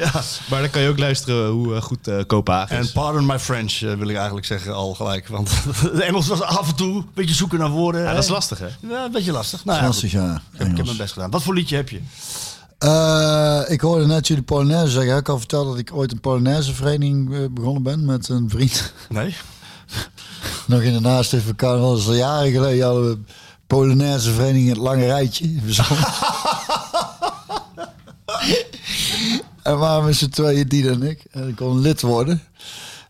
Maar dan kan je ook luisteren hoe eh, goed eh, Kopenhagen is.
En pardon my French, eh, wil ik eigenlijk zeggen al gelijk. Want het Engels was af en toe een beetje zoeken naar woorden.
Ja, dat is lastig, hè?
Ja, een beetje lastig. Nou, ja, goed.
60 jaar.
ik, heb, ik heb mijn best gedaan. Wat voor liedje heb je?
Eh, ik hoorde net jullie Polonaise zeggen. Heb Ik al verteld dat ik ooit een Polonaise vereniging eh, begonnen ben met een vriend.
Nee.
Nog in de naaste even carnaval. Dat is al jaren geleden hadden we Polonaise vereniging Het Lange Rijtje. verzonnen. en waarom is het tweeën, die en ik? En ik kon lid worden.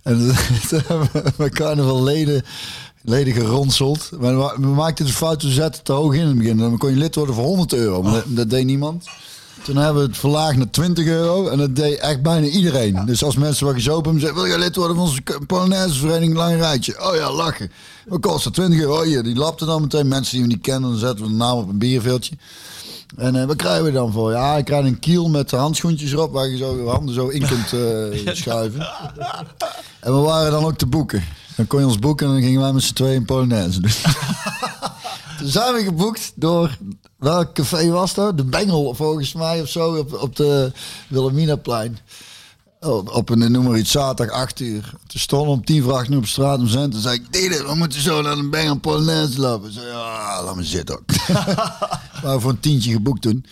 En toen hebben we met carnaval leden, leden geronseld. Maar we ma- we maakten de fout, we zetten het te hoog in in het begin. Dan kon je lid worden voor 100 euro. Maar dat, dat deed niemand. Toen hebben we het verlaagd naar 20 euro. En dat deed echt bijna iedereen. Dus als mensen wat gezopen hebben, zeiden... Wil je lid worden van onze k- Polonaise vereniging Lang Rijtje? Oh ja, lachen. Wat kost dat? 20 euro. Oh, hier, die lapte dan meteen. Mensen die we niet kennen, dan zetten we de naam op een bierveeltje. En eh, wat krijgen we dan voor? Ja, ik krijg een kiel met de handschoentjes erop... waar je zo je handen zo in kunt eh, schuiven. En we waren dan ook te boeken. Dan kon je ons boeken en dan gingen wij met z'n tweeën in Polonaise doen. Toen zijn we geboekt door, welk café was dat? De Bengel volgens mij of zo, op, op de Wilhelminaplein. op, op een, noem maar iets, zaterdag 8 uur. Toen stond om tien vraag nu op straat om zijn. Toen zei ik, Dede, we moeten zo naar een Bengel Polonaise lopen. Zo, ja, laat me zitten. maar voor een tientje geboekt toen.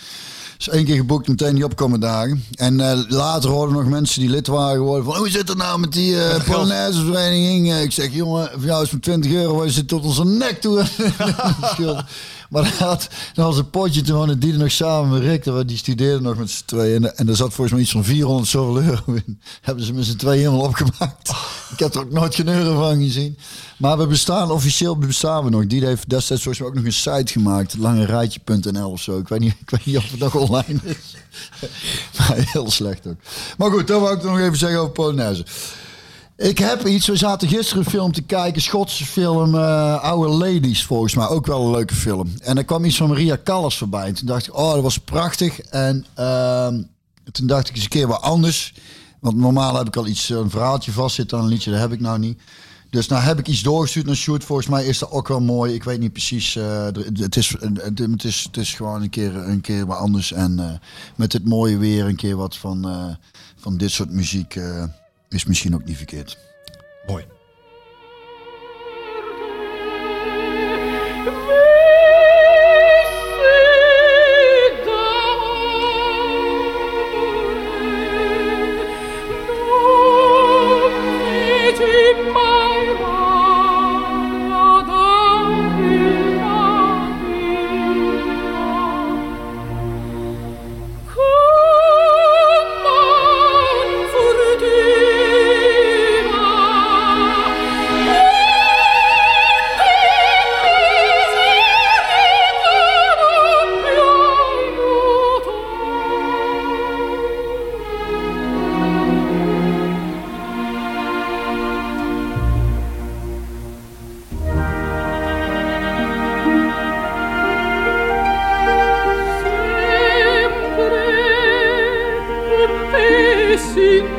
Dus één keer geboekt, meteen die opkomende dagen. En eh, later hoorden we nog mensen die lid waren geworden van... Hoe zit het nou met die eh Polonaise vereniging? Eh, ik zeg, jongen, voor jou is het 20 euro, wij zitten tot onze nek toe. Schuld. maar dat had, dan was een potje toen woonde die er nog samen met Rick. want Die studeerde nog met z'n tweeën. En, en er zat volgens mij iets van 400 zoveel euro in. Hebben ze met z'n tweeën helemaal opgemaakt. Ik heb er ook nooit geen euro van gezien. Maar we bestaan, officieel bestaan we nog. Die heeft destijds volgens mij ook nog een site gemaakt. Langerijtje.nl of zo. Ik weet, niet, ik weet niet of het nog online is. maar heel slecht ook. Maar goed, dat wou ik nog even zeggen over Polonaise. Ik heb iets, we zaten gisteren een film te kijken, Schotse film eh Our Ladies volgens mij, ook wel een leuke film. En er kwam iets van Maria Callas voorbij en toen dacht ik, oh dat was prachtig. En ehm, toen dacht ik eens een keer wat anders, want normaal heb ik al iets, een verhaaltje vastzitten aan een liedje, dat heb ik nou niet. Dus nou heb ik iets doorgestuurd naar Shoot, volgens mij is dat ook wel mooi, ik weet niet precies, eh, er- het, is, het, het is, het is gewoon een keer, een keer wat anders. En eh, met dit mooie weer een keer wat van, eh, van dit soort muziek eh, is misschien ook niet verkeerd.
Mooi.
Sempre, sempre, sempre,